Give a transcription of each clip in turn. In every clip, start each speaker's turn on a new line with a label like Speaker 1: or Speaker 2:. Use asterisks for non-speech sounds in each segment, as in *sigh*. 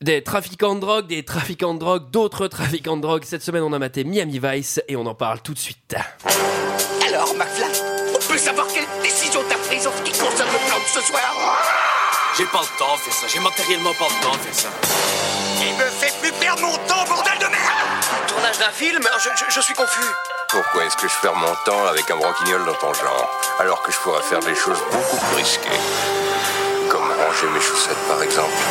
Speaker 1: Des trafiquants de drogue, des trafiquants de drogue, d'autres trafiquants de drogue. Cette semaine, on a maté Miami Vice et on en parle tout de suite.
Speaker 2: Alors, McFly, on peut savoir quelle décision t'as prise en ce qui concerne le plan de ce soir
Speaker 3: J'ai pas le temps de faire ça, j'ai matériellement pas le temps de faire ça.
Speaker 2: Il me fait plus perdre mon temps, bordel de merde
Speaker 4: Tournage d'un film
Speaker 2: Euh,
Speaker 4: je, je- je suis confus.
Speaker 5: Pourquoi est-ce que je perds mon temps avec un branquignol dans ton genre, alors que je pourrais faire des choses beaucoup plus risquées Comme ranger mes chaussettes, par exemple.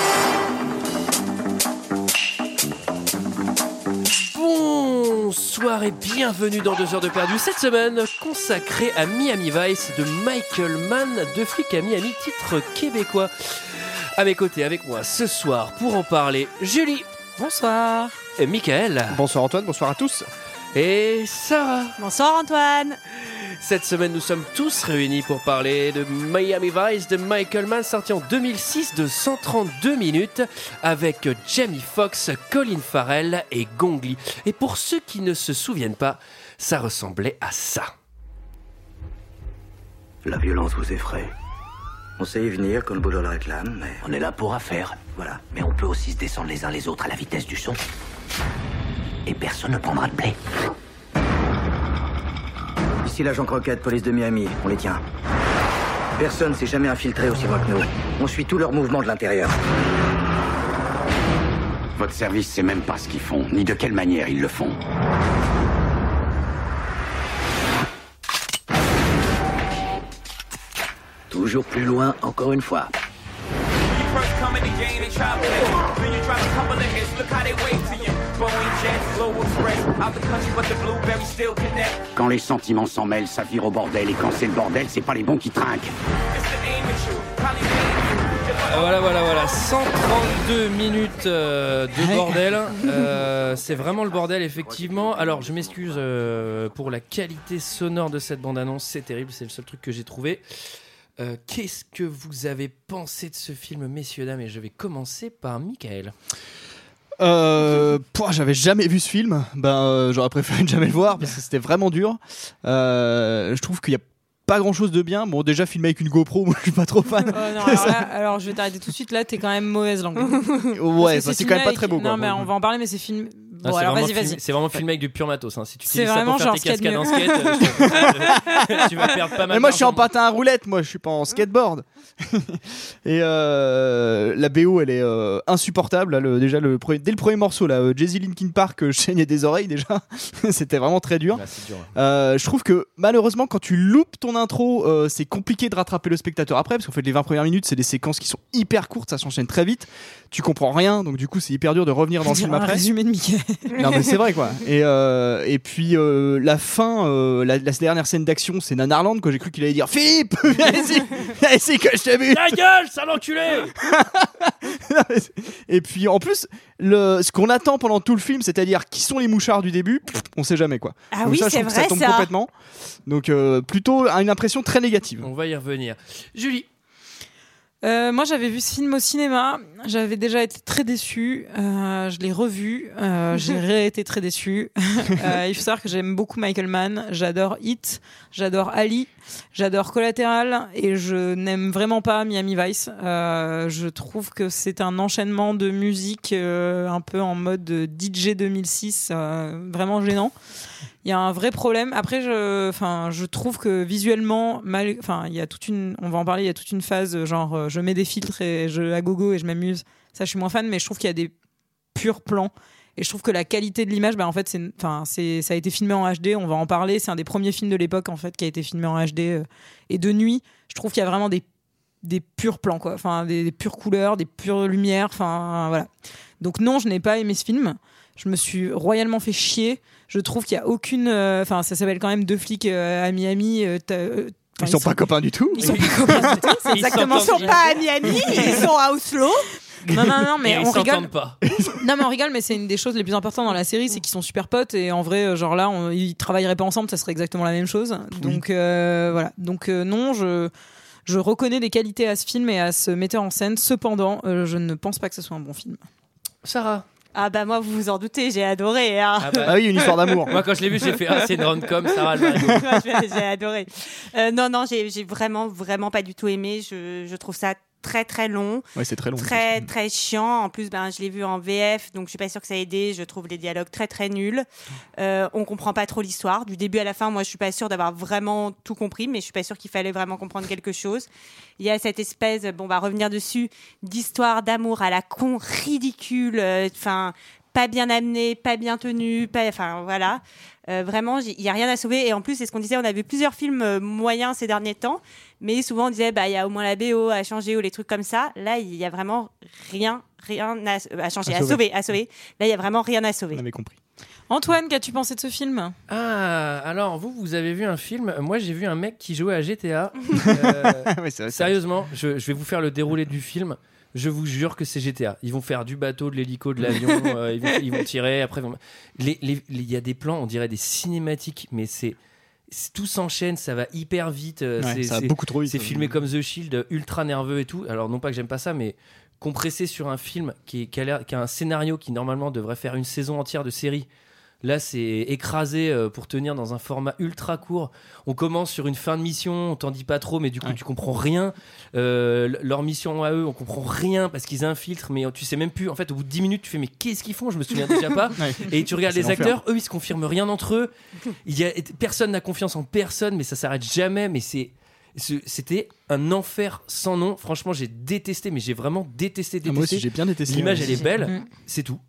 Speaker 1: Bonsoir et bienvenue dans 2 heures de perdu. Cette semaine, consacrée à Miami Vice de Michael Mann, de flic à Miami, titre québécois. À mes côtés, avec moi ce soir, pour en parler, Julie. Bonsoir. Et Michael.
Speaker 6: Bonsoir Antoine, bonsoir à tous.
Speaker 1: Et Sarah.
Speaker 7: Bonsoir Antoine
Speaker 1: Cette semaine, nous sommes tous réunis pour parler de Miami Vice de Michael Mann, sorti en 2006 de 132 minutes avec Jamie Foxx, Colin Farrell et Gong Li. Et pour ceux qui ne se souviennent pas, ça ressemblait à ça.
Speaker 8: La violence vous effraie. On sait y venir quand le boulot le réclame, mais...
Speaker 2: On est là pour affaire.
Speaker 8: Voilà.
Speaker 2: Mais on peut aussi se descendre les uns les autres à la vitesse du son. Et personne ne prendra de blé.
Speaker 8: Ici l'agent Croquette, police de Miami. On les tient. Personne s'est jamais infiltré aussi loin que nous. On suit tous leurs mouvements de l'intérieur.
Speaker 9: Votre service sait même pas ce qu'ils font, ni de quelle manière ils le font.
Speaker 2: Toujours plus loin, encore une fois.
Speaker 9: Quand les sentiments s'en mêlent, ça vire au bordel, et quand c'est le bordel, c'est pas les bons qui trinquent.
Speaker 1: Euh, Voilà, voilà, voilà. 132 minutes euh, de bordel.
Speaker 7: *laughs*
Speaker 1: Euh, c'est vraiment le bordel, effectivement. Alors, je m'excuse euh, pour la qualité sonore de cette bande-annonce. C'est terrible, c'est le seul truc que j'ai trouvé. Euh, Qu'est-ce que vous avez pensé de ce film, messieurs, dames Et je vais commencer par Michael.
Speaker 6: Euh, pouah, j'avais jamais vu ce film. Ben, euh, j'aurais préféré ne jamais le voir parce que c'était vraiment dur. Euh, je trouve qu'il y a pas grand chose de bien. Bon, déjà filmé avec une GoPro, *laughs* moi je suis pas trop fan.
Speaker 7: Oh
Speaker 6: *laughs*
Speaker 7: non, alors, là, alors, je vais t'arrêter tout de suite, là t'es quand même mauvaise langue.
Speaker 6: Ouais,
Speaker 7: Parce que
Speaker 6: bah, c'est
Speaker 7: filmé
Speaker 6: quand même pas
Speaker 7: avec-
Speaker 6: très beau. Quoi.
Speaker 7: Non mais on va en parler mais c'est film... Bon
Speaker 1: Ah, c'est
Speaker 7: alors
Speaker 1: vraiment
Speaker 7: vas-y
Speaker 1: filmé-
Speaker 7: vas-y.
Speaker 1: C'est vraiment filmé avec du pur matos. hein. Si tu
Speaker 7: C'est
Speaker 1: utilises ça
Speaker 7: vraiment
Speaker 1: pour faire
Speaker 7: genre
Speaker 1: tes
Speaker 7: ce qu'il y
Speaker 1: cascades
Speaker 7: a de
Speaker 1: en skate, euh, je te- tu vas perdre pas mal
Speaker 6: Mais moi je suis en
Speaker 1: d'argent.
Speaker 6: patin à roulette, moi je suis pas en skateboard. *laughs* Et euh, la BO elle est euh, insupportable. là, le- déjà le premier- dès le premier morceau là, euh, Jay-Z Linkin Park, euh, *laughs* je saignais des oreilles déjà. *laughs* c'était vraiment très dur.
Speaker 1: Ah, c'est dur, hein.
Speaker 6: Euh, je trouve que malheureusement, quand tu loupes ton intro, euh, c'est compliqué de rattraper le spectateur après, parce qu'en fait, les 20 premières minutes, c'est des séquences qui sont hyper courtes, ça s'enchaîne très vite, tu comprends rien, donc du coup, c'est hyper dur de revenir dans le film
Speaker 7: un
Speaker 6: après.
Speaker 7: résumé de Mickey.
Speaker 6: non, mais c'est vrai, quoi. Et, euh, et puis, euh, la fin, euh, la, la dernière scène d'action, c'est Nanarland, que j'ai cru qu'il allait dire Philippe, *laughs* viens ici, viens ici que je t'amuse.
Speaker 1: Ta gueule, sale enculé
Speaker 6: Non, mais c'est- *laughs* et puis en plus, le, ce qu'on attend pendant tout le film, c'est-à-dire qui sont les mouchards du début, pff, on sait jamais quoi.
Speaker 7: Ah
Speaker 6: Donc
Speaker 7: oui
Speaker 6: ça, je
Speaker 7: c'est
Speaker 6: trouve que
Speaker 7: vrai
Speaker 6: ça tombe
Speaker 7: ça.
Speaker 6: complètement. Donc euh, plutôt une impression très négative.
Speaker 1: On va y revenir. Julie,
Speaker 7: Euh, moi, j'avais vu ce film au cinéma. J'avais déjà été très déçue. Euh, je l'ai revu. Euh, j'ai ré-été très déçue. *laughs* Euh, il faut savoir que j'aime beaucoup Michael Mann. J'adore Hit. J'adore Ali. J'adore Collateral. Et je n'aime vraiment pas Miami Vice. Euh, je trouve que c'est un enchaînement de musique euh, un peu en mode DJ 2006. euh, vraiment gênant. Il y a un vrai problème. Après, je, enfin, je trouve que visuellement, mal, enfin, il y a toute une, on va en parler, il y a toute une phase euh, genre, euh, je mets des filtres et je à gogo et je m'amuse. Ça, je suis moins fan, mais je trouve qu'il y a des purs plans. Et je trouve que la qualité de l'image, bah, en fait, c'est, enfin, c'est, ça a été filmé en HD. On va en parler. C'est un des premiers films de l'époque, en fait, qui a été filmé en HD euh, et de nuit. Je trouve qu'il y a vraiment des des purs plans, quoi. Enfin, des, des pures couleurs, des pures lumières. Enfin, voilà. Donc non, je n'ai pas aimé ce film. Je me suis royalement fait chier. Je trouve qu'il y a aucune. euh, Enfin, ça s'appelle quand même deux flics euh, à Miami. euh, t'as, euh, enfin,
Speaker 6: Ils sont pas copains du tout.
Speaker 7: Ils sont pas copains du tout, c'est
Speaker 1: Ils
Speaker 7: exactement ça.
Speaker 1: s'entendent bien.
Speaker 7: à Miami, ils sont à Oslo.
Speaker 1: *laughs*
Speaker 7: Non, non, non, mais
Speaker 1: Et
Speaker 7: on
Speaker 1: ils s'entendent
Speaker 7: rigole.
Speaker 1: pas.
Speaker 7: Non, mais on rigole, mais c'est une des choses les plus importantes dans la série, c'est qu'ils sont super potes et en vrai, euh, genre là, on- ils travailleraient pas ensemble, ça serait exactement la même chose. Donc euh, voilà. Donc euh, non, je je reconnais des qualités à ce film et à ce metteur en scène. Cependant, euh, je ne pense pas que ce soit un bon film.
Speaker 1: Sarah.
Speaker 7: Ah bah moi, vous vous en doutez, j'ai adoré. Hein.
Speaker 1: Ah bah,
Speaker 6: Ah oui, une
Speaker 7: *laughs*
Speaker 6: histoire d'amour.
Speaker 1: Moi, quand je l'ai vu, j'ai fait Ah, c'est une rom-com, Sarah le Marigot.
Speaker 10: Ouais, j'ai j'ai adoré. Euh, non, non, j'ai j'ai vraiment, vraiment pas du tout aimé. Je, je trouve ça très très long,
Speaker 6: Ouais, c'est très long.
Speaker 10: très très chiant. En plus, ben, je l'ai vu en VF, donc je suis pas sûre que ça a aidé. Je trouve les dialogues très très nuls. Euh, on comprend pas trop l'histoire. Du début à la fin, moi, je suis pas sûre d'avoir vraiment tout compris, mais je suis pas sûre qu'il fallait vraiment comprendre quelque chose. Il y a cette espèce, bon, on va revenir dessus, d'histoire d'amour à la con ridicule, euh, enfin, pas bien amenée, pas bien tenue, pas, enfin, voilà. Euh, vraiment, il n'y a rien à sauver. Et en plus, c'est ce qu'on disait, on a vu plusieurs films euh, moyens ces derniers temps, mais souvent on disait, bah, il y a au moins la BO à changer ou les trucs comme ça. Là, il y a vraiment rien, rien à, euh, à changer,
Speaker 6: À
Speaker 10: à
Speaker 6: sauver.
Speaker 10: sauver, à sauver. Là, il y a vraiment rien à sauver.
Speaker 6: On avait compris.
Speaker 7: Antoine, qu'as-tu pensé de ce film
Speaker 1: *laughs* Ah, alors vous, vous avez vu un film. Moi, j'ai vu un mec qui jouait à
Speaker 7: *laughs*
Speaker 1: GTA. Euh,
Speaker 6: Ah ouais, c'est vrai, c'est vrai.
Speaker 1: Sérieusement, je, je vais vous faire le déroulé du film. Je vous jure que c'est GTA. Ils vont faire du bateau, de l'hélico, de l'avion. *laughs* euh, ils, vont, ils vont tirer. Après, ils vont- Les- les- les- il y a des plans, on dirait des cinématiques, mais c'est c'est- tout s'enchaîne, ça va hyper vite. euh,
Speaker 6: Ouais,
Speaker 1: c'est-
Speaker 6: ça va
Speaker 1: c'est-
Speaker 6: beaucoup trop vite. hein.
Speaker 1: c'est filmé comme The Shield, euh, ultra nerveux et tout. Alors, non pas que j'aime pas ça, mais compressé sur un film qui, est- qui a, l'air- qui a un scénario qui normalement devrait faire une saison entière de série. Là, c'est écrasé euh, pour tenir dans un format ultra court. On commence sur une fin de mission, on t'en dit pas trop, mais du coup,
Speaker 6: Ouais.
Speaker 1: tu comprends rien. Euh, l- leur mission à eux, on comprend rien parce qu'ils infiltrent, mais tu sais même plus. En fait, au bout de 10 minutes, tu fais, mais qu'est-ce qu'ils font Je me souviens déjà
Speaker 6: *laughs*
Speaker 1: pas.
Speaker 6: Ouais.
Speaker 1: Et tu regardes
Speaker 6: C'est
Speaker 1: les
Speaker 6: l'enfer.
Speaker 1: acteurs, eux ils se confirment rien entre eux. Il y a, personne n'a confiance en personne, mais ça s'arrête jamais. Mais c'est ce- c'était un enfer sans nom. Franchement, j'ai détesté, mais j'ai vraiment détesté,
Speaker 6: Ah, moi aussi,
Speaker 1: détesté.
Speaker 6: j'ai bien détesté.
Speaker 1: L'image
Speaker 6: ouais.
Speaker 1: elle est belle,
Speaker 7: Mm.
Speaker 1: c'est tout.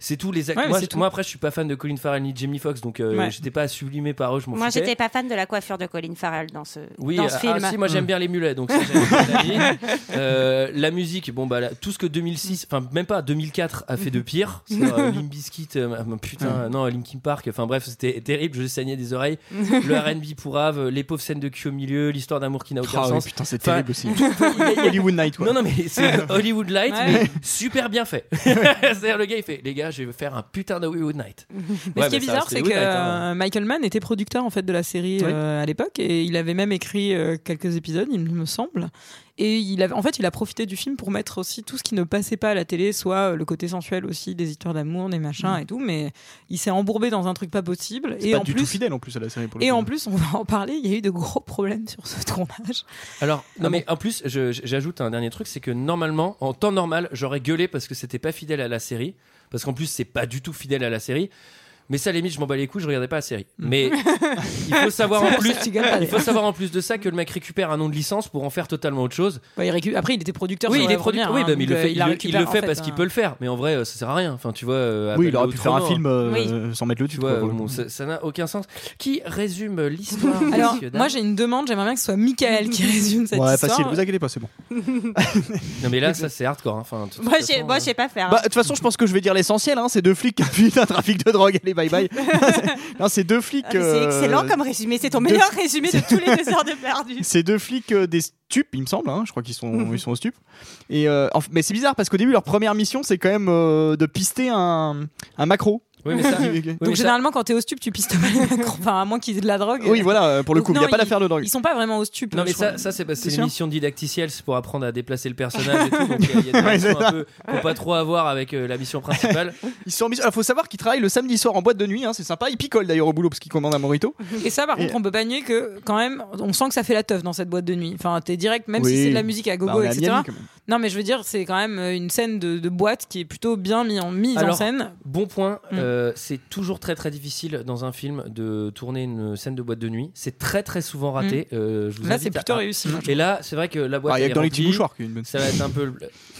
Speaker 1: C'est tout les
Speaker 7: Ouais,
Speaker 1: acteurs.
Speaker 7: mais
Speaker 1: moi,
Speaker 7: c'est
Speaker 1: je-
Speaker 7: tout.
Speaker 1: moi, après je suis pas fan de Colin Farrell ni de Jamie Foxx, donc euh,
Speaker 7: Ouais.
Speaker 1: j'étais pas sublimé par eux. Je m'en
Speaker 10: Moi,
Speaker 1: foutais.
Speaker 10: j'étais pas fan de la coiffure de Colin Farrell dans ce,
Speaker 1: Oui,
Speaker 10: dans ce
Speaker 1: ah,
Speaker 10: film.
Speaker 1: si, moi j'aime bien les mulets, donc ça, j'aime bien la vie.
Speaker 7: *laughs*
Speaker 1: Euh, la musique, bon bah là, tout ce que 2006, enfin même pas 2004 a fait de
Speaker 7: *laughs*
Speaker 1: pire, c'est euh, Limp Bizkit, euh, ah, putain, non Linkin Park, enfin bref, c'était terrible, je saignais des
Speaker 7: *laughs*
Speaker 1: oreilles, le R&B pourrave, euh, les pauvres scènes de cul au milieu, l'histoire d'amour qui n'a aucun
Speaker 6: Ah ouais,
Speaker 1: sens.
Speaker 6: putain, c'est
Speaker 1: Enfin,
Speaker 6: terrible *laughs* aussi.
Speaker 1: *laughs* Il y a- il y a-
Speaker 6: Hollywood Night, ouais.
Speaker 1: non, non, mais c'est Hollywood Light,
Speaker 7: Ouais.
Speaker 1: mais super bien fait. *laughs* C'est-à-dire, le gars, il fait Les gars, je vais faire un putain de Hollywood Night.
Speaker 7: Mais
Speaker 1: Ouais,
Speaker 7: ce qui est
Speaker 1: bah, ça
Speaker 7: bizarre,
Speaker 1: reste
Speaker 7: c'est que
Speaker 1: Hollywood Night, hein.
Speaker 7: euh, Michael Mann était producteur en fait de la série
Speaker 6: Oui.
Speaker 7: euh, à l'époque et il avait même écrit euh, quelques épisodes, il me semble. Et il avait, en fait, il a profité du film pour mettre aussi tout ce qui ne passait pas à la télé, soit euh, le côté sensuel aussi des histoires d'amour, des
Speaker 1: Mm.
Speaker 7: machins et tout. Mais il s'est embourbé dans un truc pas possible.
Speaker 6: C'est
Speaker 7: Et
Speaker 6: pas
Speaker 7: en
Speaker 6: du tout
Speaker 7: plus,
Speaker 6: fidèle en plus à la série. Pour le
Speaker 7: et
Speaker 6: coup.
Speaker 7: en plus, on va en parler. Il y a eu de gros problèmes sur ce tournage.
Speaker 1: Alors, non,
Speaker 7: Ah
Speaker 1: mais en plus, je- je- j'ajoute un dernier truc, c'est que normalement, en temps normal, j'aurais gueulé parce que c'était pas fidèle à la série, parce qu'en plus, c'est pas du tout fidèle à la série. Mais ça, à la limite, je m'en bats les couilles, je regardais pas la série.
Speaker 6: Mm.
Speaker 1: Mais il faut savoir *laughs*
Speaker 6: *laughs*
Speaker 1: en plus.
Speaker 7: Tu gagnes
Speaker 1: Il
Speaker 7: pas, d'ailleurs.
Speaker 1: faut savoir en plus de ça que le mec récupère un nom de licence pour en faire totalement autre chose.
Speaker 7: Bah, il récu- Après, il était producteur.
Speaker 1: Oui,
Speaker 7: sur
Speaker 1: il est
Speaker 7: la première,
Speaker 1: producteur. Oui,
Speaker 7: hein,
Speaker 1: bah, mais il le
Speaker 7: donc, euh,
Speaker 1: fait, il
Speaker 7: la
Speaker 1: le- il
Speaker 7: récupère,
Speaker 1: le
Speaker 7: en hein.
Speaker 1: fait parce
Speaker 7: un-
Speaker 1: qu'il peut le faire. Mais en vrai, euh, ça sert à rien. Enfin, tu vois. euh,
Speaker 6: Oui, il
Speaker 1: appelle-le
Speaker 6: aurait pu faire un
Speaker 1: autrement.
Speaker 6: film euh, sans mettre le
Speaker 1: Tu
Speaker 6: dessus.
Speaker 1: vois,
Speaker 6: quoi, pour le
Speaker 1: bon,
Speaker 6: coup.
Speaker 1: ça ça n'a aucun sens. Qui résume l'histoire
Speaker 7: *laughs* Alors,
Speaker 1: messieurs, dames
Speaker 7: moi j'ai une demande, j'aimerais bien que ce soit
Speaker 1: *laughs*
Speaker 7: Michael qui résume cette
Speaker 6: Ouais,
Speaker 7: histoire.
Speaker 6: facile, vous inquiétez pas, c'est bon.
Speaker 1: Non, mais là, ça, c'est hardcore. hein. Enfin, de toute
Speaker 10: Moi,
Speaker 1: façon,
Speaker 10: je moi, je sais pas hein. faire.
Speaker 6: Bah, de toute façon, je pense que je vais dire l'essentiel. Hein. C'est deux flics qui ont vu un trafic de drogue. Allez, bye *laughs* bye. non, c'est deux flics.
Speaker 10: Ah, mais
Speaker 6: euh,
Speaker 10: C'est excellent comme résumé. C'est ton
Speaker 6: de-
Speaker 10: meilleur
Speaker 6: *laughs*
Speaker 10: résumé de tous les deux heures de perdu.
Speaker 6: C'est deux flics euh, des stupes, il me semble. hein. Je crois qu'ils *laughs* sont, ils sont aux stupes. Et euh, enf- mais c'est bizarre parce qu'au début, leur première mission, c'est quand même euh, de pister un, un macro.
Speaker 1: Oui, mais
Speaker 7: *laughs*
Speaker 1: ça. oui,
Speaker 6: *laughs*
Speaker 1: mais
Speaker 7: Donc
Speaker 1: ça-
Speaker 7: généralement quand t'es au stup tu pistes pas les macros, enfin à moins qu'ils aient de la drogue.
Speaker 6: Oui, voilà, euh, pour le
Speaker 7: Donc
Speaker 6: coup, il n'y a
Speaker 7: non,
Speaker 6: pas
Speaker 7: il-
Speaker 6: d'affaire de drogue.
Speaker 7: Ils sont pas vraiment au stup. hein,
Speaker 1: Non mais
Speaker 7: je
Speaker 1: ça,
Speaker 7: crois.
Speaker 1: ça c'est parce que
Speaker 6: C'est
Speaker 1: c'est
Speaker 6: sûr.
Speaker 1: une mission didacticielle, c'est pour apprendre à déplacer le personnage et tout, donc il y a- il y a des
Speaker 6: Ouais, c'est
Speaker 1: actions
Speaker 6: ça.
Speaker 1: un peu qui ont pas trop à voir avec euh, la mission principale.
Speaker 6: Ils sont mis- Alors, Ah, faut savoir qu'ils travaillent le samedi soir en boîte de nuit. hein, C'est sympa. Ils picolent d'ailleurs au boulot parce qu'ils commandent un morito.
Speaker 7: Et ça par
Speaker 6: Et-
Speaker 7: contre on peut pas nier que quand même on sent que ça fait la teuf dans cette boîte de nuit. Enfin t'es direct même
Speaker 6: Oui.
Speaker 7: si c'est de la musique à
Speaker 6: Bah,
Speaker 7: gogo
Speaker 6: on est à
Speaker 7: etc.
Speaker 6: Miami, quand même.
Speaker 7: Non mais je veux dire c'est quand même euh, une scène de, de boîte qui est plutôt bien mise en, mise en
Speaker 1: Alors-
Speaker 7: scène.
Speaker 1: Bon point,
Speaker 7: Mm.
Speaker 1: euh, c'est toujours très très difficile dans un film de tourner une scène de boîte de nuit. C'est très très souvent raté. euh, je vous
Speaker 7: Là
Speaker 1: invite
Speaker 7: c'est
Speaker 1: à-
Speaker 7: plutôt
Speaker 6: *laughs*
Speaker 7: réussi.
Speaker 1: Et là c'est vrai que la boîte.
Speaker 6: Bah, Il y a
Speaker 1: elle
Speaker 6: que
Speaker 1: est
Speaker 6: dans les petits
Speaker 1: remplie.
Speaker 6: mouchoirs qu'il y a une bonne-
Speaker 1: Ça va être un peu. le-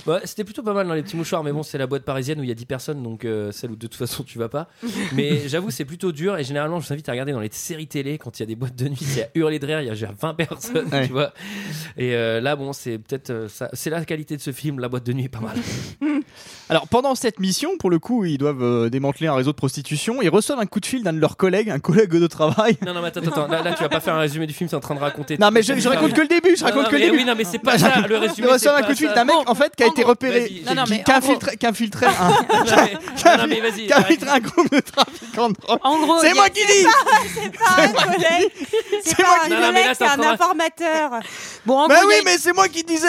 Speaker 1: Ouais, c'était plutôt pas mal dans les petits mouchoirs, mais bon, c'est la boîte parisienne où il y a 10 personnes, donc euh, celle où de toute façon tu vas
Speaker 6: *laughs*
Speaker 1: pas. Mais j'avoue, c'est plutôt dur et généralement, je vous invite à regarder dans les séries télé quand il y a des boîtes de nuit, c'est à hurler de rire, il y a genre 20 personnes,
Speaker 6: Ouais.
Speaker 1: tu vois. Et euh, là, bon, c'est peut-être. euh, ça- c'est la qualité de ce film, la boîte de nuit est pas
Speaker 6: *laughs*
Speaker 1: mal.
Speaker 6: Alors pendant cette mission, pour le coup, ils doivent euh, démanteler un réseau de prostitution. Ils reçoivent un coup de fil d'un de leurs collègues, un collègue de travail.
Speaker 1: Non, non, mais attends, attends, là, là, tu vas pas faire un résumé du film, t'es en train de raconter.
Speaker 6: *laughs* Non mais je, je raconte que le début, je
Speaker 1: Non, non,
Speaker 6: raconte que le
Speaker 1: mais
Speaker 6: début.
Speaker 1: Oui, non, mais c'est
Speaker 6: *laughs*
Speaker 1: pas ça, le résumé.
Speaker 6: Ils reçoivent
Speaker 1: c'est
Speaker 6: un
Speaker 1: pas
Speaker 6: coup de fil
Speaker 1: ça.
Speaker 6: d'un mec en fait qui a
Speaker 1: en
Speaker 6: été
Speaker 1: gros,
Speaker 6: repéré,
Speaker 1: vas-y,
Speaker 7: Non, non, mais
Speaker 6: qui a
Speaker 7: en gros-
Speaker 6: infiltré, qui a infiltré un,
Speaker 1: Non, mais- non, mais
Speaker 6: *laughs*
Speaker 1: vas-y.
Speaker 6: qui a infiltré un groupe de trafiquants de drogue.
Speaker 7: En gros
Speaker 6: C'est
Speaker 7: il y a-
Speaker 6: moi qui dis.
Speaker 10: pas un collègue, c'est
Speaker 6: moi
Speaker 10: pas un
Speaker 1: qui- Non, non, mais là,
Speaker 10: collègue, c'est
Speaker 1: ça
Speaker 10: un
Speaker 1: fera-
Speaker 10: informateur.
Speaker 7: bon en
Speaker 6: Mais
Speaker 7: gros, il y
Speaker 6: Bah oui,
Speaker 7: a-
Speaker 6: mais c'est moi qui disais.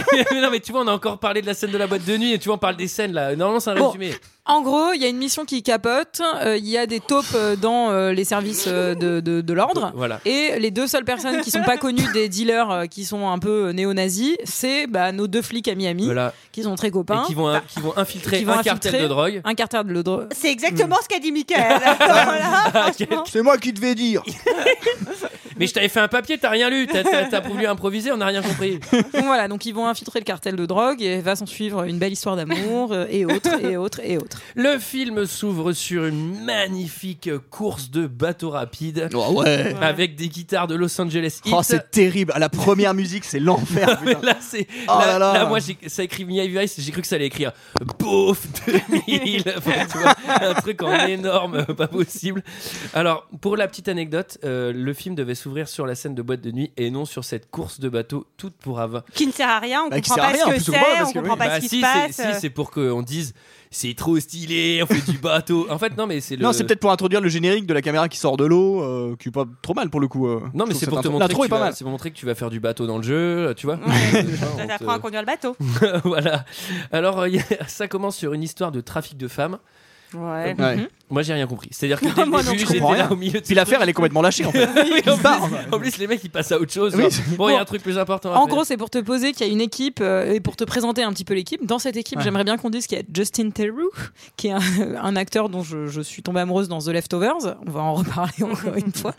Speaker 6: *laughs*
Speaker 1: *laughs* mais non, mais tu vois, on a encore parlé de la scène de la boîte de nuit et tu vois, on parle des scènes là. Normalement, c'est un
Speaker 7: Bon.
Speaker 1: résumé.
Speaker 7: En gros, il y a une mission qui capote, euh, il y a des taupes euh, dans euh, les services euh, de, de- de l'ordre.
Speaker 1: Voilà.
Speaker 7: Et les deux seules personnes qui sont pas connues des dealers euh, qui sont un peu euh, néo-nazis, c'est bah, nos deux flics à Miami,
Speaker 1: Voilà.
Speaker 7: qui sont très
Speaker 1: Et
Speaker 7: copains.
Speaker 1: qui vont, qui vont infiltrer
Speaker 7: bah, Qui vont
Speaker 1: un cartel
Speaker 7: infiltrer.
Speaker 1: de drogue.
Speaker 7: Un carter de le drogue.
Speaker 10: C'est exactement ce qu'a dit *laughs* Michael. Voilà, franchement.
Speaker 6: C'est moi qui devais dire.
Speaker 1: Mais je t'avais fait un papier, t'as rien lu. T'as- T'as t'as voulu improviser, on n'a rien
Speaker 7: *laughs*
Speaker 1: compris.
Speaker 7: Donc voilà, donc ils vont infiltrer le cartel de drogue et va s'en suivre une belle histoire d'amour euh, et autres et autres et autres.
Speaker 1: Le film s'ouvre sur une magnifique course de bateau rapide
Speaker 6: Oh ouais.
Speaker 1: avec des guitares de Los Angeles Heat.
Speaker 6: Oh, c'est terrible. À la première musique,
Speaker 10: *laughs*
Speaker 6: c'est l'enfer.
Speaker 1: Mais
Speaker 6: putain.
Speaker 1: là, c'est.
Speaker 6: Oh
Speaker 1: là,
Speaker 6: là là.
Speaker 1: là, moi, j'ai- ça écrit Mia Vice, j'ai cru que ça allait écrire Beauf 2000. *laughs* Enfin, tu vois, un truc en énorme, euh, pas possible. Alors, pour la petite anecdote, euh, le film devait s'ouvrir sur la scène de boîte de nuit et non sur cette course de bateau toute pour avoir
Speaker 10: Qui ne sert à rien, on
Speaker 6: Bah, qui
Speaker 10: comprend
Speaker 6: sert à
Speaker 10: pas
Speaker 6: rien,
Speaker 10: ce
Speaker 6: en
Speaker 10: que
Speaker 6: plus, on voit,
Speaker 10: c'est,
Speaker 6: parce
Speaker 10: on
Speaker 6: que
Speaker 10: comprend
Speaker 6: oui.
Speaker 10: pas
Speaker 1: Bah,
Speaker 10: ce qui
Speaker 1: si,
Speaker 10: se
Speaker 1: c'est-
Speaker 10: passe.
Speaker 1: si, c'est pour qu'on dise c'est trop stylé, on fait du bateau. En fait, non, mais c'est le.
Speaker 6: Non, c'est peut-être pour introduire le générique de la caméra qui sort de l'eau, euh, qui est pas trop mal pour le coup. euh.
Speaker 1: Non, mais
Speaker 6: Je trouve
Speaker 1: c'est
Speaker 6: cette
Speaker 1: pour te
Speaker 6: intro-
Speaker 1: montrer.
Speaker 6: L'intro
Speaker 1: que
Speaker 6: est
Speaker 1: tu
Speaker 6: pas
Speaker 1: vas-
Speaker 6: mal.
Speaker 1: C'est pour montrer que tu vas faire du bateau dans le jeu, tu vois.
Speaker 10: Ouais.
Speaker 1: On *laughs*
Speaker 10: Ça
Speaker 1: te-
Speaker 10: t'apprend à conduire le bateau.
Speaker 1: voilà. Alors, euh, y a- ça commence sur une histoire de trafic de femmes.
Speaker 10: Ouais.
Speaker 6: Ouais.
Speaker 1: Moi, j'ai rien compris. C'est-à-dire que dès
Speaker 10: *laughs* Moi
Speaker 1: le
Speaker 10: non
Speaker 1: début, j'étais
Speaker 10: plus.
Speaker 6: Je comprends
Speaker 1: là
Speaker 6: rien.
Speaker 1: au milieu de
Speaker 6: Puis l'affaire, elle est complètement lâchée en fait.
Speaker 1: *laughs* Oui, en,
Speaker 6: Ils barrent.
Speaker 1: plus, en plus, les mecs, ils passent à autre chose.
Speaker 6: Oui,
Speaker 1: genre.
Speaker 6: c'est-
Speaker 1: bon, il y a
Speaker 7: Bon.
Speaker 1: un truc plus important. à
Speaker 7: En
Speaker 1: faire.
Speaker 7: gros, c'est pour te poser qu'il y a une équipe euh, et pour te présenter un petit peu l'équipe. Dans cette équipe,
Speaker 6: Ouais.
Speaker 7: j'aimerais bien qu'on dise qu'il y a Justin Theroux, qui est un, *laughs* un acteur dont je, je suis tombée amoureuse dans The Leftovers. On va en reparler encore une fois.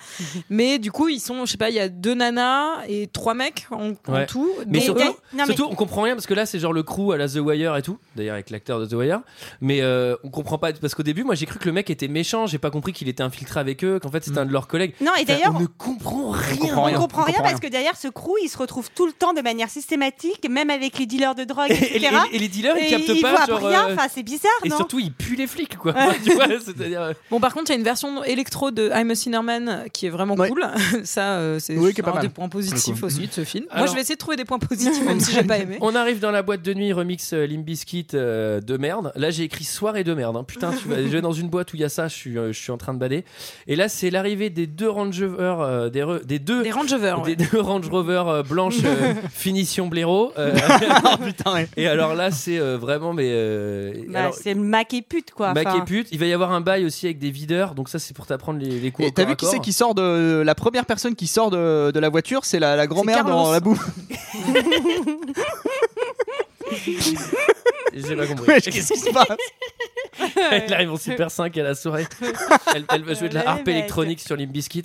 Speaker 7: Mais du coup, ils sont, je sais pas, il y a deux nanas et trois mecs en, en
Speaker 1: Ouais.
Speaker 7: tout.
Speaker 1: Mais
Speaker 7: dont
Speaker 1: surtout,
Speaker 7: eux-
Speaker 10: Non, mais-
Speaker 1: surtout, on comprend rien parce que là, c'est genre le crew à la The Wire et tout. D'ailleurs, avec l'acteur de The Wire. Mais euh, on comprend pas parce qu'au début, moi, j'ai cru que le mec était méchant. J'ai pas compris qu'il était infiltré avec eux, qu'en fait,
Speaker 6: Mm.
Speaker 1: c'était un de leurs collègues.
Speaker 10: Non, et d'ailleurs,
Speaker 1: on ne comprend rien.
Speaker 10: on comprend rien, parce que derrière ce crew, ils se retrouvent tout le temps de manière systématique, même avec les dealers de drogue,
Speaker 1: Et, et-
Speaker 10: etc.
Speaker 1: et- et les dealers, ils
Speaker 10: Et
Speaker 1: captent
Speaker 10: ils
Speaker 1: pas.
Speaker 10: voient
Speaker 1: genre,
Speaker 10: rien,
Speaker 1: euh,
Speaker 10: enfin, c'est bizarre,
Speaker 1: et
Speaker 10: non
Speaker 1: surtout, ils puent les flics, quoi. *laughs* tu vois, c'est-à-dire. euh,
Speaker 7: Bon, par contre, il y a une version électro de I'm a Sinner Man qui est vraiment
Speaker 6: Ouais.
Speaker 7: cool. *laughs* Ça, euh, c'est
Speaker 6: Oui, qui est
Speaker 7: un
Speaker 6: pas mal.
Speaker 7: des points positifs
Speaker 6: Cool.
Speaker 7: aussi de ce film. Moi,
Speaker 1: Alors-
Speaker 7: je vais essayer de trouver des points positifs, même si j'ai pas aimé.
Speaker 1: On arrive dans la boîte de nuit remix euh, Limbiskit euh, de merde. Là, j'ai écrit soirée de merde. hein. Putain, tu vas,
Speaker 6: *laughs*
Speaker 1: je vais dans une boîte où il y a ça, je suis, euh, je suis en train de bader. Et là, c'est l'arrivée des deux Range Rover, euh, des, re- des deux.
Speaker 7: Les Rangers,
Speaker 1: des deux Range Rover euh, blanches
Speaker 6: *laughs*
Speaker 1: euh, finition blaireau Euh,
Speaker 6: Oh, putain, ouais.
Speaker 1: et alors là c'est euh, vraiment mais euh,
Speaker 10: Bah,
Speaker 1: alors,
Speaker 10: c'est Mac et pute, quoi.
Speaker 1: Mac
Speaker 10: enfin.
Speaker 1: et pute il va y avoir un bail aussi avec des videurs donc ça c'est pour t'apprendre les, les coups
Speaker 6: Et
Speaker 1: au
Speaker 6: t'as
Speaker 1: corps
Speaker 6: vu
Speaker 1: à
Speaker 6: qui c'est
Speaker 1: corps.
Speaker 6: qui sort de la première personne qui sort de, de la voiture, c'est la, la grand-mère
Speaker 7: Carlos.
Speaker 6: dans la boue.
Speaker 1: *laughs*
Speaker 6: *laughs*
Speaker 1: j'ai
Speaker 6: *laughs*
Speaker 1: pas compris
Speaker 6: Ouais, Qu'est-ce qui se passe
Speaker 1: *laughs* Elle arrive en Super 5 à la
Speaker 10: *laughs*
Speaker 1: soirée. Elle, elle va jouer de la
Speaker 10: Les
Speaker 1: harpe
Speaker 10: mecs.
Speaker 1: électronique sur Limbiskit.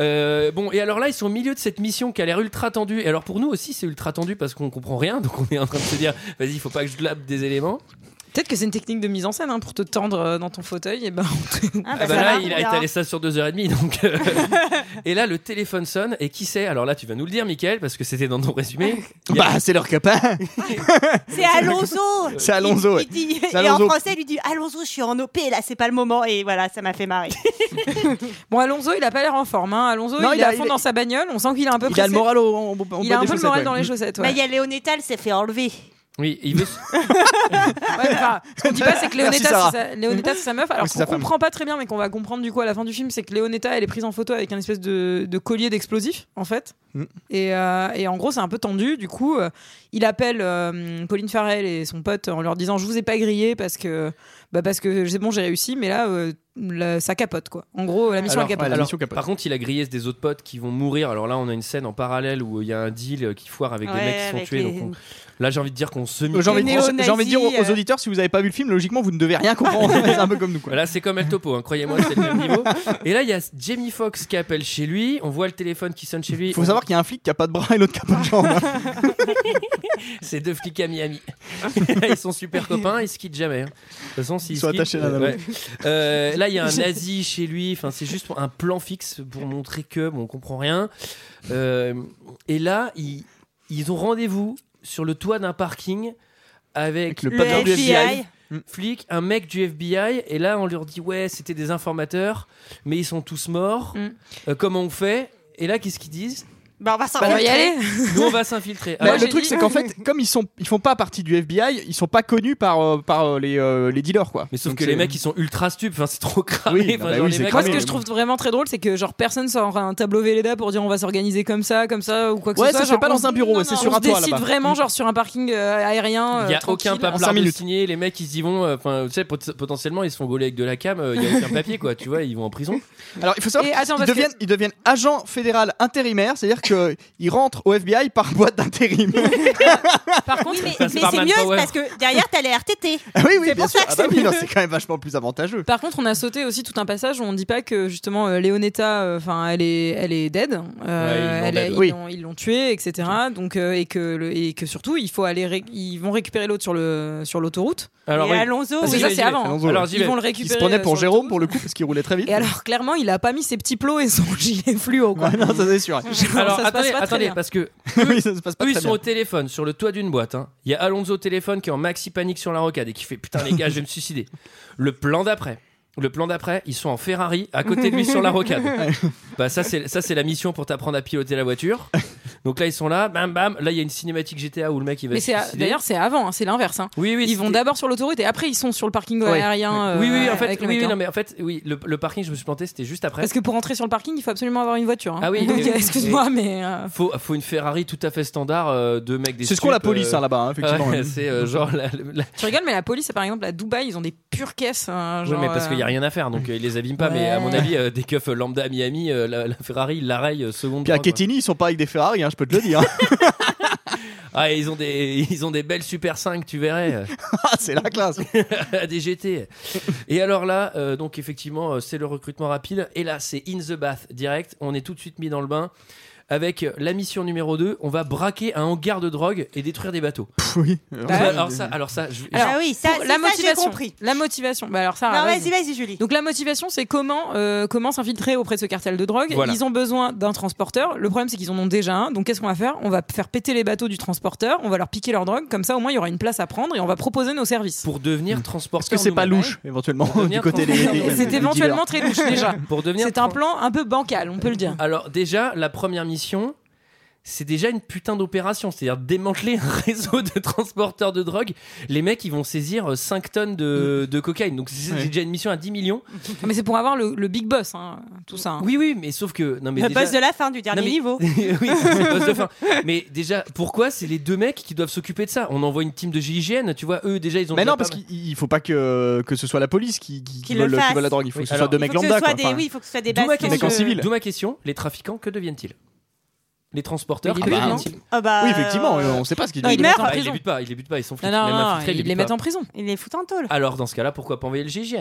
Speaker 1: Euh, bon, et alors là, ils sont au milieu de cette mission qui a l'air ultra tendue. Et alors pour nous aussi, c'est ultra tendu parce qu'on comprend rien. Donc on est en train de se dire, vas-y, il faut pas que je glabe des éléments.
Speaker 7: Peut-être que c'est une technique de mise en scène hein, pour te tendre euh, dans ton fauteuil. Et ben, *laughs*
Speaker 10: Ah,
Speaker 1: Ah bah
Speaker 10: ça
Speaker 1: là,
Speaker 10: va,
Speaker 1: il
Speaker 10: on
Speaker 1: a
Speaker 10: verra.
Speaker 1: étalé ça sur 2h30. Donc, euh, *laughs* et là, le téléphone sonne. Et qui c'est Alors là, tu vas nous le dire, Michael, parce que c'était dans ton résumé. Il y a-
Speaker 6: Bah, c'est leur copain.
Speaker 10: *laughs* C'est Alonso
Speaker 6: *laughs* C'est Alonso,
Speaker 10: Il-
Speaker 6: ouais.
Speaker 10: il dit-
Speaker 6: C'est
Speaker 10: Et en
Speaker 6: Alonso.
Speaker 10: français, il lui dit Alonso, je suis en OP, là, c'est pas le moment. Et voilà, ça m'a fait marrer.
Speaker 7: Bon, Alonso, il a pas l'air en forme. hein. Alonso,
Speaker 6: Non,
Speaker 7: il,
Speaker 6: il
Speaker 7: est
Speaker 6: a-
Speaker 7: à fond
Speaker 6: il est-
Speaker 7: dans sa bagnole. On sent qu'il est un peu
Speaker 6: Il a
Speaker 7: pressé.
Speaker 6: le moral au, en- en bas
Speaker 7: Il a un
Speaker 6: des
Speaker 7: peu le
Speaker 6: chaussettes,
Speaker 7: moral
Speaker 6: ouais.
Speaker 7: dans les chaussettes.
Speaker 10: Bah,
Speaker 7: Ouais.
Speaker 10: il y a Léonétal, s'est fait enlever.
Speaker 1: Oui, il veut.
Speaker 6: *laughs*
Speaker 7: Ouais, enfin, ce qu'on dit pas, c'est que
Speaker 6: Merci,
Speaker 7: Leonetta,
Speaker 6: Sarah.
Speaker 7: c'est sa... Leonetta, c'est sa meuf. Alors
Speaker 6: Oui, c'est
Speaker 7: qu'on
Speaker 6: sa femme.
Speaker 7: comprend pas très bien, mais qu'on va comprendre du coup à la fin du film, c'est que Leonetta, elle est prise en photo avec un espèce de, de collier d'explosifs, en fait.
Speaker 6: Mm.
Speaker 7: Et, euh, et en gros, c'est un peu tendu. Du coup, euh, il appelle euh, Colin Farrell et son pote en leur disant Je vous ai pas grillé parce que bah, parce que c'est bon, j'ai réussi, mais là, euh, la- ça capote, quoi. En gros, la mission,
Speaker 1: Alors,
Speaker 7: elle capote.
Speaker 6: ouais, la
Speaker 1: Alors,
Speaker 6: mission capote.
Speaker 1: Par contre, il a grillé des autres potes qui vont mourir. Alors là, on a une scène en parallèle où il y a un deal euh, qui foire avec des
Speaker 10: Ouais,
Speaker 1: mecs qui se sont
Speaker 10: avec
Speaker 1: tués.
Speaker 10: les-
Speaker 1: Donc on- là, j'ai envie de dire qu'on se
Speaker 6: Euh, J'ai envie, de
Speaker 10: Les
Speaker 6: dire- j'ai
Speaker 10: néo-nazis,
Speaker 6: envie de dire aux, aux
Speaker 10: euh.
Speaker 6: auditeurs, si vous n'avez pas vu le film, logiquement, vous ne devez rien comprendre. c'est un peu comme nous. Quoi.
Speaker 1: Là, c'est comme El Topo, hein, croyez-moi, c'est le même niveau. Et là, il y a Jamie Foxx qui appelle chez lui. On voit le téléphone qui sonne chez lui.
Speaker 6: Il faut savoir qu'il y a un flic qui a pas de bras et l'autre qui a pas de jambes. hein.
Speaker 1: C'est deux flics à Miami. *laughs* ils sont super copains, ils se quittent jamais. hein. De toute façon, s'ils
Speaker 6: Ils sont
Speaker 1: se quittent,
Speaker 6: attachés l'un à
Speaker 1: euh,
Speaker 6: l'autre.
Speaker 1: ouais. Euh, Là, il y a un nazi chez lui. Enfin, c'est juste pour un plan fixe pour montrer que bon, on comprend rien. Euh, et là, ils, ils ont rendez-vous sur le toit d'un parking avec,
Speaker 6: Avec le
Speaker 10: Le
Speaker 6: patron du
Speaker 10: FBI.
Speaker 1: flic, un mec du FBI, et là on leur dit ouais c'était des informateurs, mais ils sont tous morts,
Speaker 7: Mm.
Speaker 1: Euh, comment on fait Et là qu'est-ce qu'ils disent
Speaker 10: Bah, on va s'en
Speaker 7: on va y aller.
Speaker 1: Nous,
Speaker 7: *laughs*
Speaker 1: on va s'infiltrer.
Speaker 6: Bah,
Speaker 1: Alors,
Speaker 7: j'ai
Speaker 6: le truc,
Speaker 7: dit-
Speaker 6: c'est qu'en fait, comme ils sont, ils font pas partie du FBI, ils sont pas connus par, euh, par euh, les, euh, les dealers, quoi.
Speaker 1: mais sauf
Speaker 6: Donc,
Speaker 1: que
Speaker 6: c'est-
Speaker 1: les mecs, ils sont ultra stupes. Enfin, c'est trop cramé.
Speaker 6: Oui,
Speaker 1: Enfin,
Speaker 6: bah
Speaker 1: genre,
Speaker 6: oui,
Speaker 1: les
Speaker 6: c'est
Speaker 1: mecs,
Speaker 7: Moi,
Speaker 6: cramé,
Speaker 7: ce
Speaker 1: ils
Speaker 7: que
Speaker 1: sont-
Speaker 7: je trouve vraiment très drôle, c'est que genre personne sort un tableau Véleda pour dire on va s'organiser comme ça, comme ça ou quoi que
Speaker 6: Ouais,
Speaker 7: ce soit.
Speaker 6: ça se fait
Speaker 7: Genre,
Speaker 6: pas
Speaker 7: on-
Speaker 6: dans un bureau,
Speaker 7: Non,
Speaker 6: c'est
Speaker 7: non,
Speaker 6: sur
Speaker 7: on
Speaker 6: un
Speaker 7: se
Speaker 6: toit,
Speaker 7: décide
Speaker 6: là-bas.
Speaker 7: vraiment genre sur un parking euh, aérien.
Speaker 1: Il n'y a
Speaker 7: euh,
Speaker 1: aucun
Speaker 7: tranquille.
Speaker 6: cinq
Speaker 1: papier
Speaker 6: minutes.
Speaker 1: signé. Les mecs, ils y vont. euh, Enfin, tu sais, pot- potentiellement, ils se font gauler avec de la cam. euh, Il n'y a aucun papier, quoi. Tu vois, ils vont en prison.
Speaker 6: Alors, il faut savoir
Speaker 7: Et attends,
Speaker 6: qu'ils
Speaker 7: parce que-
Speaker 6: deviennent, ils deviennent agents fédéral intérimaire, c'est-à-dire *laughs* qu'ils rentrent au FBI par boîte d'intérim.
Speaker 10: Par contre, mais,
Speaker 1: passe
Speaker 10: mais
Speaker 1: par
Speaker 10: c'est mieux
Speaker 1: Manpower.
Speaker 10: parce que derrière, t'as les RTT.
Speaker 6: Ah oui, oui,
Speaker 10: C'est
Speaker 6: bien
Speaker 10: pour
Speaker 6: sûr.
Speaker 10: ça que
Speaker 6: Ah bah
Speaker 10: c'est
Speaker 6: oui, non,
Speaker 10: mieux.
Speaker 6: c'est quand même vachement plus avantageux.
Speaker 7: Par contre, on a sauté aussi tout un passage où on dit pas que justement euh, Leonetta, enfin, elle est, elle est dead. Euh,
Speaker 1: Ouais, ils l'ont
Speaker 7: elle est-
Speaker 1: dead.
Speaker 7: ils
Speaker 6: Oui.
Speaker 7: l'ont- ils l'ont tuée, etc. Donc euh, et que le- et que surtout, il faut aller, ré- ils vont récupérer l'autre sur le sur l'autoroute.
Speaker 1: Alors,
Speaker 10: et
Speaker 1: oui.
Speaker 10: Alonso,
Speaker 1: Parce
Speaker 7: Parce que
Speaker 1: j'y
Speaker 10: oui.
Speaker 7: ça
Speaker 1: vais,
Speaker 7: c'est
Speaker 1: j'y vais.
Speaker 7: avant. hein.
Speaker 6: Alonso, ouais.
Speaker 1: Alors, j'y
Speaker 7: Ils
Speaker 1: vais.
Speaker 7: vont le *laughs*
Speaker 6: Qui
Speaker 7: récupérer.
Speaker 6: se prenait
Speaker 7: euh,
Speaker 6: pour
Speaker 7: sur
Speaker 6: Jérôme,
Speaker 7: l'autoroute.
Speaker 6: pour le coup, parce qu'il roulait très vite.
Speaker 7: Et alors, clairement, il a pas mis ses petits plots et son *laughs* gilet fluo, quoi.
Speaker 6: Ouais, non, ça c'est sûr.
Speaker 7: Genre,
Speaker 1: Alors,
Speaker 7: ça se passe
Speaker 1: attendez,
Speaker 7: pas très
Speaker 1: attendez,
Speaker 7: bien.
Speaker 1: parce que
Speaker 6: oui, ça se passe pas
Speaker 1: Eux, Ah ils
Speaker 6: très
Speaker 1: sont
Speaker 6: bien.
Speaker 1: au téléphone, sur le toit d'une boîte. hein. Il y a Alonso au téléphone qui est en maxi panique sur la rocade et qui fait Putain, les gars, je vais me
Speaker 6: *laughs*
Speaker 1: suicider. Le plan d'après. Le plan d'après, ils sont en Ferrari à côté de lui sur la
Speaker 6: *laughs*
Speaker 1: rocade. bah, ça, c'est ça, c'est la mission pour t'apprendre à piloter la voiture. Donc là, ils sont là, bam bam. Là, il y a une cinématique GTA où le mec il va
Speaker 7: Mais
Speaker 1: se
Speaker 7: c'est à-
Speaker 1: suicider.
Speaker 7: d'ailleurs c'est avant, hein, c'est l'inverse. hein.
Speaker 1: oui, oui,
Speaker 7: Ils vont
Speaker 1: c'était-
Speaker 7: d'abord sur l'autoroute et après ils sont sur le parking
Speaker 6: Ouais.
Speaker 7: aérien. euh,
Speaker 1: Oui, oui, en
Speaker 7: avec
Speaker 1: fait,
Speaker 7: le
Speaker 1: oui,
Speaker 7: mec,
Speaker 1: oui,
Speaker 7: hein.
Speaker 1: non, mais en fait, oui, le, le parking, je me suis planté, c'était juste après.
Speaker 7: Parce que pour rentrer sur le parking, il faut absolument avoir une voiture. hein.
Speaker 1: Ah oui,
Speaker 7: Donc,
Speaker 1: et-
Speaker 7: euh, excuse-moi, mais euh,
Speaker 1: Faut, faut une Ferrari tout à fait standard euh, de mec des
Speaker 6: C'est ce qu'ont la
Speaker 1: stupes,
Speaker 6: police,
Speaker 1: euh,
Speaker 6: hein, là-bas, hein, effectivement.
Speaker 1: *laughs* ouais, c'est euh, genre la- la-
Speaker 7: tu rigoles, mais la police, par exemple, à Dubaï, ils ont des pures caisses. hein,
Speaker 1: Oui,
Speaker 7: genre,
Speaker 1: mais parce qu'il n'y a
Speaker 7: euh,
Speaker 1: rien à faire, donc euh, ils les abîment pas. Mais à mon
Speaker 7: Ouais.
Speaker 1: avis, euh, des keufs lambda à Miami, euh, la, la Ferrari, ils l'arrêtent euh, seconde.
Speaker 6: Puis à
Speaker 10: bah.
Speaker 1: droit, quoi.
Speaker 6: Kettini, ils sont pas avec des Ferrari, hein, je peux te le dire. *laughs*
Speaker 1: Ah, ils ont des, *laughs* ils ont des belles Super 5, tu *laughs* verrais,
Speaker 6: Ah, c'est la classe.
Speaker 1: euh, des GT. Et alors là, euh, donc effectivement, euh, c'est le recrutement rapide. Et là, c'est in the bath direct. On est tout de suite mis dans le bain. Avec euh, la mission numéro 2, on va braquer un hangar de drogue et détruire des bateaux.
Speaker 6: Oui.
Speaker 10: Bah,
Speaker 1: alors ça, alors ça, je-
Speaker 7: Ah Alors,
Speaker 10: ah oui, ça,
Speaker 7: pour-
Speaker 10: c'est
Speaker 7: la
Speaker 10: ça, j'ai
Speaker 7: motivation.
Speaker 10: compris.
Speaker 7: La motivation. Bah alors ça.
Speaker 10: Non,
Speaker 7: vas-y.
Speaker 10: vas-y, vas-y, Julie.
Speaker 7: Donc la motivation, c'est comment euh, comment s'infiltrer auprès de ce cartel de drogue.
Speaker 1: Voilà.
Speaker 7: Ils ont besoin d'un transporteur. Le problème, c'est qu'ils en ont déjà un. Donc qu'est-ce qu'on va faire On va faire péter les bateaux du transporteur. On va leur piquer leur drogue. Comme ça, au moins, il y aura une place à prendre et on va proposer nos services.
Speaker 1: pour devenir transporteur.
Speaker 6: Mmh. Est-ce que c'est pas
Speaker 1: nous-mêmes.
Speaker 6: louche, éventuellement,
Speaker 1: Pour
Speaker 6: du
Speaker 1: devenir
Speaker 6: côté des.
Speaker 1: transporteur.
Speaker 6: des-
Speaker 7: C'est
Speaker 6: des
Speaker 7: éventuellement très louche
Speaker 1: *laughs*
Speaker 7: déjà.
Speaker 1: Pour devenir
Speaker 7: C'est un
Speaker 1: tran-
Speaker 7: plan un peu bancal, on peut le dire.
Speaker 1: Alors déjà, la première mission, c'est déjà une putain d'opération, c'est-à-dire démanteler un *laughs* réseau de transporteurs de drogue. Les mecs, ils vont saisir euh, 5 tonnes de, de cocaïne, donc c'est
Speaker 6: Mm. Ouais.
Speaker 1: c'est déjà une mission à 10 millions.
Speaker 7: Mais c'est pour avoir le, le big boss, hein, tout ça. hein.
Speaker 1: Oui, oui, mais sauf que... Non, mais
Speaker 10: Le
Speaker 1: déjà-
Speaker 10: boss de la fin du dernier
Speaker 1: Non, mais- *laughs*
Speaker 10: niveau.
Speaker 1: oui, ça, c'est le boss de fin. Mais déjà, pourquoi c'est les deux mecs qui doivent s'occuper de ça On envoie une team de GIGN, tu vois, eux déjà, ils ont...
Speaker 6: Mais
Speaker 1: déjà
Speaker 6: non,
Speaker 1: pas
Speaker 6: parce
Speaker 1: mal-
Speaker 6: qu'il il faut pas que, que ce soit la police qui, qui,
Speaker 10: Qui le
Speaker 6: vole,
Speaker 10: fasse.
Speaker 6: vole la drogue. Il faut
Speaker 1: Oui,
Speaker 6: que ce soit
Speaker 1: alors,
Speaker 6: deux
Speaker 10: Il faut
Speaker 6: mecs
Speaker 10: que ce
Speaker 6: lambda.
Speaker 10: soit
Speaker 6: quoi.
Speaker 10: des,
Speaker 6: Enfin,
Speaker 10: oui, il faut que ce soit des
Speaker 1: D'où ma,
Speaker 10: baskets.
Speaker 6: mecs en
Speaker 1: question,
Speaker 6: civil.
Speaker 1: d'où ma question, les trafiquants, que deviennent-ils Les transporteurs,
Speaker 7: Mais
Speaker 1: que
Speaker 7: ils les butent,
Speaker 1: deviennent-ils
Speaker 10: Ah bah,
Speaker 6: oui, effectivement,
Speaker 10: euh,
Speaker 6: on sait pas ce qu'il
Speaker 7: Non,
Speaker 10: il
Speaker 6: dit.
Speaker 7: les
Speaker 10: meurt.
Speaker 7: mettent
Speaker 1: Ah,
Speaker 7: en
Speaker 1: ils
Speaker 7: prison.
Speaker 1: les butent pas, ils les butent pas, ils sont flics.
Speaker 7: Non, non,
Speaker 1: même
Speaker 7: non,
Speaker 1: infiltrés,
Speaker 7: ils les
Speaker 1: butent
Speaker 7: mettent
Speaker 1: pas.
Speaker 7: en prison.
Speaker 10: Il les fout en tôle.
Speaker 1: Alors dans ce cas-là, pourquoi pas envoyer le GIGN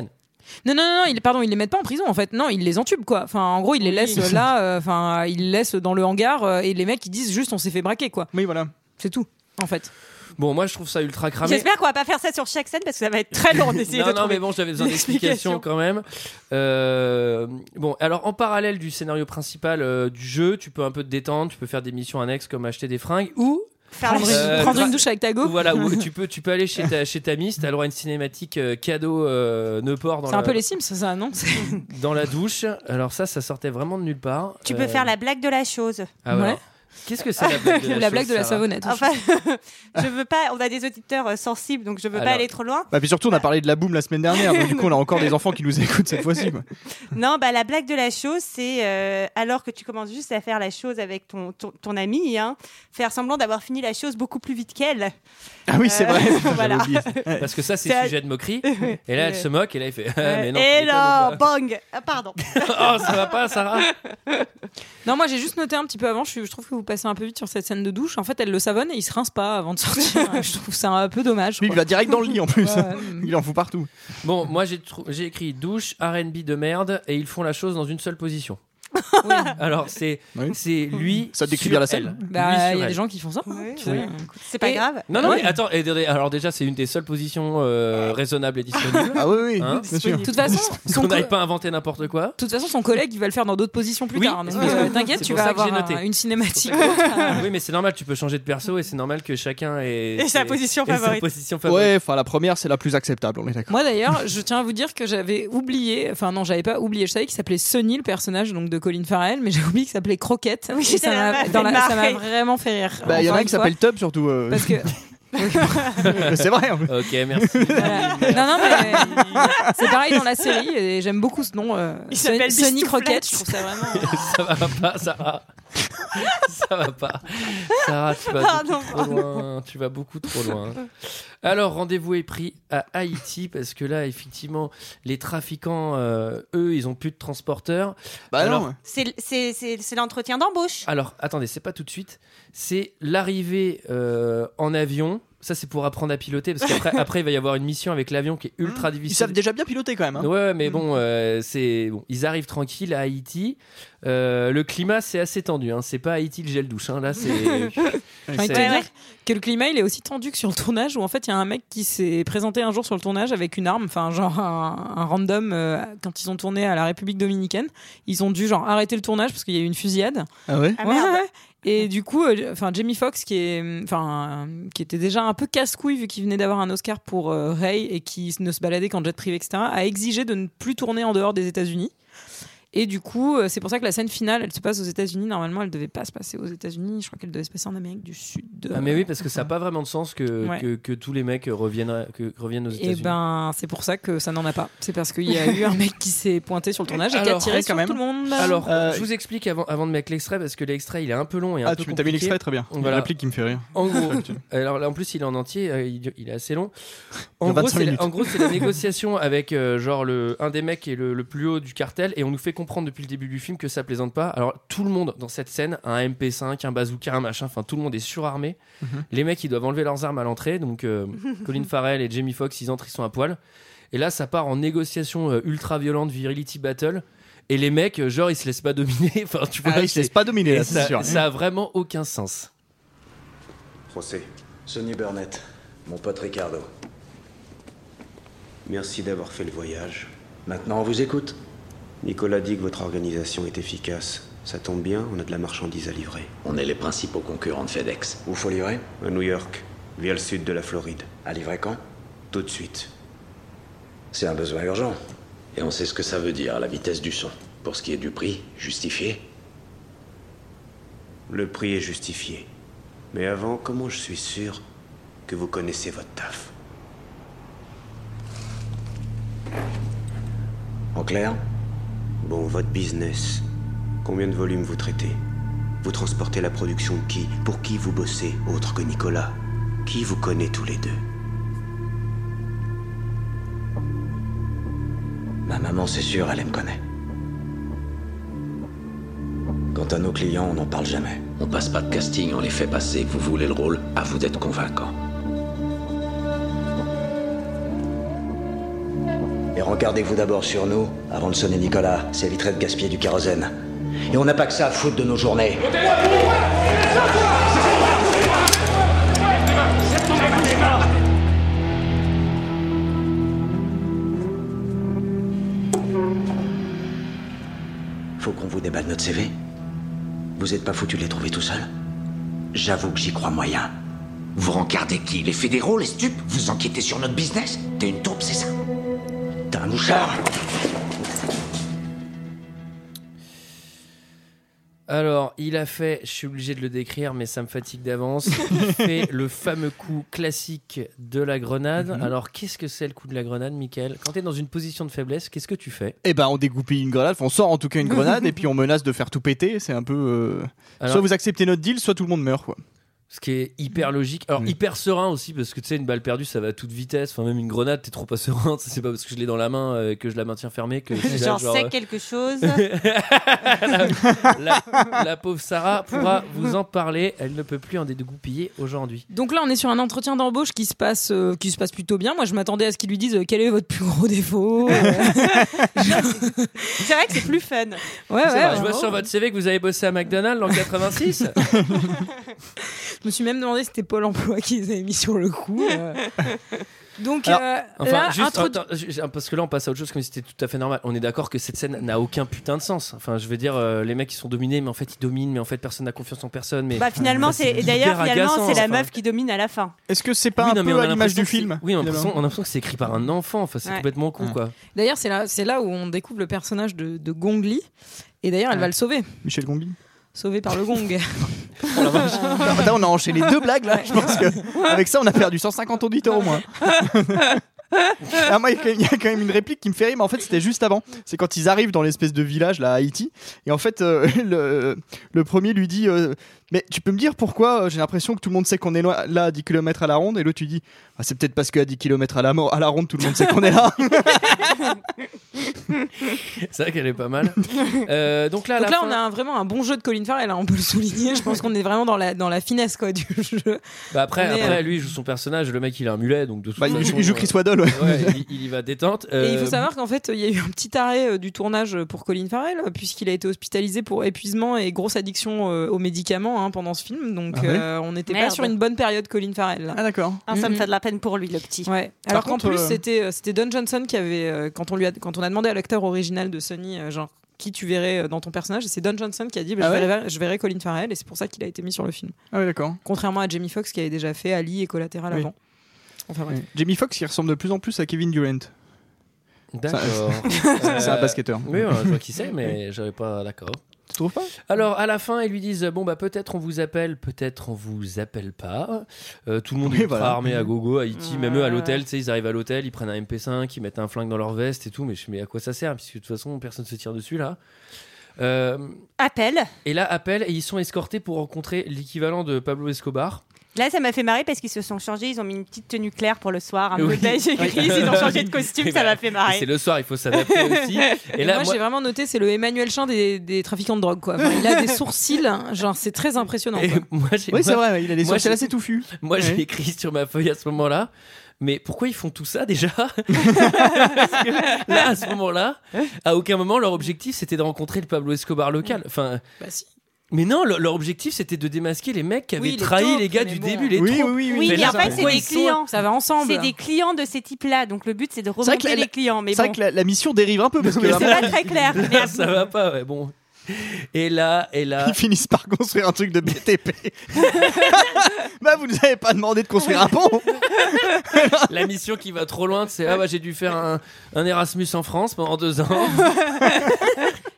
Speaker 7: Non, non, non, non, ils, pardon, ils les mettent pas en prison en fait. Non, ils les entubent quoi. Enfin, en gros, ils les laissent euh, là, euh, enfin, ils les laissent dans le hangar euh, et les mecs ils disent juste on s'est fait braquer quoi.
Speaker 6: Oui, voilà.
Speaker 7: C'est tout en fait.
Speaker 1: Bon, moi je trouve ça ultra cramé.
Speaker 10: J'espère qu'on va pas faire ça sur chaque scène parce que ça va être très long d'essayer
Speaker 1: Ah, Non,
Speaker 10: de
Speaker 1: non, mais
Speaker 10: trouver.
Speaker 1: bon, j'avais
Speaker 10: *laughs*
Speaker 1: besoin
Speaker 10: une
Speaker 1: d'explications
Speaker 10: explication.
Speaker 1: quand même. Euh, bon, alors en parallèle du scénario principal euh, du jeu, tu peux un peu te détendre, tu peux faire des missions annexes comme acheter des fringues ou,
Speaker 10: Faire
Speaker 7: Prendre, une,
Speaker 1: Euh,
Speaker 7: prendre
Speaker 1: tra-
Speaker 7: une douche avec ta
Speaker 1: ou
Speaker 7: go.
Speaker 1: voilà,
Speaker 10: *laughs*
Speaker 1: ou tu peux, tu peux aller chez ta, chez ta miss, t'as le droit à une cinématique euh, cadeau euh, Neuport dans
Speaker 7: C'est un
Speaker 1: la,
Speaker 7: peu les Sims ça, non C'est-
Speaker 1: dans la douche. Alors ça, ça sortait vraiment de nulle part.
Speaker 10: Tu
Speaker 1: Euh,
Speaker 10: peux faire la blague de la chose.
Speaker 1: Ah ouais.
Speaker 7: Ouais.
Speaker 1: Qu'est-ce que c'est la blague
Speaker 10: *laughs*
Speaker 1: de la,
Speaker 7: *laughs* La blague
Speaker 1: chose,
Speaker 7: de la
Speaker 1: Sarah
Speaker 7: savonnette.
Speaker 10: Enfin, je veux pas. On a des auditeurs euh, sensibles, donc je veux pas
Speaker 1: Alors.
Speaker 10: aller trop loin.
Speaker 6: Bah, puis surtout, on a parlé de la boom la semaine dernière, donc du coup, on a encore des enfants qui nous écoutent cette fois-ci.
Speaker 10: *laughs*
Speaker 6: quoi.
Speaker 10: Non, bah la blague de la chose, c'est euh, alors que tu commences juste à faire la chose avec ton ton, ton ami, hein, faire semblant d'avoir fini la chose beaucoup plus vite qu'elle.
Speaker 6: Ah oui, c'est
Speaker 10: Euh,
Speaker 6: vrai. putain, *laughs* j'avais
Speaker 10: voilà. *laughs*
Speaker 6: oublié ça.
Speaker 1: Parce que ça, c'est
Speaker 10: C'est-
Speaker 1: sujet de
Speaker 7: *laughs*
Speaker 1: moquerie. Et là, elle se moque et là, il fait. Ah, mais non,
Speaker 10: Et
Speaker 1: tu déconnes
Speaker 10: là,
Speaker 1: ou pas
Speaker 10: bang. Ah, pardon.
Speaker 1: *laughs* oh, ça va pas, Sarah.
Speaker 7: Non, moi j'ai juste noté un petit peu avant. Je, je trouve que vous passez un peu vite sur cette scène de douche. En fait, elle le savonne et il se rince pas avant de sortir. *laughs* je trouve ça un peu dommage.
Speaker 6: Lui,
Speaker 7: quoi.
Speaker 1: bah,
Speaker 6: il va direct dans le lit en plus.
Speaker 7: Ouais, ouais.
Speaker 6: *laughs* Il en fout partout.
Speaker 1: Bon, moi j'ai trou- j'ai écrit douche, RB de merde, et ils font la chose dans une seule position.
Speaker 7: *laughs* Oui.
Speaker 1: Alors c'est
Speaker 6: Oui.
Speaker 1: c'est lui.
Speaker 6: Ça décrit
Speaker 1: sur
Speaker 6: bien la scène.
Speaker 1: elle. Lui
Speaker 7: Bah,
Speaker 1: sur
Speaker 7: il y a des
Speaker 1: elle.
Speaker 7: gens qui font ça. hein,
Speaker 10: Oui,
Speaker 7: tu
Speaker 10: oui.
Speaker 7: vois.
Speaker 10: C'est pas
Speaker 7: Et-
Speaker 10: grave.
Speaker 1: Non, non,
Speaker 7: Ouais.
Speaker 1: mais attends, et- et- alors déjà, c'est une des seules positions euh, raisonnables et disponibles.
Speaker 7: *laughs*
Speaker 6: Ah oui, oui,
Speaker 1: Hein
Speaker 6: bien sûr.
Speaker 7: De toute façon,
Speaker 1: *laughs*
Speaker 7: son
Speaker 1: Qu'on
Speaker 7: co-
Speaker 1: n'aille pas inventer n'importe quoi.
Speaker 7: De toute façon, son collègue, il va le faire dans d'autres positions plus
Speaker 1: Oui,
Speaker 7: tard. Donc,
Speaker 1: c'est pour ça-
Speaker 7: euh, t'inquiète,
Speaker 1: c'est
Speaker 7: tu
Speaker 1: pour
Speaker 7: vas
Speaker 1: ça que j'ai
Speaker 7: avoir
Speaker 1: noté.
Speaker 7: un-
Speaker 1: *laughs*
Speaker 7: une cinématique.
Speaker 1: oui, mais c'est normal, tu peux changer de perso et c'est normal que chacun ait
Speaker 10: Et sa
Speaker 1: ses-
Speaker 10: position
Speaker 1: ait sa
Speaker 10: favorite.
Speaker 1: position favorite.
Speaker 6: Ouais, enfin, la première, c'est la plus acceptable, on est d'accord.
Speaker 7: Moi d'ailleurs, je tiens à vous dire que j'avais oublié, enfin non, j'avais pas oublié, je savais qu'il s'appelait Sonny le personnage donc de Colin Farrell, mais j'ai oublié qu'il s'appelait Croquette.
Speaker 10: Oui,
Speaker 7: Et ça
Speaker 10: ça
Speaker 7: m'a-
Speaker 10: m'a fait
Speaker 7: dans la- ça m'a
Speaker 10: marrer.
Speaker 7: vraiment fait rire.
Speaker 6: Bah, il y en
Speaker 7: Encore
Speaker 6: a un
Speaker 7: une
Speaker 6: qui
Speaker 7: fois.
Speaker 6: s'appelle Tub surtout. euh,
Speaker 7: Parce que.
Speaker 6: *laughs* c'est vrai. en plus.
Speaker 1: Ok, merci.
Speaker 7: voilà. Non, non, mais c'est pareil dans la série, et j'aime beaucoup ce nom. euh,
Speaker 10: Il
Speaker 7: Son-
Speaker 10: s'appelle
Speaker 7: Sonny
Speaker 10: Bistouflette.
Speaker 7: Croquette, je trouve ça vraiment.
Speaker 1: *laughs* ça va pas, Sarah. ça va pas. Sarah, tu vas
Speaker 10: Ah,
Speaker 1: beaucoup
Speaker 10: non,
Speaker 1: trop loin. Tu vas beaucoup trop loin. Alors, rendez-vous est pris à Haïti parce que là, effectivement, les trafiquants, euh, eux, ils ont plus de transporteurs.
Speaker 6: Bah
Speaker 1: Alors,
Speaker 6: non.
Speaker 10: C'est- C'est c'est- c'est l'entretien d'embauche.
Speaker 1: Alors, attendez, c'est pas tout de suite. C'est l'arrivée euh, en avion. Ça, c'est pour apprendre à piloter parce
Speaker 6: *laughs*
Speaker 1: qu'après, après, il va y avoir une mission avec l'avion qui est ultra
Speaker 6: Ils
Speaker 1: difficile.
Speaker 6: savent déjà bien piloter quand même. hein.
Speaker 1: Ouais, ouais, mais bon, euh, c'est bon, ils arrivent tranquilles à Haïti. Euh, le climat c'est assez tendu. Hein. C'est pas Haïti le gel douche. Hein. Là,
Speaker 7: *laughs*
Speaker 1: c'est
Speaker 7: J'ai envie de te
Speaker 1: Ouais,
Speaker 7: dire
Speaker 10: ouais.
Speaker 7: que le climat il est aussi tendu que sur le tournage où en fait il y a un mec qui s'est présenté un jour sur le tournage avec une arme, enfin genre un, un random euh, quand ils ont tourné à la République dominicaine, ils ont dû genre arrêter le tournage parce qu'il y a eu une fusillade.
Speaker 6: Ah ouais.
Speaker 10: Ah
Speaker 7: Ouais,
Speaker 10: merde.
Speaker 7: ouais. Et du coup, euh, enfin Jamie Foxx qui est, enfin euh, qui était déjà un peu casse-couille vu qu'il venait d'avoir un Oscar pour euh, Ray et qui ne se baladait qu'en jet privé etc. a exigé de ne plus tourner en dehors des États-Unis. Et du coup, euh, c'est pour ça que la scène finale, elle se passe aux États-Unis. Normalement, elle devait pas se passer aux États-Unis. Je crois qu'elle devait se passer en Amérique du Sud.
Speaker 1: Ah mais oui parce que ça n'a pas vraiment de sens que,
Speaker 7: Ouais.
Speaker 1: que, que tous les mecs reviennent que, reviennent aux
Speaker 7: Et
Speaker 1: États-Unis.
Speaker 7: ben, c'est pour ça que ça n'en a pas. C'est parce qu'il y a eu un mec qui s'est pointé sur le tournage et qui a
Speaker 1: Alors,
Speaker 7: tiré
Speaker 6: quand
Speaker 7: sur
Speaker 6: même.
Speaker 7: tout le monde.
Speaker 1: Alors
Speaker 6: Euh,
Speaker 1: je vous explique avant avant de mettre l'extrait parce que l'extrait il est un peu long et un
Speaker 6: Ah,
Speaker 1: peu
Speaker 6: tu t'as mis
Speaker 1: compliqué.
Speaker 6: l'extrait très bien.
Speaker 1: On va la-
Speaker 6: L'applique qui me fait rire.
Speaker 1: En gros, alors là, en plus il est en entier, euh, il, il est assez long.
Speaker 6: Il
Speaker 1: En
Speaker 6: y a
Speaker 1: gros,
Speaker 6: 25
Speaker 1: c'est la,
Speaker 6: minutes.
Speaker 1: en gros, c'est la négociation avec euh, genre le un des mecs qui est le, le plus haut du cartel et on nous fait comprendre depuis le début du film que ça plaisante pas. Alors tout le monde dans cette scène, a un MP5, un bazooka, un machin, enfin tout le monde est surarmé.
Speaker 6: Mhm.
Speaker 1: Les mecs ils doivent enlever leurs armes à l'entrée, donc euh, Colin Farrell et Jamie Foxx ils entrent, ils sont à poil. Et là, ça part en négociation euh, ultra violente, virility battle. Et les mecs, euh, genre, ils se laissent pas dominer. *laughs* Enfin, tu vois,
Speaker 6: Ah, il se
Speaker 1: c'est-
Speaker 6: laisse pas dominer
Speaker 1: et
Speaker 6: là, c'est
Speaker 1: ça,
Speaker 6: sûr.
Speaker 1: ça a vraiment aucun sens.
Speaker 5: Procès.
Speaker 8: Sonny Burnett, mon pote Ricardo.
Speaker 5: Merci d'avoir fait le voyage.
Speaker 8: Maintenant, on vous écoute.
Speaker 5: Nicolas dit que votre organisation est efficace. Ça tombe bien, on a de la marchandise à livrer.
Speaker 8: On est les principaux concurrents de FedEx.
Speaker 5: Vous faut livrer À New York, via le sud de la Floride. À livrer quand Tout de suite.
Speaker 8: C'est un besoin urgent. Et on sait ce que ça veut dire, la vitesse du son. Pour ce qui est du prix, justifié.
Speaker 5: Le prix est justifié. Mais avant, comment je suis sûr que vous connaissez votre taf
Speaker 8: En clair
Speaker 5: Bon, votre business. Combien de volumes vous traitez Vous transportez la production de qui Pour qui vous bossez autre que Nicolas Qui vous connaît tous les deux
Speaker 8: Ma maman, c'est sûr, elle me connaît. Quant à nos clients, on n'en parle jamais. On passe pas de casting, on les fait passer. Vous voulez le rôle, à vous d'être convaincant. Et regardez-vous d'abord sur nous, avant de sonner Nicolas. Ça éviterait de gaspiller du kérosène. Et on n'a pas que ça à foutre de nos journées. Faut qu'on vous déballe notre CV. Vous êtes pas foutu de les trouver tout seul J'avoue que j'y crois moyen.
Speaker 9: Vous rencardez qui Les fédéraux, les stupes Vous enquêtez sur notre business T'es une taupe, c'est ça
Speaker 8: T'as un mouchard
Speaker 1: Alors, il a fait, je suis obligé de le décrire, mais ça me fatigue d'avance. Il fait le fameux coup classique de la grenade. Alors, qu'est-ce que c'est le coup de la grenade, Michael Quand tu es dans une position de faiblesse, qu'est-ce que tu fais
Speaker 6: Eh ben, on dégoupille une grenade, enfin, on sort en tout cas une grenade *laughs* et puis on menace de faire tout péter. C'est un peu. euh,
Speaker 1: Alors-
Speaker 6: Soit vous acceptez notre deal, soit tout le monde meurt. Quoi.
Speaker 1: Ce qui est hyper logique. Alors,
Speaker 6: Oui.
Speaker 1: hyper serein aussi, parce que tu sais, une balle perdue, ça va à toute vitesse. Enfin, même une grenade, t'es trop pas serein. *laughs* C'est pas parce que je l'ai dans la main euh, que je la maintiens fermée que je suis là,
Speaker 10: J'en
Speaker 1: genre,
Speaker 10: sais quelque chose.
Speaker 1: euh, la, la pauvre Sarah pourra vous en parler. Elle ne peut plus en dégoupiller aujourd'hui.
Speaker 7: Donc là, on est sur un entretien d'embauche qui se passe, euh, qui se passe plutôt bien. Moi, je m'attendais à ce qu'ils lui disent euh, quel est votre plus gros défaut. Euh,
Speaker 10: C'est vrai que c'est plus fun.
Speaker 7: ouais, Ah ouais.
Speaker 1: je vois
Speaker 7: bravo.
Speaker 1: sur votre CV que vous avez bossé à McDonald's en 86.
Speaker 7: Je me suis même demandé si c'était Pôle Emploi qui les avait mis sur le coup.
Speaker 1: *laughs*
Speaker 7: euh. Donc
Speaker 6: Alors,
Speaker 7: euh,
Speaker 1: Enfin,
Speaker 7: là,
Speaker 1: juste,
Speaker 7: introdu-
Speaker 1: attends, ju- ju- parce que là, on passe à autre chose comme si c'était tout à fait normal. On est d'accord que cette scène n'a aucun putain de sens. Enfin, je veux dire, euh, les mecs, ils sont dominés, mais en fait, ils dominent, mais en fait, personne n'a confiance en personne. Mais
Speaker 10: Bah finalement,
Speaker 1: Bah, c'est
Speaker 10: c'est et d'ailleurs
Speaker 1: hyper
Speaker 10: finalement
Speaker 1: agaçant,
Speaker 10: c'est la
Speaker 1: enfin.
Speaker 10: meuf qui domine à la fin.
Speaker 6: Est-ce que c'est pas
Speaker 1: Oui,
Speaker 6: un
Speaker 1: non, mais
Speaker 6: peu
Speaker 1: on a
Speaker 6: à l'image
Speaker 1: l'impression
Speaker 6: du
Speaker 1: que c'est-
Speaker 6: film
Speaker 1: Oui, on a l'impression
Speaker 6: finalement
Speaker 1: on a l'impression que c'est écrit par un enfant. Enfin, c'est
Speaker 10: Ouais.
Speaker 1: complètement con,
Speaker 7: Ouais.
Speaker 1: quoi.
Speaker 7: d'ailleurs, c'est là, c'est là où on découvre le personnage de, de Gong Li, Et d'ailleurs,
Speaker 1: Ah.
Speaker 7: elle va le sauver.
Speaker 6: Michel Gombi.
Speaker 7: Sauvé par le gong.
Speaker 6: Attends, on a enchaîné deux blagues là. Je pense que avec ça, on a perdu 150 auditeurs au *laughs* moins. Ah, moi, il y a quand même- il y a quand même une réplique qui me fait rire, mais en fait, c'était juste avant. C'est quand ils arrivent dans l'espèce de village là à Haïti, et en fait, euh, *laughs* le, le premier lui dit euh, Mais tu peux me dire pourquoi euh, j'ai l'impression que tout le monde sait qu'on est loin- là à 10 km à la ronde, et l'autre lui dit Ah, C'est peut-être parce qu'à 10 km à la, mo- à la ronde, tout le monde sait qu'on est *laughs* là.
Speaker 1: C'est vrai qu'elle est pas
Speaker 6: *laughs*
Speaker 1: mal. Euh, donc là, *laughs* à la
Speaker 7: Donc là,
Speaker 1: fin-
Speaker 7: on a un- vraiment un bon jeu de Colin Farrell, hein, on peut le souligner. Je pense qu'on est vraiment dans la, dans la finesse quoi, du jeu.
Speaker 1: Bah après,
Speaker 7: on est,
Speaker 1: après
Speaker 7: euh,
Speaker 1: lui, il joue son personnage. Le mec, il a un mulet, donc de toute
Speaker 6: Bah, il,
Speaker 1: façon,
Speaker 6: joue- il joue
Speaker 1: euh,
Speaker 6: Chris Waddle, ouais.
Speaker 1: ouais, il, il y va détente.
Speaker 7: Et il
Speaker 1: Euh,
Speaker 7: faut savoir qu'en fait, il y a eu un petit arrêt euh, du tournage pour Colin Farrell, euh, puisqu'il a été hospitalisé pour épuisement et grosse addiction euh, aux médicaments hein, pendant ce film. Donc
Speaker 6: Ah ouais
Speaker 7: euh, on n'était pas
Speaker 10: Merde.
Speaker 7: sur une bonne période, Colin Farrell. là.
Speaker 6: Ah, d'accord.
Speaker 10: Ah, ça me
Speaker 7: Mhm.
Speaker 10: fait de la peine pour lui, le petit.
Speaker 7: Ouais. Alors qu'en
Speaker 6: contre,
Speaker 7: plus,
Speaker 6: euh,
Speaker 7: c'était euh, c'était Don Johnson qui avait euh, quand on lui a, quand on a demandé à l'acteur original de Sony euh, genre qui tu verrais euh, dans ton personnage, et c'est Don Johnson qui a dit bah,
Speaker 6: Ah
Speaker 7: je,
Speaker 6: ouais
Speaker 7: verrais, je verrais Colin Farrell et c'est pour ça qu'il a été mis sur le film.
Speaker 6: Ah, ouais, d'accord.
Speaker 7: Contrairement à Jamie Foxx qui avait déjà fait Ali et Collateral
Speaker 6: Oui.
Speaker 7: avant. Enfin bref.
Speaker 6: Ouais. Jamie Foxx, il ressemble de plus en plus à Kevin Durant.
Speaker 1: D'accord.
Speaker 6: *laughs* C'est un
Speaker 1: Euh,
Speaker 6: basketteur.
Speaker 1: Oui, voilà, je vois qui c'est, mais j'avais pas d'accord.
Speaker 6: Tu trouves pas
Speaker 1: Alors, à la fin, ils lui disent Bon, bah, peut-être on vous appelle, peut-être on vous appelle pas. Euh, tout le monde
Speaker 6: Oui,
Speaker 1: est ultra
Speaker 6: voilà.
Speaker 1: armé à gogo, à Haïti,
Speaker 10: Ouais.
Speaker 1: même eux à l'hôtel. Tu sais, ils arrivent à l'hôtel, ils prennent un MP5, ils mettent un flingue dans leur veste et tout. Mais je mais à quoi ça sert Puisque de toute façon, personne se tire dessus là. Euh,
Speaker 10: Appel.
Speaker 1: et là, appel, et ils sont escortés pour rencontrer l'équivalent de Pablo Escobar.
Speaker 10: Là, ça m'a fait marrer parce qu'ils se sont changés. Ils ont mis une petite tenue claire pour le soir, un
Speaker 1: Oui.
Speaker 10: peu beige et
Speaker 1: Oui.
Speaker 10: grise. Ils ont changé de costume,
Speaker 1: Et
Speaker 10: ça
Speaker 1: bah,
Speaker 10: m'a fait
Speaker 1: Et C'est
Speaker 10: marrer.
Speaker 1: le soir, il faut
Speaker 7: *laughs*
Speaker 1: s'adapter aussi. Et
Speaker 7: Ah Et
Speaker 1: là,
Speaker 7: moi, j'ai vraiment noté, c'est le Emmanuel Chin des, des trafiquants de drogue. Quoi. Enfin, il a des sourcils, hein, genre c'est très impressionnant.
Speaker 1: *laughs* et
Speaker 7: quoi.
Speaker 1: moi, j'ai-
Speaker 6: Oui, c'est
Speaker 1: moi-
Speaker 6: vrai, il a des
Speaker 1: moi,
Speaker 6: sourcils
Speaker 1: je-
Speaker 6: assez touffus.
Speaker 1: Moi, j'ai
Speaker 6: Ouais.
Speaker 1: écrit sur ma feuille à ce moment-là. Mais pourquoi ils font tout ça déjà *laughs* Parce que Là, à ce moment-là, à aucun moment leur objectif c'était de rencontrer le Pablo Escobar local. Enfin,
Speaker 7: Bah, si.
Speaker 1: mais non, leur, leur objectif c'était de démasquer les mecs qui avaient
Speaker 7: Oui, les
Speaker 1: trahi
Speaker 7: taupes,
Speaker 1: les gars
Speaker 7: mais
Speaker 1: du
Speaker 7: bon.
Speaker 1: début. Les
Speaker 6: Oui, oui,
Speaker 1: taupes.
Speaker 6: oui. oui.
Speaker 10: Oui,
Speaker 1: Mais
Speaker 10: mais
Speaker 1: là,
Speaker 10: en fait,
Speaker 1: ça-
Speaker 10: c'est
Speaker 7: Pourquoi
Speaker 10: des
Speaker 7: ils sont-
Speaker 10: clients.
Speaker 7: Ça va ensemble.
Speaker 10: C'est des clients de ces types-là. Donc le but, c'est de
Speaker 6: vrai que
Speaker 10: remonter
Speaker 6: la-
Speaker 10: les clients. Mais
Speaker 6: C'est vrai
Speaker 10: bon,
Speaker 6: que la, la mission dérive un peu parce que
Speaker 10: c'est
Speaker 6: là,
Speaker 10: pas très clair.
Speaker 1: Là, *laughs*
Speaker 7: *laughs*
Speaker 1: ça va pas, ouais, bon. Et là, et là.
Speaker 6: *laughs* ils finissent par construire un truc
Speaker 1: *laughs*
Speaker 6: de BTP. bah, vous nous avez pas demandé de construire un pont.
Speaker 1: La mission qui va trop loin, c'est ah bah j'ai dû faire un, un Erasmus en France pendant deux ans.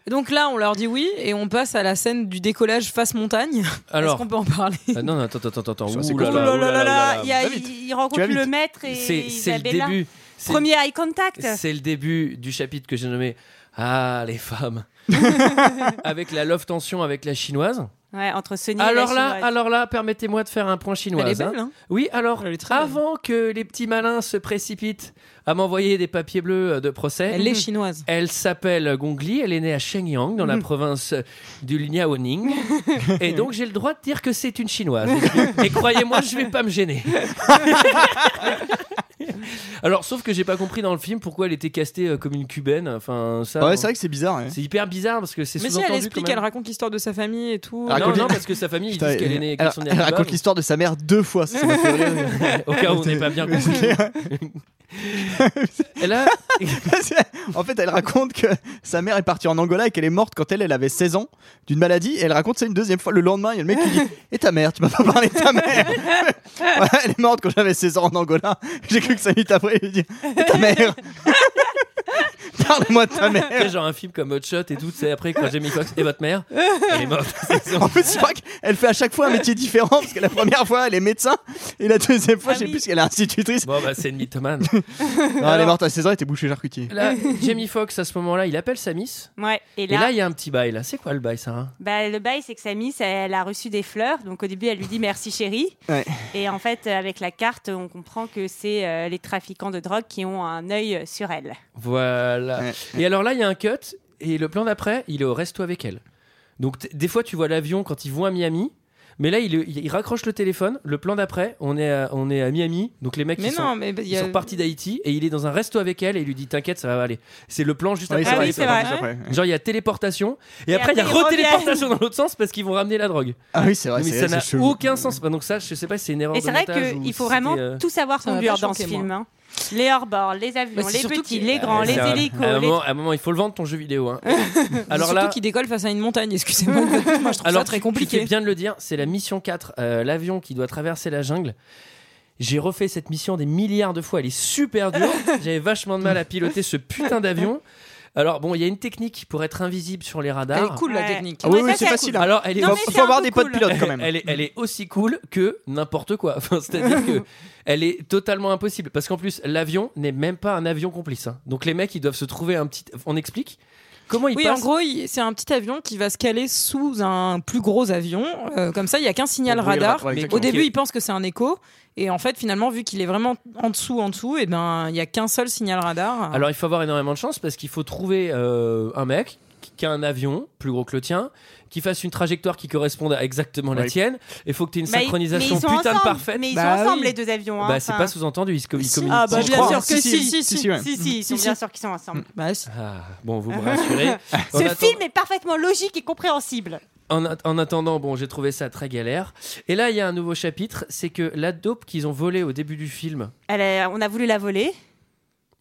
Speaker 7: Et Donc là, on leur dit oui et on passe à la scène du décollage face montagne. Est-ce
Speaker 1: Alors
Speaker 7: qu'on peut en parler
Speaker 1: ah non, non, attends attends attends attends.
Speaker 6: Ça, c'est
Speaker 1: Ouh là
Speaker 6: cool.
Speaker 1: là,
Speaker 10: Oh
Speaker 1: ouh là là, ouh là là.
Speaker 10: Il y a-
Speaker 6: Va vite.
Speaker 10: il
Speaker 6: Tu vas
Speaker 10: rencontre
Speaker 6: vite.
Speaker 10: le maître et
Speaker 1: C'est c'est le
Speaker 10: Isabella.
Speaker 1: début. C'est-
Speaker 10: Premier eye contact.
Speaker 1: C'est le début du chapitre que j'ai nommé Ah, les
Speaker 7: *laughs*
Speaker 1: femmes. avec la love tension avec la chinoise.
Speaker 10: Ouais, entre Sony
Speaker 1: Alors
Speaker 10: et
Speaker 1: là,
Speaker 10: la Chinoise.
Speaker 1: alors là, permettez-moi de faire un point chinoise.
Speaker 7: Elle est belle,
Speaker 1: hein.
Speaker 7: hein
Speaker 1: Oui, alors
Speaker 7: Elle est très belle.
Speaker 1: avant que les petits malins se précipitent à m'envoyer des papiers bleus euh, de procès.
Speaker 7: Elle est chinoise.
Speaker 1: Elle s'appelle Gongli, elle est née à Shenyang, dans la
Speaker 6: Hmm.
Speaker 1: province du
Speaker 6: *laughs*
Speaker 1: Liaoning. et donc, j'ai le droit de dire que c'est une chinoise. et croyez-moi, je vais pas me
Speaker 6: *laughs*
Speaker 1: gêner. Alors, sauf que j'ai pas compris dans le film pourquoi elle était castée euh, comme une cubaine. Enfin, ça.
Speaker 6: ouais,
Speaker 1: bon.
Speaker 6: c'est vrai que c'est bizarre. ouais.
Speaker 1: c'est hyper bizarre parce que c'est
Speaker 7: Mais si
Speaker 1: sous-entendu
Speaker 7: elle
Speaker 1: quand
Speaker 7: explique,
Speaker 1: même. Ah,
Speaker 7: elle raconte l'histoire de sa famille et
Speaker 1: Non,
Speaker 7: tout.
Speaker 6: raconte-
Speaker 1: non, parce que sa famille, ils
Speaker 6: Putain,
Speaker 1: disent qu'elle est née. qu'elle
Speaker 6: elle,
Speaker 1: sont nés à
Speaker 6: elle
Speaker 1: Cuba,
Speaker 6: raconte
Speaker 1: donc-
Speaker 6: l'histoire de sa mère deux fois. Ça, ça m'a fait rire. *laughs*
Speaker 1: Au cas où on n'est pas bien compris. Et là,
Speaker 6: *laughs* en fait, elle raconte que sa mère est partie en Angola et qu'elle est morte quand elle, elle avait 16 ans d'une maladie. Et elle raconte ça une deuxième fois. Le lendemain, il y a le mec qui dit Et ta mère Tu m'as pas parlé de ta mère Ouais, Elle est morte quand j'avais 16 ans en Angola. J'ai cru que 5 minutes après, il lui dit Et ta mère *laughs* Parle-moi de ta mère
Speaker 1: tu sais, genre un film comme Hot Shot et tout, c'est après quand Jamie Foxx et votre mère, elle est
Speaker 6: *laughs*
Speaker 1: morte.
Speaker 6: En fait, c'est vrai qu'elle fait à chaque fois un métier différent parce que la première fois, elle est médecin et la deuxième fois,
Speaker 10: Ah
Speaker 6: je sais
Speaker 10: oui.
Speaker 6: plus, qu'elle est institutrice.
Speaker 1: Bon, bah, c'est une
Speaker 10: *laughs*
Speaker 1: mythomane.
Speaker 6: Non, elle est morte à 16 ans, elle était bouchée charcutier.
Speaker 1: Là, Jamie Foxx, à ce moment-là, il appelle sa miss.
Speaker 10: Ouais, et
Speaker 1: Et
Speaker 10: là,
Speaker 1: là, il y a un petit bail. Là, c'est quoi le bail, hein Sarah
Speaker 10: bah, le bail, c'est que sa miss, elle a reçu des fleurs. Donc au début, elle lui dit merci chérie.
Speaker 6: Ouais.
Speaker 10: Et en fait, euh, avec la carte, on comprend que c'est euh, les trafiquants de drogue qui ont un œil sur elle.
Speaker 1: Voilà.
Speaker 6: Ouais.
Speaker 1: Et alors là, il y a un cut. Et le plan d'après, il est au resto avec elle. Donc, t- des fois, tu vois l'avion quand ils vont à Miami. Mais là, il, il raccroche le téléphone. Le plan d'après, on, est à- on est à Miami. Donc, les mecs,
Speaker 7: Mais
Speaker 1: ils sont
Speaker 7: non, mais il
Speaker 1: Ils
Speaker 7: y a-
Speaker 1: sont repartis d'Haïti et il est dans un resto avec elle et il lui dit t'inquiète ça va aller. C'est le plan juste
Speaker 6: Ouais,
Speaker 1: après.
Speaker 10: Ah
Speaker 1: le
Speaker 10: oui,
Speaker 1: resto.
Speaker 10: c'est vrai.
Speaker 1: Genre il y a téléportation et, après, il y a
Speaker 10: après, ils
Speaker 1: retéléportation dans l'autre sens parce qu'ils vont ramener la drogue.
Speaker 6: Ah oui, c'est vrai,
Speaker 1: mais
Speaker 6: c'est
Speaker 1: ça
Speaker 6: c'est
Speaker 1: n'a
Speaker 6: chelou.
Speaker 1: aucun sens. Bah, donc ça je sais pas si c'est une erreur
Speaker 10: Et
Speaker 1: de
Speaker 10: c'est vrai
Speaker 1: montage ou
Speaker 10: qu'il faut
Speaker 1: si
Speaker 10: vraiment
Speaker 1: c'était, euh,
Speaker 10: tout savoir
Speaker 7: Ça m'a
Speaker 10: conduire
Speaker 7: pas
Speaker 10: dans ce
Speaker 7: choqué,
Speaker 10: film. hein. Les hors-bords, les
Speaker 7: Bah,
Speaker 10: avions,
Speaker 7: c'est
Speaker 10: les
Speaker 7: surtout
Speaker 10: petits,
Speaker 7: qu'il-
Speaker 10: les grands, les
Speaker 1: c'est un-
Speaker 10: hélicos.
Speaker 1: À un,
Speaker 10: les-
Speaker 1: moment, à un moment, il faut le vendre ton jeu vidéo.
Speaker 10: *laughs*
Speaker 1: hein. alors
Speaker 7: surtout
Speaker 1: là,
Speaker 7: qu'il décolle face à une montagne. Excusez-moi. Moi, je trouve
Speaker 1: alors
Speaker 7: ça très
Speaker 1: tu- Tu fais
Speaker 7: compliqué.
Speaker 1: bien de le dire, c'est la mission 4, euh, l'avion qui doit traverser la jungle. J'ai refait
Speaker 10: *laughs*
Speaker 1: cette mission des milliards de fois, elle est super dure. J'avais vachement de mal à piloter ce putain d'avion. Alors bon, il y a une technique pour être invisible sur les radars. hein.
Speaker 7: Elle est cool la
Speaker 10: Ouais.
Speaker 7: technique.
Speaker 6: Ah oui,
Speaker 10: Ouais,
Speaker 6: oui,
Speaker 10: ça,
Speaker 6: c'est
Speaker 10: c'est
Speaker 6: facile.
Speaker 10: cool.
Speaker 1: Alors, elle est,
Speaker 10: Non, mais
Speaker 6: faut
Speaker 10: c'est un
Speaker 6: avoir
Speaker 10: peu
Speaker 6: des potes
Speaker 10: cool.
Speaker 6: pilotes quand même.
Speaker 1: elle est, elle est aussi cool que n'importe quoi. *laughs* Enfin, c'est-à-dire que elle est totalement impossible parce qu'en plus l'avion n'est même pas un avion complice. hein. Donc les mecs, ils doivent se trouver un petit. On explique comment ils
Speaker 7: Oui,
Speaker 1: passent.
Speaker 7: en gros, il- c'est un petit avion qui va se caler sous un plus gros avion. Euh, comme ça, il n'y a qu'un signal
Speaker 6: Pour brouiller le
Speaker 7: radar.
Speaker 6: radar, ouais,
Speaker 7: Mais
Speaker 6: exactement.
Speaker 7: au début, il pense que c'est un écho. Et en fait, finalement, vu qu'il est vraiment en dessous, en dessous, et ben, il n'y a qu'un seul signal radar.
Speaker 1: Alors il faut avoir énormément de chance parce qu'il faut trouver euh, un mec qui- qui a un avion plus gros que le tien, qui fasse une trajectoire qui corresponde à exactement la
Speaker 6: Oui.
Speaker 1: tienne, et faut que tu aies une
Speaker 10: Bah, ils-
Speaker 1: synchronisation
Speaker 10: mais ils sont
Speaker 1: putain de
Speaker 10: ensemble.
Speaker 1: parfaite.
Speaker 10: Mais ils
Speaker 6: Bah
Speaker 10: sont ensemble
Speaker 6: oui.
Speaker 10: les deux avions. hein,
Speaker 1: Bah, c'est
Speaker 10: enfin.
Speaker 1: pas sous-entendu, ils, se com- ils communiquent.
Speaker 10: Ah bah
Speaker 6: Je
Speaker 10: bien
Speaker 6: crois.
Speaker 10: sûr que
Speaker 6: Si, si,
Speaker 10: si.
Speaker 6: si, si, ouais.
Speaker 10: Si, si, ils sont
Speaker 7: Si,
Speaker 10: bien
Speaker 7: si.
Speaker 10: sûr qu'ils sont ensemble.
Speaker 7: Bah, si.
Speaker 1: Ah, bon, vous me
Speaker 10: *laughs*
Speaker 1: rassurez.
Speaker 10: Ce
Speaker 1: En attendant-
Speaker 10: film est parfaitement logique et compréhensible.
Speaker 1: En, at- en attendant, bon, j'ai trouvé ça très galère. Et là, il y a un nouveau chapitre, c'est que la dope qu'ils ont volée au début du film,
Speaker 10: Elle est- on a voulu la voler.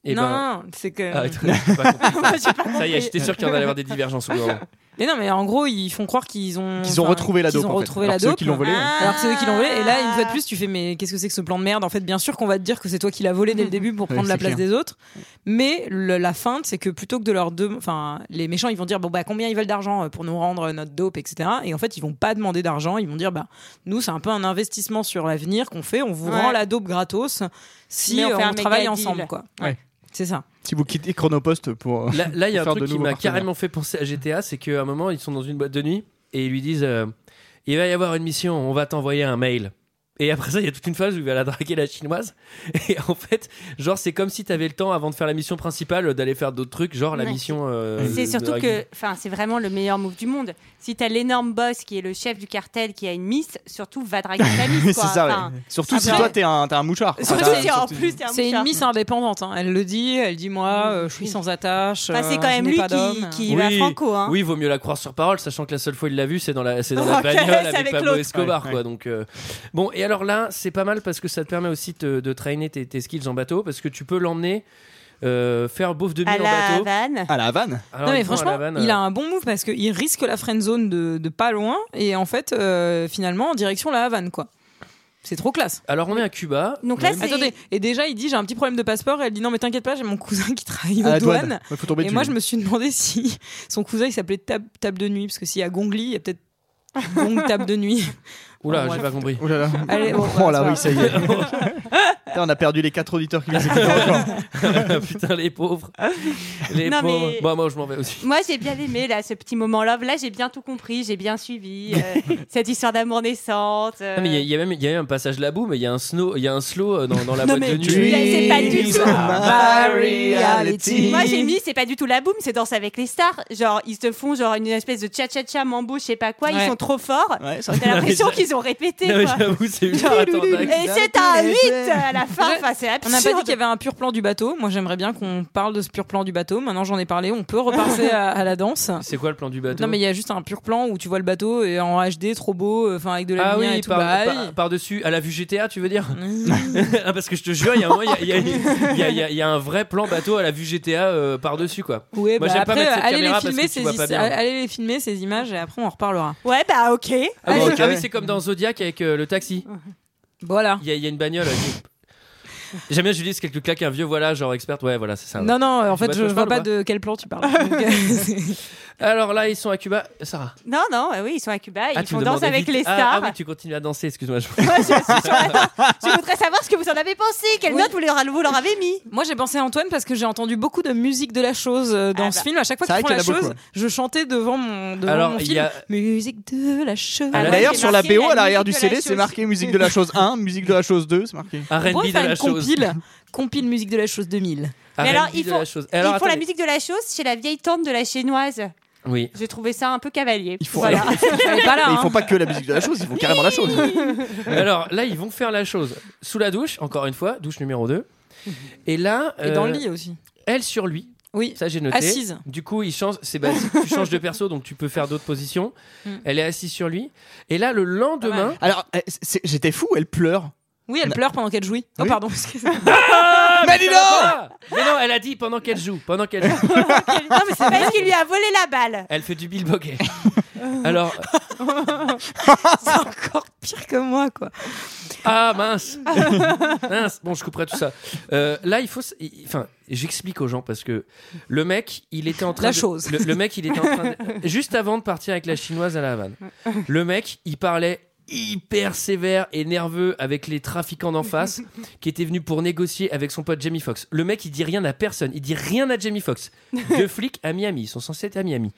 Speaker 6: Eh
Speaker 1: et
Speaker 7: non,
Speaker 1: ben.
Speaker 7: non, c'est que. *laughs*
Speaker 6: *laughs*
Speaker 1: Ah, *laughs* j'ai pas compris ça.
Speaker 10: J'ai
Speaker 1: *laughs*
Speaker 10: pas
Speaker 1: Ça y est,
Speaker 10: compris.
Speaker 1: j'étais sûr qu'il y en allait y avoir des divergences au bout d'un moment.
Speaker 7: Mais non, mais en gros, ils font croire qu'ils ont.
Speaker 6: Qu'ils ont
Speaker 7: enfin,
Speaker 6: retrouvé la
Speaker 7: qu'ils
Speaker 6: dope.
Speaker 7: ont
Speaker 6: en fait.
Speaker 7: retrouvé
Speaker 6: Alors
Speaker 7: la
Speaker 6: que ceux
Speaker 7: dope.
Speaker 6: qui l'ont volé.
Speaker 10: Ah.
Speaker 7: Alors que c'est eux qui l'ont volé. Et là, une fois de plus, tu fais mais qu'est-ce que c'est que ce plan de merde En fait, bien sûr qu'on va te dire que c'est toi qui l'as volé
Speaker 10: Mm.
Speaker 7: dès le début pour
Speaker 6: Ouais,
Speaker 7: prendre la
Speaker 6: c'est
Speaker 7: place des autres. Mais le- la feinte, c'est que plutôt que de leur demander, enfin, les méchants, ils vont dire bon bah combien ils veulent d'argent euh, pour nous rendre euh, notre dope, etc. Et en fait, ils vont pas demander d'argent. Ils vont dire bah nous, c'est un peu un investissement sur l'avenir qu'on fait. On vous
Speaker 10: Ouais.
Speaker 7: rend la dope gratos si
Speaker 10: Mais on
Speaker 7: euh,
Speaker 10: fait
Speaker 7: on,
Speaker 10: un méga
Speaker 7: travaille
Speaker 10: deal.
Speaker 7: ensemble, quoi.
Speaker 6: Ouais.
Speaker 7: C'est ça.
Speaker 6: Si vous quittez Chronopost pour.
Speaker 1: Là, là, il y a un
Speaker 6: Faire de
Speaker 1: truc qui
Speaker 6: nouveaux
Speaker 1: m'a
Speaker 6: partenaires.
Speaker 1: carrément fait penser à GTA, c'est qu'à un moment, ils sont dans une boîte de nuit et ils lui disent euh, Il va y avoir une mission, on va t'envoyer un mail. Et après ça, il y a toute une phase où il va la draguer la chinoise. *laughs* Et en fait, genre, c'est comme si t'avais le temps avant de faire la mission principale euh, d'aller faire d'autres trucs, genre la
Speaker 10: Ouais.
Speaker 1: mission. euh,
Speaker 10: C'est
Speaker 1: de-
Speaker 10: surtout
Speaker 1: de-
Speaker 10: que, enfin, c'est vraiment le meilleur move du monde. Si t'as l'énorme boss qui est le chef du cartel qui a une miss, surtout va draguer ta
Speaker 6: *laughs* c'est
Speaker 1: *laughs*
Speaker 10: miss. quoi.
Speaker 6: ça, ouais.
Speaker 10: Enfin,
Speaker 6: Surtout si
Speaker 10: après-
Speaker 6: toi t'es un, t'es un mouchard.
Speaker 10: Surtout
Speaker 6: Enfin,
Speaker 10: si en
Speaker 6: surtout-
Speaker 10: plus t'es un
Speaker 7: C'est une
Speaker 10: mouchard.
Speaker 7: miss indépendante. hein. Elle le dit. Elle dit moi, euh, je suis sans attache.
Speaker 10: Enfin, c'est
Speaker 7: euh,
Speaker 10: quand
Speaker 7: je
Speaker 10: même
Speaker 7: n'ai
Speaker 10: lui
Speaker 7: pas
Speaker 10: qui,
Speaker 7: d'homme.
Speaker 10: qui va
Speaker 1: Oui,
Speaker 10: franco. Hein.
Speaker 1: Oui, vaut mieux la croire sur parole, sachant que la seule fois il l'a vu, c'est dans la, c'est dans la
Speaker 10: Ok,
Speaker 1: bagnole
Speaker 10: c'est
Speaker 1: avec,
Speaker 10: avec
Speaker 1: Pablo
Speaker 10: l'autre.
Speaker 1: Escobar,
Speaker 6: Ouais,
Speaker 1: quoi. Donc euh, bon, et alors là, c'est pas mal parce que ça te permet aussi te- de traîner tes, tes skills en bateau, parce que tu peux l'emmener euh, faire bouffe de mille
Speaker 10: À
Speaker 1: en
Speaker 10: la
Speaker 1: bateau.
Speaker 10: vanne.
Speaker 6: À la Havane.
Speaker 1: Alors,
Speaker 7: Non mais
Speaker 1: ils font à
Speaker 7: franchement,
Speaker 1: La Havane,
Speaker 7: il
Speaker 1: euh,
Speaker 7: a un bon move parce qu'il risque la friend zone de, de pas loin et en fait euh, finalement en direction la Havane quoi. C'est trop classe.
Speaker 1: Alors on est à Cuba.
Speaker 10: Donc là,
Speaker 1: Oui.
Speaker 10: c'est-
Speaker 7: Attendez, et déjà il dit j'ai un petit problème de passeport et elle dit non mais t'inquiète pas j'ai mon cousin qui travaille
Speaker 6: À
Speaker 1: Ah,
Speaker 7: aux
Speaker 6: la
Speaker 7: douanes.
Speaker 6: douane. Ouais, faut
Speaker 7: Et
Speaker 6: tomber dessus.
Speaker 7: moi je me suis demandé *laughs* si son cousin il s'appelait Tab, Table de nuit parce que s'il y a Gongli il y a peut-être Gong Table
Speaker 1: *laughs*
Speaker 7: de nuit.
Speaker 1: Oula,
Speaker 7: Bon,
Speaker 1: j'ai
Speaker 7: bref.
Speaker 1: pas
Speaker 6: *laughs*
Speaker 1: compris. *laughs*
Speaker 6: Oh là là.
Speaker 7: Allez, bon,
Speaker 6: oh
Speaker 7: bah,
Speaker 6: là,
Speaker 7: c'est
Speaker 6: oui, ça y est. Putain, on a perdu les 4 auditeurs qui nous écoutent encore.
Speaker 1: Putain les pauvres. Les
Speaker 10: Non,
Speaker 1: pauvres.
Speaker 10: mais-
Speaker 1: Bon, moi je m'en vais aussi.
Speaker 10: Moi, j'ai bien aimé là, ce petit moment love. Là, j'ai bien tout compris, j'ai bien suivi euh, cette histoire d'amour naissante. euh.
Speaker 1: Ah, mais il y, a- il y a même il y a eu un passage là-bas, mais il y a un snow, il y a un slow euh, dans, dans la
Speaker 7: Non,
Speaker 1: boîte
Speaker 7: mais
Speaker 1: de
Speaker 7: tu-
Speaker 1: nuit.
Speaker 10: Là, c'est pas du tout.
Speaker 6: My reality.
Speaker 10: Moi, j'ai mis, c'est pas du tout la boum, c'est danse avec les stars. Genre, ils se font genre une espèce de tcha-tcha-tcha, mambo, je sais pas quoi.
Speaker 7: Ouais.
Speaker 10: Ils sont trop forts.
Speaker 6: Ouais, c'est vrai.
Speaker 10: T'as
Speaker 1: *laughs*
Speaker 10: l'impression
Speaker 1: Non, mais
Speaker 10: qu'ils ont
Speaker 1: *laughs*
Speaker 10: répété.
Speaker 1: Non mais
Speaker 10: quoi.
Speaker 1: Ah, j'avoue, c'est ultra tendax.
Speaker 10: Et c'est un 8 à la fin. Enfin, c'est
Speaker 7: On n'a
Speaker 10: absurde.
Speaker 7: pas dit qu'il y avait un pur plan du bateau. Moi j'aimerais bien qu'on parle de ce pur plan du bateau. Maintenant j'en ai parlé, on
Speaker 1: *laughs*
Speaker 7: peut repasser à- à la danse.
Speaker 1: C'est quoi le plan du bateau
Speaker 7: Non, mais il y a juste un pur plan où tu vois le bateau et en HD, trop beau, euh, enfin avec de la
Speaker 1: Ah
Speaker 7: lumière
Speaker 1: oui,
Speaker 7: et tout.
Speaker 1: par,
Speaker 7: Bah,
Speaker 1: par-
Speaker 7: oui.
Speaker 1: par-dessus, à la vue GTA, tu veux dire
Speaker 7: Mmh.
Speaker 1: *laughs* Ah, Parce que je te jure, il y a un moment, il y a- il y a- il y a- il y a- il y a un vrai plan bateau à la vue GTA euh, par-dessus, quoi.
Speaker 7: *laughs* Ouais,
Speaker 1: Moi,
Speaker 7: bah,
Speaker 1: j'aime pas
Speaker 7: après,
Speaker 1: mettre cette
Speaker 7: allez
Speaker 1: caméra
Speaker 7: les,
Speaker 1: parce que
Speaker 7: filmer,
Speaker 1: tu vois
Speaker 7: ces
Speaker 1: pas
Speaker 7: is-
Speaker 1: bien.
Speaker 7: allez les filmer ces images et après on reparlera.
Speaker 10: Ouais, bah ok.
Speaker 1: Ah,
Speaker 6: bon,
Speaker 1: oui,
Speaker 6: ok.
Speaker 1: ah oui, c'est comme dans Zodiac avec euh, le taxi.
Speaker 7: Voilà.
Speaker 1: Il y, a- il y a une bagnole. euh, qui- J'aime bien Julie, c'est quelques claques, un vieux, voilà, genre experte. Ah Ouais, voilà, c'est ça.
Speaker 7: Non, non, en fait,
Speaker 1: vois de
Speaker 7: je
Speaker 1: quoi je
Speaker 7: vois
Speaker 1: parle,
Speaker 7: pas
Speaker 1: ou
Speaker 7: de quel plan tu
Speaker 1: *laughs*
Speaker 7: parles. Donc, euh, *laughs* c'est-
Speaker 1: Alors là, ils sont à Cuba. Sarah.
Speaker 10: Non, non, euh, oui, ils sont à Cuba.
Speaker 1: Ah,
Speaker 10: Ils
Speaker 1: tu me
Speaker 10: font danse
Speaker 1: demandais
Speaker 10: avec
Speaker 1: vite-
Speaker 10: les
Speaker 1: Ah,
Speaker 10: stars.
Speaker 1: Ah, oui, tu continues à danser, excuse-moi. je-
Speaker 10: Moi, je suis sur la danse. Je voudrais savoir ce que vous en avez pensé. Quelle
Speaker 7: Oui.
Speaker 10: note vous leur, vous leur avez mis
Speaker 7: Moi, j'ai pensé à Antoine parce que j'ai entendu beaucoup de musique de la chose euh, dans
Speaker 10: Ah
Speaker 7: ce
Speaker 10: bah.
Speaker 7: film. À chaque fois
Speaker 6: C'est
Speaker 7: qu'ils font
Speaker 6: vrai
Speaker 7: la
Speaker 6: qu'il y en a
Speaker 7: chose,
Speaker 6: beaucoup,
Speaker 7: je chantais devant mon, devant
Speaker 1: Alors,
Speaker 7: mon
Speaker 1: il
Speaker 7: film.
Speaker 1: y a-
Speaker 7: Musique de la chose.
Speaker 1: Ah, là,
Speaker 6: D'ailleurs,
Speaker 10: j'ai
Speaker 6: sur la
Speaker 10: marqué
Speaker 6: BO,
Speaker 10: la
Speaker 6: à l'arrière du
Speaker 10: musique de la
Speaker 6: CD, c'est
Speaker 10: chose.
Speaker 6: marqué musique de la chose 1, musique de la chose 2, c'est marqué.
Speaker 1: Un
Speaker 7: On pourrait
Speaker 1: R&B de
Speaker 7: faire
Speaker 1: la
Speaker 7: une
Speaker 1: chose.
Speaker 7: compile, compile musique de la chose 2000.
Speaker 1: Un
Speaker 10: Mais alors,
Speaker 1: R&B
Speaker 10: ils
Speaker 1: de
Speaker 10: font-
Speaker 1: la chose. Alors,
Speaker 10: Ils font la
Speaker 1: attendez.
Speaker 10: musique de la chose chez la vieille tante de la chinoise.
Speaker 1: Oui.
Speaker 10: J'ai trouvé ça un peu cavalier.
Speaker 6: Ils font-
Speaker 10: Voilà.
Speaker 7: Elle est pas là.
Speaker 6: Mais ils
Speaker 7: hein.
Speaker 6: font pas que la musique de la chose, ils font carrément la chose.
Speaker 1: Alors là, ils vont faire la chose sous la douche, encore une fois, douche numéro 2. Et là,
Speaker 7: Et dans
Speaker 1: euh,
Speaker 7: le lit aussi.
Speaker 1: elle sur lui,
Speaker 7: Oui.
Speaker 1: ça j'ai noté.
Speaker 7: Assise.
Speaker 1: Du coup, il change, c'est
Speaker 7: *laughs*
Speaker 1: basique, tu changes de perso, donc tu peux faire d'autres positions.
Speaker 7: Mm.
Speaker 1: Elle est assise sur lui. Et là, le lendemain,
Speaker 6: Alors, euh, c'est- j'étais fou, elle pleure.
Speaker 7: Oui,
Speaker 1: bah-
Speaker 7: elle pleure pendant qu'elle jouit. Oh,
Speaker 6: Oui.
Speaker 7: pardon. excusez-moi.
Speaker 1: Ah,
Speaker 7: bah,
Speaker 6: Mais dis
Speaker 1: ça
Speaker 6: donc
Speaker 1: va pas Mais non, elle a dit pendant qu'elle joue, pendant qu'elle
Speaker 7: *laughs*
Speaker 1: joue. *laughs*
Speaker 10: non, mais c'est parce qu'il lui a volé la balle.
Speaker 7: *laughs*
Speaker 1: Elle fait du bilboquet. Alors,
Speaker 7: c'est encore pire que moi, quoi.
Speaker 1: Ah mince, *laughs* mince. Bon, je couperai tout ça. Euh, là, il faut. s- il- Enfin, j'explique aux gens parce que le mec, il était en train.
Speaker 7: La
Speaker 1: de-
Speaker 7: chose.
Speaker 1: Le, le mec, il était en train. de-
Speaker 7: *laughs*
Speaker 1: Juste avant de partir avec la chinoise à la Havane, le mec, il parlait hyper sévère et nerveux avec les trafiquants d'en
Speaker 7: *laughs*
Speaker 1: face qui étaient venus pour négocier avec son pote Jamie Foxx. Le mec, il dit rien à personne. Il dit rien à Jamie Foxx.
Speaker 7: *laughs*
Speaker 1: Deux flics à Miami. Ils sont censés être à Miami.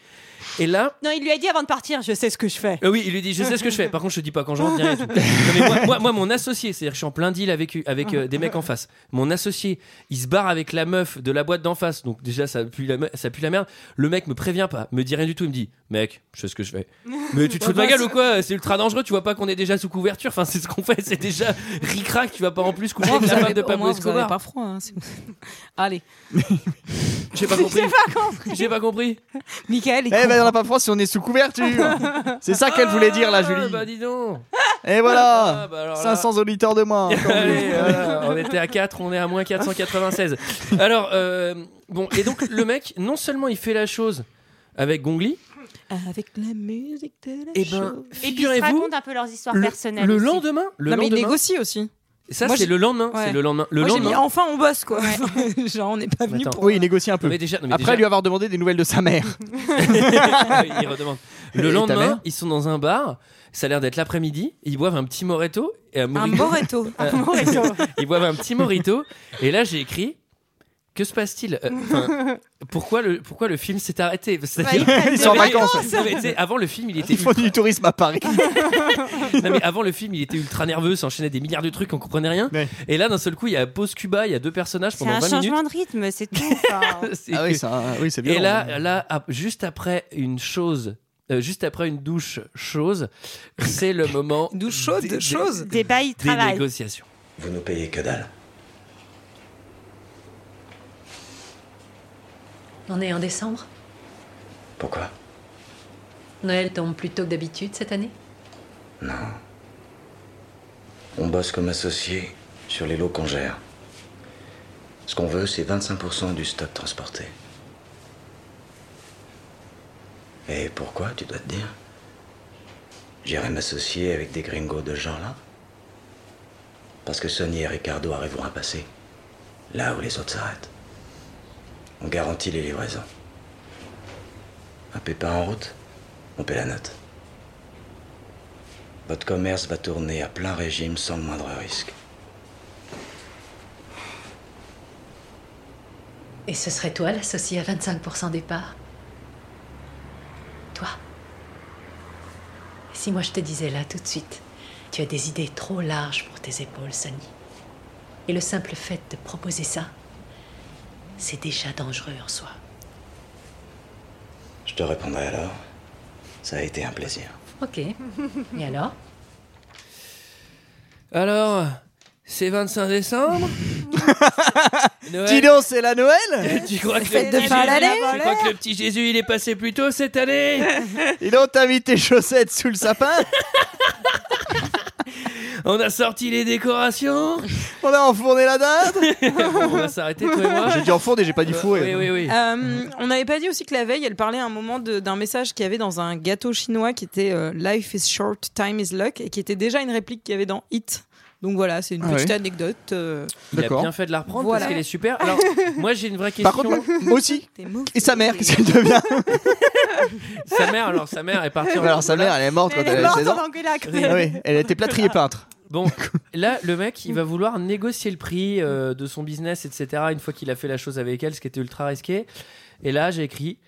Speaker 1: Et là,
Speaker 10: Non, il lui a dit avant de partir, je sais ce que je fais.
Speaker 1: euh, oui, il lui dit Je sais ce que je fais. Par contre, je te dis pas quand je rentre, ni rien du tout. Non, mais moi, moi- moi, mon associé, c'est-à-dire que je suis en plein deal avec, avec euh, des mecs en face. Mon associé, il se barre avec la meuf de la boîte d'en face. Donc, déjà, ça pue, la, me- ça pue la merde. Le mec me prévient pas, me dit rien du tout. Il me dit Mec, je sais ce que je fais. Mais tu te fous de ma gueule ou quoi C'est ultra dangereux. Tu vois pas qu'on est déjà sous couverture. Enfin, c'est ce qu'on fait. C'est déjà ric-rac. Tu vas pas en plus coucher avec la meuf de
Speaker 7: au
Speaker 1: Pablo
Speaker 7: moins, vous avez
Speaker 1: Escobar.
Speaker 7: pas froid. hein, si vous- *laughs* Allez,
Speaker 1: J'ai
Speaker 7: *laughs*
Speaker 1: pas compris. J'ai pas compris.
Speaker 7: Michael,
Speaker 6: Eh
Speaker 7: il
Speaker 6: ben, on n'a pas froid si on est sous couverture. C'est ça qu'elle voulait dire là,
Speaker 1: Ah,
Speaker 6: Julie.
Speaker 1: Bah, dis donc.
Speaker 6: Et voilà.
Speaker 1: Ah, bah, alors là.
Speaker 6: 500 auditeurs de moins.
Speaker 1: *laughs*
Speaker 6: encore
Speaker 1: Allez,
Speaker 6: mieux.
Speaker 1: voilà, euh, on était à 4, on est à moins
Speaker 6: *laughs*
Speaker 1: 496. Alors, euh, bon, et donc le mec, non seulement il fait la chose avec Gongli,
Speaker 7: comprend. Avec la musique de la
Speaker 1: et ben,
Speaker 7: chose.
Speaker 10: Et puis ils se
Speaker 1: figurez-vous,
Speaker 10: racontent un peu leurs histoires
Speaker 1: le,
Speaker 10: personnelles.
Speaker 1: le
Speaker 10: aussi.
Speaker 1: lendemain, le
Speaker 7: non, mais il
Speaker 1: lendemain,
Speaker 7: négocie aussi.
Speaker 1: ça
Speaker 7: Moi,
Speaker 1: c'est
Speaker 7: j'ai-
Speaker 1: le lendemain,
Speaker 7: Ouais.
Speaker 1: c'est le lendemain, le
Speaker 7: Moi, j'ai
Speaker 1: lendemain.
Speaker 7: mis enfin, on bosse, quoi. *laughs* Genre, on n'est
Speaker 1: Mais
Speaker 7: pas venu
Speaker 1: attends.
Speaker 7: pour.
Speaker 6: Oui, il négocie un peu.
Speaker 1: Non, mais déjà, non, mais
Speaker 6: Après lui
Speaker 1: déjà-
Speaker 6: avoir demandé des nouvelles de
Speaker 1: *laughs*
Speaker 6: sa mère.
Speaker 1: Oui, il redemande. Le
Speaker 6: Et ta mère
Speaker 1: lendemain, ils sont dans un bar, ça a l'air d'être l'après-midi, ils boivent un petit moretto et un
Speaker 7: Un
Speaker 1: mojito.
Speaker 7: Boreto.
Speaker 1: Euh, *laughs* ils boivent un petit morito. Et là, j'ai écrit. Que se passe-t-il Euh,
Speaker 10: *laughs*
Speaker 1: enfin, Pourquoi le pourquoi le film s'est arrêté C'est-à-dire-
Speaker 10: Bah,
Speaker 1: *laughs*
Speaker 6: Ils sont en
Speaker 1: Non, mais-
Speaker 6: vacances.
Speaker 1: non, mais tu sais, Avant le film, il
Speaker 10: *laughs*
Speaker 1: était
Speaker 6: Ils font du tourisme
Speaker 1: *laughs*
Speaker 6: à Paris.
Speaker 1: non, mais avant le film, il était ultra nerveux, s'enchaînait des milliards de trucs, on comprenait rien.
Speaker 6: Ouais.
Speaker 1: Et là, d'un seul coup, il y a pause Cuba, il y a deux personnages
Speaker 10: C'est
Speaker 1: pendant
Speaker 10: un
Speaker 1: 20 minutes. *laughs*
Speaker 10: changement de rythme, c'est tout.
Speaker 7: *laughs*
Speaker 10: enfin.
Speaker 1: C'est
Speaker 6: Ah
Speaker 1: que-
Speaker 6: oui, c'est un- oui, c'est
Speaker 1: Et
Speaker 6: violent.
Speaker 1: là, là, ap- juste après une chose, euh, juste après une douche chose, c'est le moment
Speaker 7: Douche chaude,
Speaker 1: des-
Speaker 7: chose.
Speaker 10: Des bails
Speaker 1: des
Speaker 10: travail.
Speaker 1: négociations.
Speaker 5: Vous nous payez que dalle.
Speaker 11: On est en décembre.
Speaker 5: Pourquoi
Speaker 11: Noël tombe plus tôt que d'habitude cette année.
Speaker 5: On bosse comme associé sur les lots qu'on gère. Ce qu'on veut, c'est 25% du stock transporté. Et pourquoi, tu dois te dire J'irai m'associer avec des gringos de ce genre-là Parce que Sonny et Ricardo arriveront à passer là où les autres s'arrêtent. On garantit les livraisons. Un pépin en route, on paie la note. Votre commerce va tourner à plein régime sans le moindre risque.
Speaker 11: Et ce serait toi l'associé à 25% des parts. Toi. Et si moi je te disais là tout de suite, tu as des idées trop larges pour tes épaules, Sani. Et le simple fait de proposer ça, c'est déjà dangereux en soi.
Speaker 5: Je te répondrai alors. Ça a été un plaisir.
Speaker 11: Ok. Et alors
Speaker 1: Alors, c'est 25
Speaker 10: *laughs*
Speaker 1: décembre.
Speaker 6: Dis
Speaker 1: Noël.
Speaker 6: donc, c'est la Noël
Speaker 1: Tu crois que le
Speaker 7: Fête de
Speaker 1: petit
Speaker 7: fin
Speaker 1: Jésus-
Speaker 7: d'année.
Speaker 1: tu crois que le petit Jésus il est passé plus tôt cette
Speaker 7: *laughs*
Speaker 1: année
Speaker 6: Dis donc, t'as mis tes chaussettes sous le sapin
Speaker 1: On a sorti les
Speaker 7: *laughs*
Speaker 1: décorations.
Speaker 6: On a enfourné la dinde
Speaker 1: on va s'arrêter toi et moi.
Speaker 6: J'ai dit enfourné, j'ai pas dit fouet.
Speaker 1: Oui, oui, oui.
Speaker 7: Euh, on n'avait pas dit aussi que la veille, elle parlait à un moment de- d'un message qu'il y avait dans un gâteau chinois qui était euh, Life is short, time is luck, et qui était déjà une réplique qu'il y avait dans Hit. Donc voilà, c'est une
Speaker 6: Ah
Speaker 7: petite
Speaker 6: ouais.
Speaker 7: anecdote. euh,
Speaker 1: Il a
Speaker 6: D'accord.
Speaker 1: bien fait de la reprendre
Speaker 7: Voilà.
Speaker 1: parce qu'elle est super.
Speaker 7: *laughs*
Speaker 1: Alors, moi, j'ai une vraie question.
Speaker 6: Par contre, moi aussi.
Speaker 7: t'es mou-
Speaker 6: Et sa mère, qu'est-ce qu'elle *laughs* devient
Speaker 1: sa mère, alors sa mère est partie. en-
Speaker 6: Alors sa mère, elle est morte quand
Speaker 10: Elle
Speaker 6: elle
Speaker 10: est
Speaker 6: avait
Speaker 10: morte
Speaker 6: 16
Speaker 10: en
Speaker 6: ans.
Speaker 10: Angolac.
Speaker 6: Ah oui, elle était plâtrier peintre.
Speaker 1: Bon, là, le mec, il va vouloir négocier le prix euh, de son business, etc. Une fois qu'il a fait la chose avec elle, ce qui était ultra risqué. Et là, j'ai écrit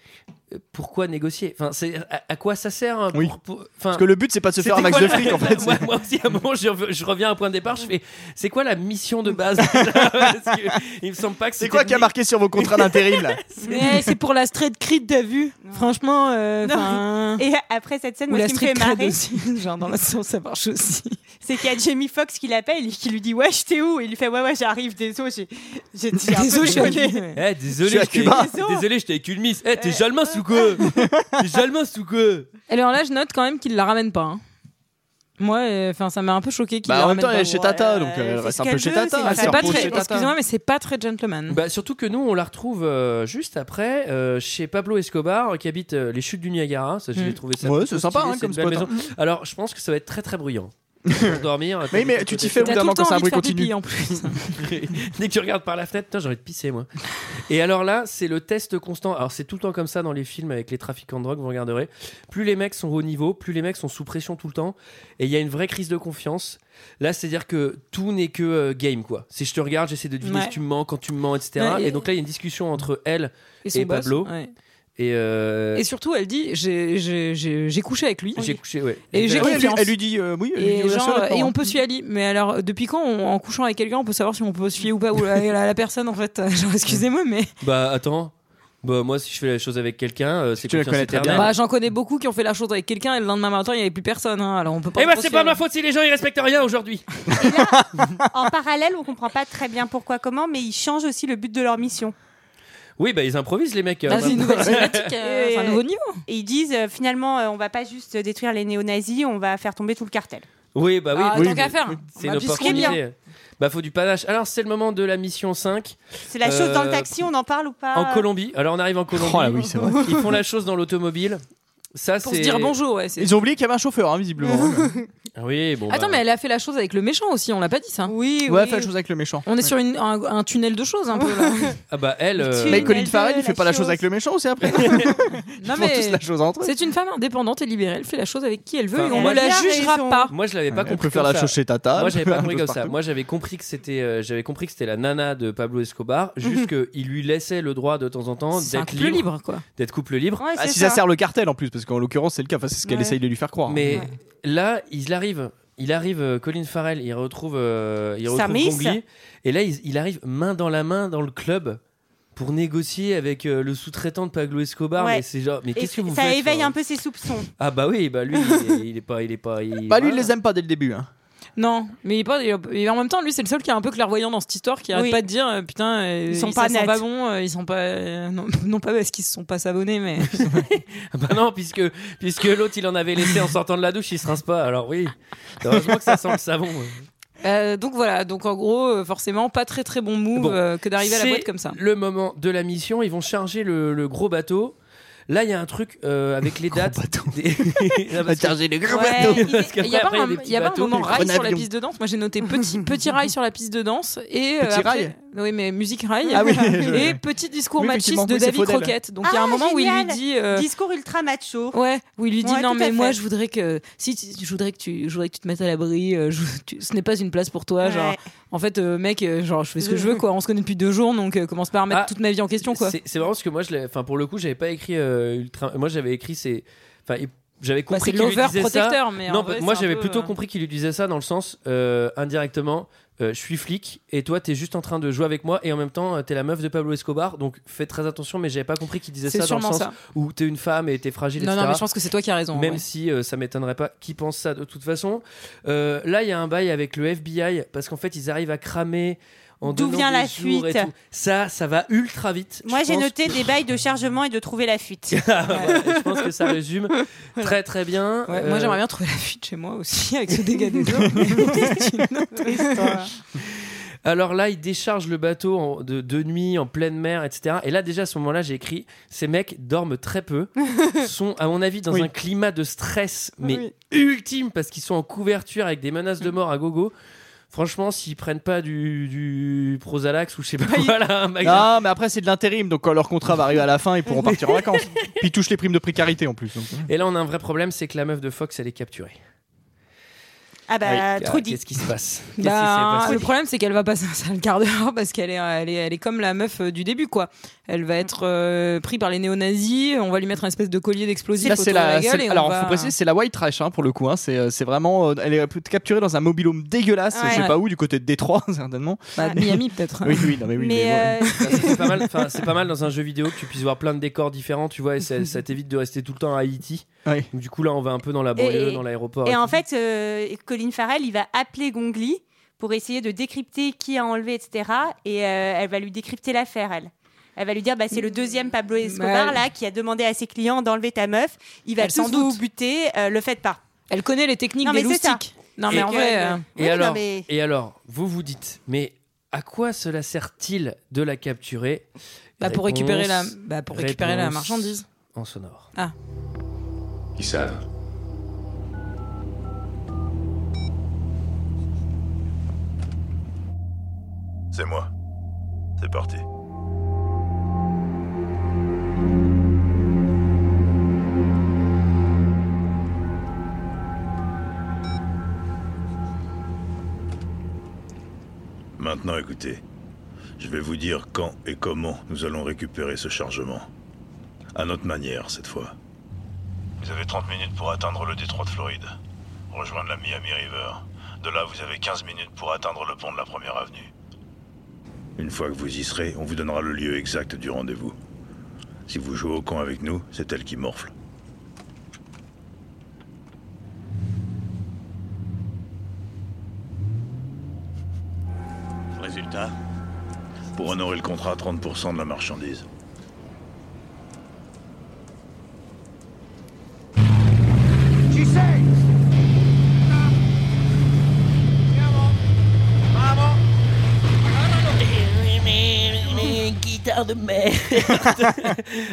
Speaker 1: euh, pourquoi négocier Enfin, c'est à, à quoi ça sert hein, pour-
Speaker 6: Oui.
Speaker 1: pour- enfin,
Speaker 6: Parce que le but, c'est pas de se faire un
Speaker 1: C'était
Speaker 6: max
Speaker 1: quoi
Speaker 6: de
Speaker 1: la-
Speaker 6: fric en fait.
Speaker 1: *laughs* moi, moi aussi, à un moment, je, rev- je reviens à un point de départ, je fais c'est quoi la mission de base *laughs* Parce que Il me semble pas que
Speaker 6: C'est
Speaker 1: c'était
Speaker 6: quoi qui a
Speaker 1: ni-
Speaker 6: marqué sur vos contrats d'intérim là
Speaker 7: Mais c'est pour la straight crit, t'as vu Franchement, euh,
Speaker 10: Non.
Speaker 7: enfin,
Speaker 10: Et après cette scène,
Speaker 7: ou
Speaker 10: moi,
Speaker 7: la
Speaker 10: ce qui me fait
Speaker 7: street cred
Speaker 10: marrer,
Speaker 7: aussi. *laughs* Genre dans la sauce, ça marche aussi.
Speaker 10: c'est qu'il y a Jamie Foxx qui l'appelle et qui lui dit Wesh, t'es où Et il lui fait Ouais, ouais, j'arrive, désolé, j'ai- j'ai j'ai un peu
Speaker 7: Désolé,
Speaker 10: déconné.
Speaker 7: j'ai-
Speaker 1: Eh, désolé,
Speaker 6: Je suis à
Speaker 1: j'étais-
Speaker 6: Cuba.
Speaker 1: *laughs* désolé, j'étais avec une miss. Eh, t'es jalmas ou quoi T'es jalmas ou quoi
Speaker 7: Alors là, je note quand même qu'il la ramène pas. hein. Moi, euh, enfin, ça m'a un peu choqué qu'il
Speaker 6: Bah,
Speaker 7: la
Speaker 6: en même temps,
Speaker 7: ramène
Speaker 6: elle est
Speaker 7: pas.
Speaker 6: chez Tata,
Speaker 7: Ouais,
Speaker 6: donc, euh, elle
Speaker 7: c'est
Speaker 6: reste
Speaker 7: ce
Speaker 6: un peu
Speaker 7: qu'elle
Speaker 6: chez
Speaker 7: veut,
Speaker 6: Tata,
Speaker 7: c'est-
Speaker 6: elle
Speaker 7: c'est
Speaker 6: se
Speaker 7: pas
Speaker 6: repose
Speaker 7: très-
Speaker 6: chez Tata.
Speaker 7: Excusez-moi, mais c'est pas très gentleman.
Speaker 1: Bah, surtout que nous, on la retrouve euh, juste après euh, chez Pablo Escobar qui habite euh, les chutes du Niagara. Ça, j'ai
Speaker 6: Mm.
Speaker 1: trouvé ça
Speaker 6: Ouais,
Speaker 1: plutôt
Speaker 6: c'est sympa,
Speaker 1: stylé,
Speaker 6: hein, comme
Speaker 1: une belle
Speaker 6: spot,
Speaker 1: maison. Alors, je pense que ça va être très très *laughs* bruyant. Pour dormir. t'as
Speaker 6: Oui, mais
Speaker 1: des
Speaker 6: tu t'y
Speaker 1: côtés-
Speaker 6: fais au bout T'as d'un tout moment le quand temps c'est un envie de bruit faire continu. pipi, en
Speaker 7: plus.
Speaker 6: *laughs*
Speaker 1: Dès que tu regardes par la fenêtre, putain, j'ai envie de pisser moi. Et alors là, c'est le test constant. Alors c'est tout le temps comme ça dans les films avec les trafiquants de drogue, vous regarderez. Plus les mecs sont au niveau, plus les mecs sont sous pression tout le temps. Et il y a une vraie crise de confiance. Là, c'est-à-dire que tout n'est que euh, game quoi. Si je te regarde, j'essaie de deviner
Speaker 7: Ouais.
Speaker 1: si tu me mens, quand tu me mens, etc.
Speaker 7: Ouais,
Speaker 1: et...
Speaker 7: et-
Speaker 1: donc là, il y a une discussion entre elle
Speaker 7: Et
Speaker 1: et,
Speaker 7: son boss,
Speaker 1: Pablo.
Speaker 7: ouais.
Speaker 1: Et, euh,
Speaker 7: Et surtout, elle dit j'ai- j'ai j'ai- j'ai couché avec lui.
Speaker 1: j'ai couché, ouais.
Speaker 7: Et j'ai
Speaker 6: Ouais, elle, lui-
Speaker 7: confiance.
Speaker 6: elle lui dit euh, oui, elle lui
Speaker 7: Et,
Speaker 6: dit, ouais,
Speaker 7: genre,
Speaker 6: ça va,
Speaker 7: euh,
Speaker 6: pas,
Speaker 7: et
Speaker 6: hein.
Speaker 7: on peut se fier à lui. Mais alors, depuis quand, on- en couchant avec quelqu'un, on peut savoir si on peut se fier ou pas ou à, à la personne en fait *laughs* Genre, excusez-moi, mais.
Speaker 1: Bah attends. Bah moi, si je fais la chose avec quelqu'un, euh, c'est
Speaker 6: Tu la
Speaker 1: confiance
Speaker 6: connais très bien.
Speaker 1: éternelle.
Speaker 7: Bah, j'en connais beaucoup qui ont fait la chose avec quelqu'un et le lendemain matin, il n'y avait plus personne. hein. Alors, on peut pas.
Speaker 6: bah,
Speaker 1: Eh ben,
Speaker 7: trop
Speaker 1: c'est
Speaker 7: se
Speaker 1: pas
Speaker 7: fier.
Speaker 1: ma faute si les gens ils respectent rien aujourd'hui.
Speaker 10: En parallèle, on comprend pas très bien pourquoi, comment, mais ils changent aussi le but de leur mission.
Speaker 1: Oui, bah ils improvisent les mecs. euh,
Speaker 7: Bah, c'est une
Speaker 1: maintenant.
Speaker 7: nouvelle cinématique,
Speaker 6: *laughs*
Speaker 7: euh,
Speaker 10: Et-
Speaker 7: c'est un nouveau niveau.
Speaker 10: Et ils disent euh, finalement, euh, on va pas juste détruire les néo-nazis, on va faire tomber tout le cartel.
Speaker 1: Oui, bah oui.
Speaker 7: Ah,
Speaker 1: oui,
Speaker 7: tant qu'à faire.
Speaker 1: C'est une
Speaker 7: On va pisser bien.
Speaker 1: opportunité. Bah faut du panache. Alors c'est le moment de la mission 5.
Speaker 10: C'est la chose dans le
Speaker 1: Euh,
Speaker 10: taxi, on en parle ou pas
Speaker 1: En Colombie. Alors on arrive en Colombie.
Speaker 6: Oh là oui, c'est vrai.
Speaker 1: Ils font la chose dans l'automobile. Ça
Speaker 7: Pour se
Speaker 1: c'est
Speaker 7: dire bonjour, ouais. c'est-
Speaker 6: Ils ont oublié qu'il y avait un chauffeur, hein, visiblement.
Speaker 1: Ah Oui, bon.
Speaker 7: Attends,
Speaker 1: bah,
Speaker 7: mais elle a fait la chose avec le méchant aussi, on l'a pas dit ça.
Speaker 10: Oui,
Speaker 6: ouais,
Speaker 10: oui.
Speaker 6: fait la chose avec le méchant.
Speaker 7: On est sur une- un, un tunnel de choses un peu
Speaker 10: *laughs*
Speaker 7: là.
Speaker 1: Ah bah elle. euh,
Speaker 10: Tu-
Speaker 6: Mais Colin
Speaker 10: Elle
Speaker 6: Farrell,
Speaker 10: veut
Speaker 6: il fait
Speaker 10: la
Speaker 6: pas la chose
Speaker 10: chose.
Speaker 6: avec le méchant aussi après
Speaker 7: non
Speaker 6: Ils font tous
Speaker 7: mais
Speaker 6: la chose entre eux.
Speaker 7: c'est une femme indépendante et libérée, elle fait la chose avec qui elle veut
Speaker 1: Enfin,
Speaker 7: et on
Speaker 1: moi,
Speaker 7: ne la
Speaker 10: elle a
Speaker 7: jugera
Speaker 10: raison.
Speaker 7: pas.
Speaker 1: Moi je l'avais pas
Speaker 6: On
Speaker 1: compris.
Speaker 6: peut faire
Speaker 1: comme
Speaker 6: la
Speaker 1: ça.
Speaker 6: chose chez Tata.
Speaker 1: Moi
Speaker 6: *laughs*
Speaker 1: j'avais pas
Speaker 6: on peut
Speaker 1: compris comme
Speaker 6: faire la
Speaker 1: ça.
Speaker 6: chose
Speaker 1: Moi j'avais compris que c'était euh, j'avais compris que c'était la nana de Pablo Escobar, juste qu'il lui laissait le droit de temps en temps
Speaker 7: Mhm. C'est un
Speaker 1: d'être
Speaker 7: couple
Speaker 1: libre,
Speaker 7: libre quoi.
Speaker 1: d'être couple libre.
Speaker 10: Ouais,
Speaker 6: partout. Ah,
Speaker 10: c'est
Speaker 6: si ça
Speaker 10: ça.
Speaker 6: sert le cartel en plus, parce qu'en l'occurrence, c'est le cas. Enfin, c'est ce qu'elle
Speaker 10: Ouais.
Speaker 6: essaye de lui faire croire. hein.
Speaker 1: Mais là, il arrive. Il arrive, euh, Colin Farrell, il retrouve, euh, il retrouve
Speaker 10: Samis.
Speaker 1: Gongli. Et là, il, il arrive main dans la main dans le club pour négocier avec euh, le sous-traitant de Pablo Escobar.
Speaker 10: Ouais.
Speaker 1: Mais c'est genre, mais
Speaker 10: Et
Speaker 1: qu'est-ce que vous
Speaker 10: ça
Speaker 1: faites
Speaker 10: éveille
Speaker 1: enfin
Speaker 10: un peu ses soupçons.
Speaker 1: Ah bah oui, bah lui, il est, il est pas, il est pas.
Speaker 6: *laughs*
Speaker 1: il-
Speaker 6: Bah, lui,
Speaker 1: voilà.
Speaker 6: il les aime pas dès le début. hein.
Speaker 7: Non, mais il est pas, il est- et en même temps, lui, c'est le seul qui est un peu clairvoyant dans cette histoire, qui arrête
Speaker 10: Oui.
Speaker 7: pas de dire euh, putain, euh,
Speaker 10: Ils sont
Speaker 7: ça
Speaker 10: pas
Speaker 7: sent
Speaker 10: nets.
Speaker 7: pas bon, euh, ils sont pas, euh, non, *laughs* non pas parce qu'ils se sont pas savonnés,
Speaker 10: *laughs*
Speaker 7: mais
Speaker 1: *laughs* Bah non, puisque puisque l'autre, il en avait laissé en sortant de la douche, il se rince pas. Alors oui, heureusement que ça sent le savon.
Speaker 7: Euh, donc voilà, donc en gros, euh, forcément, pas très très bon move
Speaker 1: Bon.
Speaker 7: euh, que d'arriver à la
Speaker 1: C'est
Speaker 7: boîte comme ça.
Speaker 1: Le moment de la mission, ils vont charger le, le gros bateau. Là, il y a un truc euh, avec les dates. des- *laughs* Ah, parce que-
Speaker 7: Ouais, il
Speaker 1: Parce qu'après,
Speaker 7: est- il y a pas
Speaker 1: après, il y a
Speaker 7: un,
Speaker 1: des petits
Speaker 7: il y a pas un
Speaker 1: bateaux,
Speaker 7: moment
Speaker 1: des
Speaker 7: rail sur la
Speaker 6: grenadiers.
Speaker 7: piste de danse. Moi j'ai
Speaker 1: *laughs*
Speaker 7: noté petit petit rail sur la piste de danse et euh,
Speaker 6: Petit
Speaker 7: après-
Speaker 6: rail
Speaker 7: Oui mais musique rail.
Speaker 6: Ah oui,
Speaker 7: *laughs*
Speaker 6: je-
Speaker 7: et petit discours
Speaker 6: Oui,
Speaker 7: machiste
Speaker 6: effectivement,
Speaker 7: de
Speaker 6: oui, c'est
Speaker 7: David
Speaker 6: Faudel.
Speaker 7: Croquette. Donc il y a
Speaker 10: Ah,
Speaker 7: un moment où il lui
Speaker 10: génial.
Speaker 7: dit euh,
Speaker 10: Discours ultra macho.
Speaker 7: Ouais, où il lui dit
Speaker 10: Ouais,
Speaker 7: non
Speaker 10: tout à
Speaker 7: mais moi
Speaker 10: fait.
Speaker 7: je voudrais que si tu- je voudrais que tu je voudrais que tu te mettes à l'abri, euh, je- tu- ce n'est pas une place pour toi genre
Speaker 10: Ouais.
Speaker 7: en fait euh, mec euh, genre je fais ce que je
Speaker 10: *laughs*
Speaker 7: veux quoi, on se connaît depuis deux jours donc euh, commence pas à remettre
Speaker 1: Ah,
Speaker 7: toute ma vie en question quoi. Bah,
Speaker 1: C'est c'est vraiment ce que moi, je l'ai- enfin pour le coup, j'avais pas écrit euh, ultra. Moi, j'avais écrit c'est, enfin, il- j'avais
Speaker 7: Bah,
Speaker 1: compris
Speaker 7: c'est
Speaker 1: qu'il lui
Speaker 7: l'over
Speaker 1: disait ça.
Speaker 7: protecteur mais en
Speaker 1: Non,
Speaker 7: vrai,
Speaker 1: moi
Speaker 7: c'est un
Speaker 1: j'avais
Speaker 7: peu,
Speaker 1: plutôt
Speaker 7: euh,
Speaker 1: compris qu'il lui disait ça dans le sens euh, indirectement. euh, je suis flic et toi t'es juste en train de jouer avec moi et en même temps euh, t'es la meuf de Pablo Escobar donc fais très attention mais j'avais pas compris qu'il disait
Speaker 7: C'est
Speaker 1: ça dans le
Speaker 7: sûrement
Speaker 1: sens
Speaker 7: ça.
Speaker 1: où t'es une femme et t'es fragile
Speaker 7: Non
Speaker 1: etc.
Speaker 7: non mais je pense que c'est toi qui as raison.
Speaker 1: Même
Speaker 7: ouais.
Speaker 1: si euh, ça m'étonnerait pas qui pense ça de toute façon. Euh, là, il y a un bail avec le FBI parce qu'en fait, ils arrivent à cramer. en
Speaker 10: D'où
Speaker 1: donnant
Speaker 10: vient
Speaker 1: des
Speaker 10: la
Speaker 1: jours et
Speaker 10: fuite
Speaker 1: tout. Ça, ça va ultra vite.
Speaker 10: Moi,
Speaker 1: Je
Speaker 10: j'ai
Speaker 1: pense- *laughs* Ah,
Speaker 10: noté des bails de chargement et de trouver la fuite.
Speaker 1: Voilà, je pense que ça
Speaker 10: *laughs*
Speaker 1: résume très très bien.
Speaker 7: Ouais,
Speaker 1: Euh,
Speaker 7: Moi, j'aimerais bien trouver la fuite chez moi aussi avec ce dégât des eaux. C'est une autre histoire.
Speaker 1: Alors là, ils déchargent le bateau en- de, de nuit en pleine mer, etc. Et là, déjà à ce moment-là, j'ai écrit ces mecs dorment très
Speaker 10: *laughs*
Speaker 1: peu, sont à mon avis dans
Speaker 6: Oui.
Speaker 1: un climat de stress, mais ultime parce qu'ils sont en couverture avec des menaces de mort à gogo. Franchement, s'ils prennent pas du, du Prosalax ou je sais pas quoi là, un magasin-
Speaker 6: Non, mais après, c'est de l'intérim. Donc, quand leur contrat va arriver à la fin, ils pourront partir
Speaker 10: *laughs*
Speaker 6: en vacances. Puis, ils touchent les primes de précarité en plus. donc. hein.
Speaker 1: Et là, on a un vrai problème, c'est que la meuf de Fox, elle est capturée.
Speaker 10: Ah bah,
Speaker 1: Ah,
Speaker 10: Trudy.
Speaker 1: Qu'est-ce qui se passe Qu'est-ce qui s'est
Speaker 7: Bah,
Speaker 1: passé
Speaker 7: le problème, c'est qu'elle va passer un sale quart d'heure parce qu'elle est, euh, elle est, elle est comme la meuf euh, du début, quoi. Elle va être euh, prise par les néo-nazis, on va lui mettre un espèce de collier d'explosifs
Speaker 6: Là,
Speaker 7: autour
Speaker 6: c'est
Speaker 7: de
Speaker 6: la.
Speaker 7: la gueule.
Speaker 6: c'est-
Speaker 7: et on
Speaker 6: alors,
Speaker 7: va-
Speaker 6: faut préciser, c'est la white trash hein, pour le coup. hein. C'est, euh, c'est vraiment. euh, elle est capturée dans un mobilhome dégueulasse,
Speaker 10: Ouais.
Speaker 6: je sais pas où, du côté de Détroit, *laughs* certainement.
Speaker 7: Bah, Miami,
Speaker 10: Ah.
Speaker 7: peut-être.
Speaker 6: Oui, oui, non, mais oui.
Speaker 10: mais
Speaker 6: mais bon.
Speaker 10: euh,
Speaker 1: C'est pas, mal, enfin, c'est pas mal dans un jeu vidéo que tu puisses voir plein de décors différents, tu vois, et ça, ça t'évite de rester tout le temps à Haïti.
Speaker 6: Ouais.
Speaker 1: Donc, du coup, là, on va un peu dans la banlieue,
Speaker 10: Et-
Speaker 1: dans l'aéroport.
Speaker 10: Et
Speaker 1: et
Speaker 10: en
Speaker 1: tout.
Speaker 10: fait, euh, Colin Farrell, il va appeler Gongli pour essayer de décrypter qui a enlevé, etc. Et euh, elle va lui décrypter l'affaire, elle. Elle va lui dire, bah, c'est le deuxième Pablo Escobar
Speaker 7: Bah, elle-
Speaker 10: là qui a demandé à ses clients d'enlever ta meuf. Il va
Speaker 7: Elle s'en
Speaker 10: tous vous
Speaker 7: doute.
Speaker 10: buter. euh, le faites pas.
Speaker 7: Elle connaît les techniques
Speaker 10: Non,
Speaker 7: des
Speaker 10: mais c'est ça.
Speaker 7: loustiques. Non,
Speaker 1: Et-
Speaker 7: mais en vrai. euh,
Speaker 1: Et, alors, et alors, vous vous dites, mais à quoi cela sert-il de la capturer
Speaker 7: Bah, pour récupérer la-
Speaker 1: Réponse-
Speaker 7: bah, pour récupérer la
Speaker 1: réponse
Speaker 7: marchandise.
Speaker 1: En sonore.
Speaker 12: Ils savent.
Speaker 13: C'est moi. C'est parti. Maintenant écoutez, je vais vous dire quand et comment nous allons récupérer ce chargement. À notre manière cette fois. Vous avez 30 minutes pour atteindre le détroit de Floride, rejoindre la Miami River. De là, vous avez 15 minutes pour atteindre le pont de la Première Avenue. Une fois que vous y serez, on vous donnera le lieu exact du rendez-vous. Si vous jouez au camp avec nous, c'est elle qui morfle. Résultat Pour honorer le contrat, 30% de la marchandise.
Speaker 2: Ci sei? Andiamo. Bravo.
Speaker 1: guitare de merde.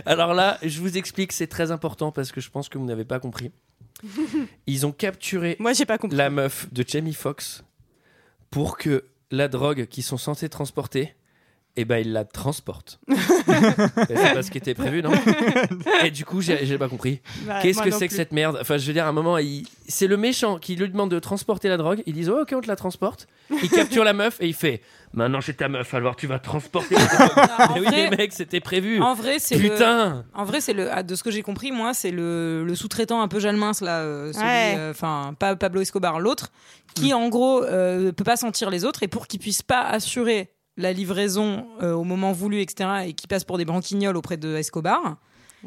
Speaker 1: Alors là, je vous explique, c'est très important parce que je pense que vous n'avez pas
Speaker 7: *laughs*
Speaker 1: compris. Ils ont capturé *laughs* la meuf de Jamie Foxx pour que la drogue qu'ils sont censés transporter, eh ben ils la
Speaker 7: *laughs*
Speaker 1: transportent. Ben, c'est pas ce qui était prévu, non Et du coup, j'ai j'ai pas compris.
Speaker 3: Bah,
Speaker 1: Qu'est-ce
Speaker 3: moi
Speaker 1: que
Speaker 3: non
Speaker 1: c'est que
Speaker 3: plus.
Speaker 1: cette merde Enfin, je veux dire, à un moment, il- c'est le méchant qui lui demande de transporter la drogue. Ils disent, oh, ok, on te la transporte. Il capture la meuf et il fait, maintenant c'est ta meuf, alors tu vas transporter la
Speaker 7: *laughs*
Speaker 1: drogue. Mais oui,
Speaker 7: vrai-
Speaker 1: les mecs, c'était prévu.
Speaker 7: En vrai, c'est le-
Speaker 1: Putain
Speaker 7: En vrai, c'est le. ah, De ce que j'ai compris, moi, c'est le, le sous-traitant un peu Jalmin, là, euh, celui,
Speaker 10: Ouais.
Speaker 7: euh, enfin, pas Pablo Escobar, l'autre, qui en gros euh, peut pas sentir les autres et pour qu'il puisse pas assurer la livraison euh, au moment voulu, etc., et qui passe pour des branquignoles auprès de Escobar.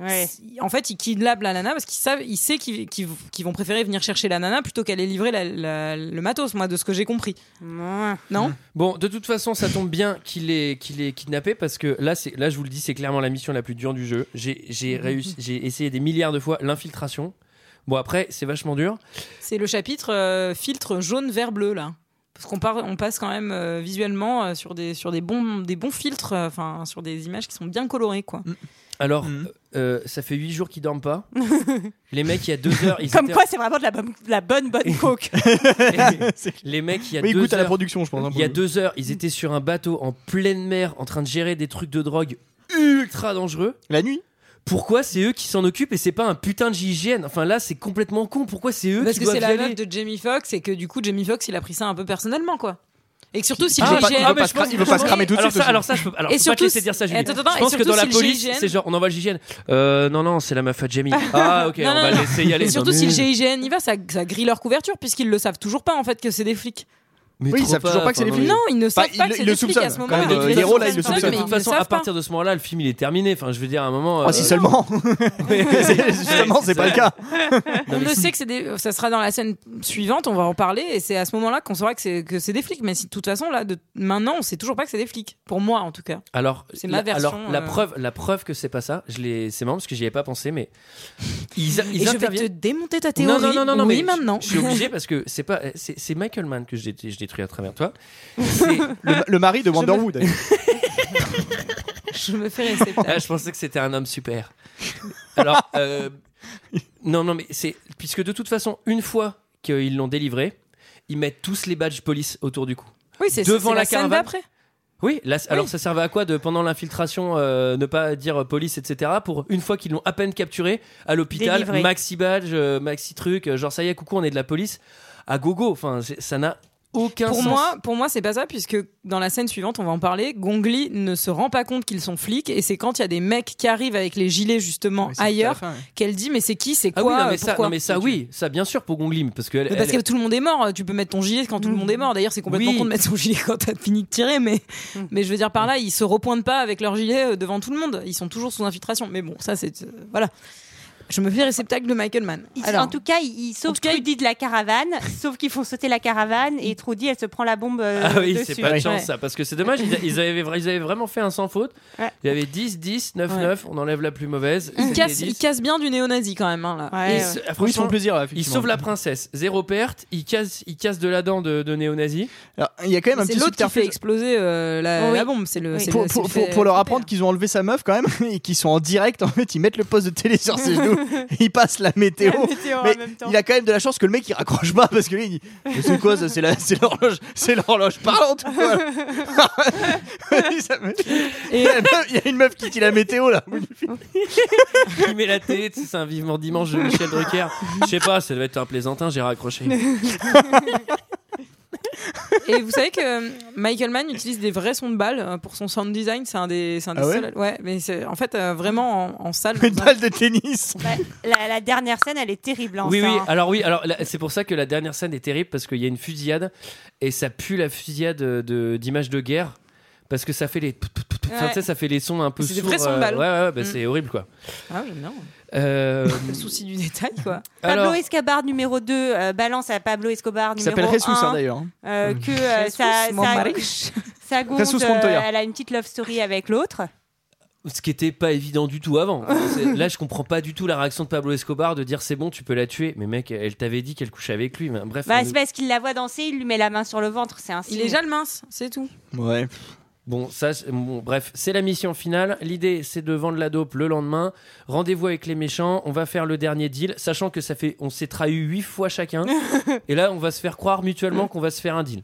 Speaker 7: s- En fait, il kidnappe la nana parce qu'ils savent, il sait qu'ils qu'ils- qu'ils vont préférer venir chercher la nana plutôt qu'aller livrer la- la- le matos, moi, de ce que j'ai compris. Non
Speaker 1: Bon, de toute façon, ça tombe bien qu'il est qu'il est kidnappé parce que là, c'est là, je vous le dis, c'est clairement la mission la plus dure du jeu. J'ai
Speaker 7: *laughs*
Speaker 1: j'ai réussi, j'ai essayé des milliards de fois l'infiltration. Bon, après, c'est vachement dur.
Speaker 7: C'est le chapitre euh, filtre jaune, vert, bleu là. Parce qu'on part- on passe quand même euh, visuellement euh, sur des sur des bons des bons filtres, euh, enfin sur des images qui sont bien colorées quoi.
Speaker 1: Mm. Alors,
Speaker 6: Mhm.
Speaker 1: euh, ça fait 8 jours qu'ils dorment
Speaker 7: *laughs*
Speaker 1: pas. les mecs, il y a 2 heures, ils
Speaker 10: Comme
Speaker 1: étaient-
Speaker 10: quoi, c'est vraiment de la bonne, la
Speaker 1: *laughs*
Speaker 10: bonne, bonne coke.
Speaker 7: *laughs*
Speaker 1: les mecs, il y a
Speaker 6: Oui, ils
Speaker 1: deux
Speaker 6: goûtent à la
Speaker 1: heures-
Speaker 6: production, je pense, hein, pour
Speaker 1: il y a
Speaker 6: le-
Speaker 1: deux heures, ils étaient sur un bateau en pleine mer en train de gérer des trucs de drogue ultra dangereux.
Speaker 6: La nuit
Speaker 1: Pourquoi c'est eux qui s'en occupent et c'est pas un putain de JGN Enfin là, c'est complètement con. Pourquoi c'est eux
Speaker 7: Parce
Speaker 1: qui
Speaker 7: que
Speaker 1: doivent y
Speaker 7: c'est la
Speaker 1: aller
Speaker 7: meuf de Jamie Foxx et que du coup Jamie Foxx il a pris ça un peu personnellement quoi. Et que surtout si
Speaker 1: Ah,
Speaker 7: le
Speaker 1: bah,
Speaker 7: GIGN
Speaker 1: ah, mais je pense- je pense- alors ça, alors ça, je peux, alors,
Speaker 7: Et
Speaker 1: faut pas te
Speaker 7: surtout
Speaker 1: laisser dire ça, Julie.
Speaker 7: Attends, attends,
Speaker 1: je
Speaker 7: et
Speaker 1: pense que
Speaker 7: surtout
Speaker 1: dans la
Speaker 7: si le
Speaker 1: police,
Speaker 7: GIGN
Speaker 1: c'est genre, on envoie le GIGN. Euh, non, non, c'est la meuf à Jamie. Ah, ok,
Speaker 7: Non,
Speaker 1: on
Speaker 7: non,
Speaker 1: va
Speaker 7: non.
Speaker 1: laisser y aller.
Speaker 7: Et surtout
Speaker 1: Non,
Speaker 7: si le
Speaker 1: mais-
Speaker 7: GIGN y va, ça, ça grille leur couverture puisqu'ils le savent toujours pas en fait que c'est des flics.
Speaker 1: Mais trop enfin,
Speaker 7: Non, ils ne savent
Speaker 1: Enfin,
Speaker 7: pas
Speaker 1: ils le-
Speaker 7: que c'est
Speaker 1: ils le
Speaker 7: des flics
Speaker 1: soupçonnent,
Speaker 7: à ce
Speaker 1: quand
Speaker 7: moment.
Speaker 1: même.
Speaker 7: Ils
Speaker 1: héros, là,
Speaker 7: le
Speaker 1: ils le
Speaker 7: soupçonnent,
Speaker 1: soupçonnent.
Speaker 7: mais
Speaker 1: De toute
Speaker 7: ils le
Speaker 1: façon, à
Speaker 7: savent pas.
Speaker 1: partir de ce moment-là, le film il est terminé. Enfin, je veux dire, à un moment.
Speaker 6: Ah, si seulement. Justement, c'est pas le cas.
Speaker 7: On ne sait que c'est des... ça sera dans la scène suivante, on va en parler, et c'est à ce moment-là qu'on saura que c'est que c'est des flics. Mais si, de toute façon, là, de... maintenant, on sait toujours pas que c'est des flics. Pour moi, en tout cas.
Speaker 1: Alors,
Speaker 7: C'est ma
Speaker 1: la-
Speaker 7: version,
Speaker 1: alors, la
Speaker 7: euh.
Speaker 1: preuve, la preuve que c'est pas ça, je l'ai, c'est marrant parce que j'y avais pas pensé, mais ils, a- ils
Speaker 7: et je vais
Speaker 1: interviennent.
Speaker 7: te démonter ta
Speaker 1: Non,
Speaker 7: théorie.
Speaker 1: non, non, non, non,
Speaker 7: oui,
Speaker 1: mais
Speaker 7: maintenant.
Speaker 1: Je suis obligé parce que c'est pas, c'est c'est Michael Mann que je, dé- je détruis à travers toi.
Speaker 6: Le, le mari de
Speaker 1: Je me-
Speaker 6: Wonderwood.
Speaker 7: *laughs* je me fais rester.
Speaker 1: Ah, je pensais que c'était un homme super. Alors, euh, non, non, mais c'est puisque de toute façon, une fois qu'ils l'ont délivré, ils mettent tous les badges police autour du cou.
Speaker 7: Oui, c'est
Speaker 1: Ah, devant
Speaker 7: c'est
Speaker 1: la,
Speaker 7: scène
Speaker 1: caravane.
Speaker 7: d'après.
Speaker 1: Oui, là, alors ça servait à quoi de pendant l'infiltration euh, ne pas dire euh, police, etc. Pour une fois qu'ils l'ont à peine capturé à l'hôpital,
Speaker 3: Délivré.
Speaker 1: maxi badge, euh, maxi truc, euh, genre ça y est, coucou, on est de la police, à gogo. Enfin, c'est- ça n'a aucun
Speaker 7: pour
Speaker 1: sens.
Speaker 7: moi, pour moi, c'est pas ça, puisque dans la scène suivante, on va en parler. Gongli ne se rend pas compte qu'ils sont flics, et c'est quand il y a des mecs qui arrivent avec les gilets justement
Speaker 1: c'est tout à la
Speaker 7: ailleurs euh,
Speaker 1: fin, ouais.
Speaker 7: qu'elle dit mais c'est qui, c'est
Speaker 1: ah
Speaker 7: quoi,
Speaker 1: oui, non, mais ça,
Speaker 7: pourquoi
Speaker 1: non, mais ça, oui, ça bien sûr pour Gonglim, parce que elle-
Speaker 7: Mais parce
Speaker 1: elle-
Speaker 7: que tout le monde est mort, tu peux mettre ton gilet quand tout le monde est mort. D'ailleurs, c'est complètement
Speaker 1: Oui.
Speaker 7: con de mettre son gilet quand t'as fini de tirer, mais,
Speaker 6: Mm.
Speaker 7: mais je veux dire par là, ils se repointent pas avec leur gilet euh, devant tout le monde. Ils sont toujours sous infiltration. Mais bon, ça c'est euh, voilà. Je me fais réceptacle de Michael Mann.
Speaker 10: Il-
Speaker 7: Alors,
Speaker 10: en tout cas, il, il sauve Trudy de la caravane, sauf qu'ils font sauter la caravane et Trudy, elle se prend la bombe. euh,
Speaker 1: Ah
Speaker 7: *laughs*
Speaker 1: oui,
Speaker 10: dessus.
Speaker 1: c'est pas de chance
Speaker 10: Ouais.
Speaker 1: ça, parce que c'est dommage, ils, ils avaient, vra- ils avaient vraiment fait un sans faute.
Speaker 10: Ouais.
Speaker 1: Il y avait 10, 10, 9, 9, on enlève la plus mauvaise.
Speaker 7: il,
Speaker 1: c'était
Speaker 7: casse,
Speaker 1: 10.
Speaker 7: il casse bien du néo-nazi quand même. hein, là.
Speaker 1: Ils
Speaker 7: Et-
Speaker 1: se- ah, franchement, Ils sauvent la princesse, zéro perte, ils cassent, ils cassent de la dent de, de néo-nazi.
Speaker 6: Il y a quand même un
Speaker 7: C'est
Speaker 6: petit
Speaker 7: l'autre qui fait
Speaker 6: subterfuge.
Speaker 7: exploser euh, la,
Speaker 6: Oui.
Speaker 7: la bombe. C'est le. c'est
Speaker 6: pour,
Speaker 7: le- c'est
Speaker 6: pour-
Speaker 7: le
Speaker 6: pour-
Speaker 7: fait-
Speaker 6: pour leur apprendre qu'ils ont enlevé sa meuf quand même *laughs* et qu'ils sont en direct en fait ils mettent le poste de télé sur ses genoux
Speaker 7: *laughs*
Speaker 6: ils passent la météo,
Speaker 7: La météo en
Speaker 6: mais
Speaker 7: même temps.
Speaker 6: il a quand même de la chance que le mec il raccroche pas parce que lui il dit Mais c'est quoi ça c'est la- c'est l'horloge c'est l'horloge parlante ou quoi *laughs* Ça me- il, y a une meuf- il y a une meuf qui dit la météo là
Speaker 1: Il met la télé, tu sais, c'est un vivement dimanche de Michel Drucker. Je sais pas, ça devait être un plaisantin, j'ai raccroché.
Speaker 7: Et vous savez que euh, Michael Mann utilise des vrais sons de balles euh, pour son sound design. C'est un des, c'est un des
Speaker 6: Ah ouais
Speaker 7: seuls. Ouais, mais c'est en fait euh, vraiment en, en salle.
Speaker 6: une balle de tennis
Speaker 10: Bah, la, la dernière scène, elle est terrible. hein,
Speaker 1: Oui,
Speaker 10: ça,
Speaker 1: oui,
Speaker 10: hein.
Speaker 1: alors oui, alors là, c'est pour ça que la dernière scène est terrible parce qu'il y a une fusillade et ça pue la fusillade de- de- d'images de, guerre parce que ça fait les. Enfin, tu sais, ça fait les sons un peu
Speaker 7: C'est des
Speaker 1: sourds,
Speaker 7: vrais sons de
Speaker 1: euh,
Speaker 7: balle.
Speaker 1: Ouais, ouais, bah,
Speaker 7: Mm.
Speaker 1: c'est horrible quoi.
Speaker 7: Ah, j'aime bien.
Speaker 1: Euh,
Speaker 7: Le souci du détail, quoi.
Speaker 10: Pablo
Speaker 1: alors-
Speaker 10: Escobar numéro 2 euh, balance à Pablo Escobar
Speaker 6: Qui
Speaker 10: numéro 1.
Speaker 6: s'appelle Jesus, hein, d'ailleurs.
Speaker 10: euh, que euh,
Speaker 7: Jesus,
Speaker 10: ça,
Speaker 7: mon
Speaker 10: ça-
Speaker 7: mari.
Speaker 10: ça gonfle,
Speaker 6: Jesus Montoya.
Speaker 10: euh, elle a une petite love story avec l'autre.
Speaker 1: Ce qui était pas évident du tout
Speaker 10: *laughs*
Speaker 1: avant. C'est- Là, je comprends pas du tout la réaction de Pablo Escobar de dire c'est bon, tu peux la tuer. Mais mec, elle t'avait dit qu'elle couchait avec lui. Mais bref.
Speaker 10: Bah,
Speaker 1: on-
Speaker 10: c'est parce qu'il la voit danser, il lui met la main sur le ventre, c'est un
Speaker 7: Il est déjà le mince, c'est tout.
Speaker 6: Ouais.
Speaker 1: Bon, ça, c'est- bon, bref, c'est la mission finale. L'idée, c'est de vendre la dope le lendemain. Rendez-vous avec les méchants. On va faire le dernier deal, sachant que ça fait, on s'est trahi huit fois
Speaker 10: *laughs*
Speaker 1: chacun. et là, on va se faire croire mutuellement qu'on va se faire un deal.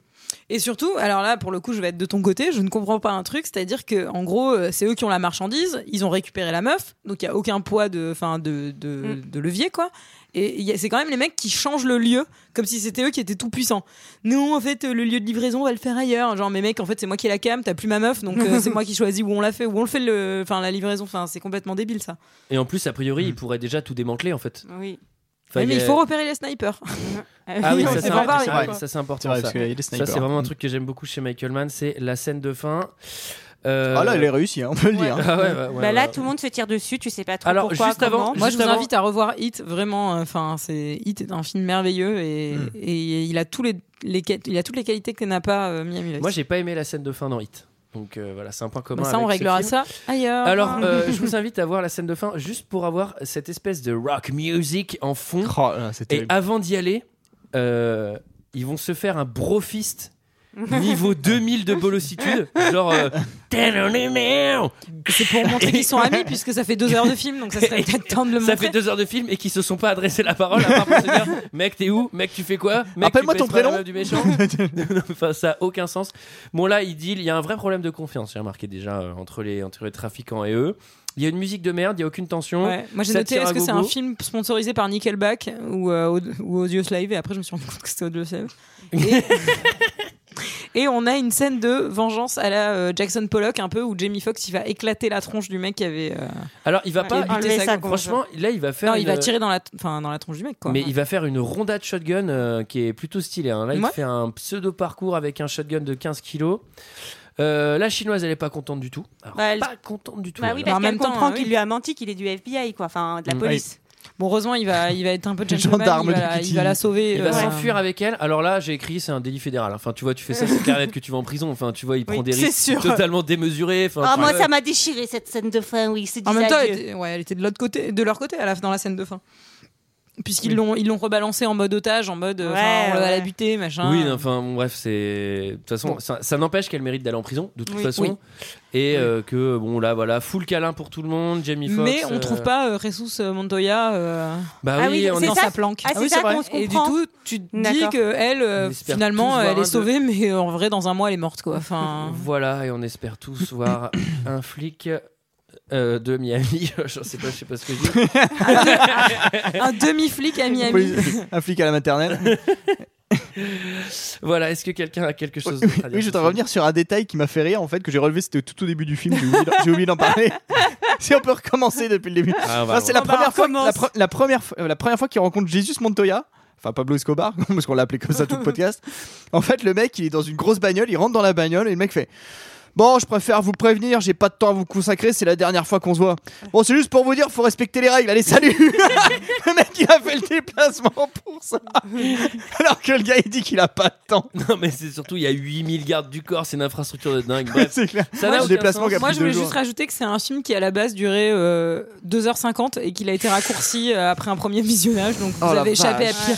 Speaker 7: Et surtout, alors là, pour le coup, je vais être de ton côté, je ne comprends pas un truc, c'est-à-dire que, en gros, euh, c'est eux qui ont la marchandise, ils ont récupéré la meuf, donc il n'y a aucun poids de, enfin, de, de, de levier, quoi. Et il y a- c'est quand même les mecs qui changent le lieu, comme si c'était eux qui étaient tout puissants. Nous, en fait, euh, le lieu de livraison, on va le faire ailleurs. Genre, mais mec, en fait, c'est moi qui ai la cam, t'as plus ma meuf, donc *laughs* euh, c'est moi qui choisis où on la fait, où on le fait, le, enfin, la livraison. Enfin, c'est complètement débile, ça.
Speaker 1: Et en plus, a priori, ils pourraient déjà tout démanteler, en fait.
Speaker 10: Mm. Oui.
Speaker 1: Enfin,
Speaker 7: Ouais, mais
Speaker 1: y
Speaker 7: il
Speaker 1: a-
Speaker 7: faut repérer les snipers.
Speaker 1: Ah
Speaker 10: *laughs*
Speaker 1: oui,
Speaker 7: On
Speaker 1: ça
Speaker 7: sait
Speaker 1: c'est
Speaker 7: pas
Speaker 1: important,
Speaker 7: pareil,
Speaker 1: c'est vrai,
Speaker 7: quoi.
Speaker 1: ça, c'est important.
Speaker 6: C'est vrai,
Speaker 1: ça.
Speaker 6: parce qu'il y a des
Speaker 1: Ça,
Speaker 6: snipers.
Speaker 1: c'est vraiment un truc que j'aime beaucoup chez Michael Mann, c'est la scène de fin. Euh,
Speaker 6: ah là il est réussi hein, on peut le dire
Speaker 1: *laughs* Ah ouais, ouais, ouais,
Speaker 10: bah,
Speaker 1: ouais.
Speaker 10: là, tout le monde se tire dessus, tu sais pas trop
Speaker 1: Alors,
Speaker 10: pourquoi.
Speaker 1: juste avant-
Speaker 10: comment.
Speaker 7: Moi, je vous invite à revoir Hit. Vraiment, euh, enfin, c'est Hit est un film merveilleux et,
Speaker 1: Mm.
Speaker 7: et il a tous les, les quai- il a toutes les qualités que n'a pas euh, Miami Vice.
Speaker 1: Moi, j'ai pas aimé la scène de fin dans Hit. Donc euh, voilà, c'est un point commun.
Speaker 7: Bah, ça, on
Speaker 1: avec ce
Speaker 7: réglera
Speaker 1: film.
Speaker 7: ça ailleurs.
Speaker 1: Alors,
Speaker 7: *laughs*
Speaker 1: euh, je vous invite à voir la scène de fin juste pour avoir cette espèce de rock music en fond.
Speaker 6: Oh là, c'est
Speaker 1: Et
Speaker 6: terrible.
Speaker 1: avant d'y aller, euh, ils vont se faire un
Speaker 10: *laughs*
Speaker 1: brofist niveau 2000 de bolossitude. Genre.
Speaker 6: *laughs*
Speaker 1: euh,
Speaker 7: c'est pour montrer
Speaker 1: *laughs*
Speaker 7: qu'ils sont amis puisque ça fait deux heures de film, donc ça serait peut-être temps de le
Speaker 1: ça
Speaker 7: montrer.
Speaker 1: fait deux heures de film et qu'ils se sont pas adressés la parole à part pour se
Speaker 7: *laughs*
Speaker 1: dire mec t'es où mec tu fais quoi mec,
Speaker 6: Rappelle-moi
Speaker 1: tu
Speaker 6: ton
Speaker 1: baisses pas la
Speaker 6: prénom.
Speaker 1: meuf du méchant Non, non, enfin ça a aucun sens bon là il dit il y a un vrai problème de confiance j'ai remarqué déjà euh, entre les entre les trafiquants et eux il y a une musique de merde il y a aucune tension
Speaker 7: Ouais. Moi,
Speaker 1: Hein
Speaker 7: j'ai
Speaker 1: Ça
Speaker 7: noté
Speaker 1: tire à
Speaker 7: est-ce que c'est un
Speaker 1: gogo.
Speaker 7: film sponsorisé par Nickelback ou, euh, Aud- ou Audio Slave et après je me suis rendu compte que c'était Audio Slave. Et... Et *laughs* on a une scène de vengeance à la euh, Jackson Pollock, un peu où Jamie Foxx il va éclater la tronche du mec qui avait. euh,
Speaker 1: alors il va
Speaker 7: Ouais,
Speaker 1: pas
Speaker 7: il va enlever sa gorge.
Speaker 1: franchement là il va faire
Speaker 7: Non, il
Speaker 1: une-
Speaker 7: va tirer dans la, enfin, dans la tronche du mec, quoi.
Speaker 1: Mais il va faire une rondade shotgun euh, qui est plutôt stylée. hein. Là, il
Speaker 7: Ouais.
Speaker 1: fait un pseudo parcours avec un shotgun de 15 kilos. Euh, la chinoise, elle est pas contente du tout. Alors,
Speaker 10: Bah, elle-
Speaker 1: Pas contente du tout.
Speaker 10: Bah
Speaker 1: elle.
Speaker 10: oui, parce
Speaker 7: En même
Speaker 10: qu'elle
Speaker 7: temps,
Speaker 10: comprend
Speaker 7: hein,
Speaker 10: qu'il
Speaker 7: oui.
Speaker 10: lui a menti qu'il est du FBI, quoi, enfin de la
Speaker 1: Mm.
Speaker 10: police.
Speaker 7: Bon, heureusement, il va, il va être un peu gentleman.
Speaker 6: Gendarme
Speaker 7: il, va
Speaker 6: de
Speaker 7: la,
Speaker 6: Kitty.
Speaker 7: il va la sauver.
Speaker 1: Il
Speaker 7: euh,
Speaker 1: va s'enfuir avec elle. Alors là, j'ai écrit, c'est un délit fédéral. Enfin, tu vois, tu fais ça, c'est clair net que tu vas en prison. Enfin, tu vois, il prend des
Speaker 10: c'est
Speaker 1: risques
Speaker 10: sûr.
Speaker 1: totalement démesurés. Enfin,
Speaker 10: Ah,
Speaker 1: tu
Speaker 10: moi,
Speaker 1: vois.
Speaker 10: ça m'a déchiré cette scène de fin, oui. C'est
Speaker 7: En même temps, elle était, ouais, elle était de l'autre côté, de leur côté, à la, dans la scène de fin. Puisqu'ils l'ont, ils l'ont rebalancé en mode otage, en mode, euh,
Speaker 10: Ouais,
Speaker 7: enfin, on va
Speaker 10: ouais.
Speaker 7: la buter, machin.
Speaker 1: Oui, non, enfin, bon, bref, c'est. De toute façon, ça, ça n'empêche qu'elle mérite d'aller en prison, de toute
Speaker 7: Oui.
Speaker 1: façon.
Speaker 7: Oui.
Speaker 1: Et euh, que, bon, là, voilà, full câlin pour tout le monde, Jamie Foxx.
Speaker 7: mais on trouve
Speaker 1: euh,
Speaker 7: pas euh, Jesus Montoya euh,
Speaker 1: Bah
Speaker 10: Ah
Speaker 1: oui,
Speaker 10: oui,
Speaker 1: on
Speaker 10: c'est
Speaker 1: est-
Speaker 7: dans
Speaker 10: ça
Speaker 7: sa planque.
Speaker 10: Ah, c'est ça qu'on se
Speaker 7: Et du
Speaker 10: comprend.
Speaker 7: tout, tu te dis
Speaker 10: D'accord.
Speaker 7: que elle, euh,
Speaker 1: On espère tous
Speaker 7: finalement,
Speaker 1: voir
Speaker 7: elle
Speaker 1: un
Speaker 7: est
Speaker 1: de-
Speaker 7: sauvée, mais en vrai, dans un mois, elle est morte, quoi. Enfin,
Speaker 1: Voilà, et on espère tous voir un flic euh, de Miami. *laughs* je sais pas, je sais pas ce que je dis.
Speaker 7: un demi flic à
Speaker 6: *laughs*
Speaker 7: Miami.
Speaker 6: un flic à la maternelle
Speaker 1: Voilà, est-ce que quelqu'un a quelque chose d'autre à dire
Speaker 6: Oui, je voudrais revenir sur un détail qui m'a fait rire en fait que j'ai relevé c'était tout au début du film, j'ai oublié d'en- j'ai oublié d'en parler. *laughs* si on peut recommencer depuis le début.
Speaker 1: Ah, on va
Speaker 6: Enfin, c'est la,
Speaker 1: voir.
Speaker 6: première fois, la, pre- la première fois- euh, la première fois qu'il rencontre Jésus Montoya. Enfin, Pablo Escobar, *laughs* parce qu'on l'a appelé comme ça tout le podcast. En fait, le mec, il est dans une grosse bagnole, il rentre dans la bagnole et le mec fait Bon, je préfère vous prévenir, j'ai pas de temps à vous consacrer, c'est la dernière fois qu'on se voit. Bon, c'est juste pour vous dire, faut respecter les règles, allez, salut *laughs* Le mec, il a fait le déplacement pour
Speaker 1: *laughs*
Speaker 6: ça Alors que le gars, il dit qu'il a pas de temps.
Speaker 1: Non, mais c'est surtout, il y a 8000 gardes du corps, c'est une infrastructure de dingue. Bref,
Speaker 6: *laughs* c'est clair.
Speaker 1: ça
Speaker 7: Moi,
Speaker 1: n'a
Speaker 7: je-
Speaker 1: aucun sens.
Speaker 7: Moi, je voulais juste rajouter que c'est un film qui, à la base, durait euh, 2h50 et qu'il a été raccourci euh, après un premier visionnage. Donc, vous
Speaker 6: Oh, la
Speaker 7: avez échappé à
Speaker 6: vache.
Speaker 7: pire.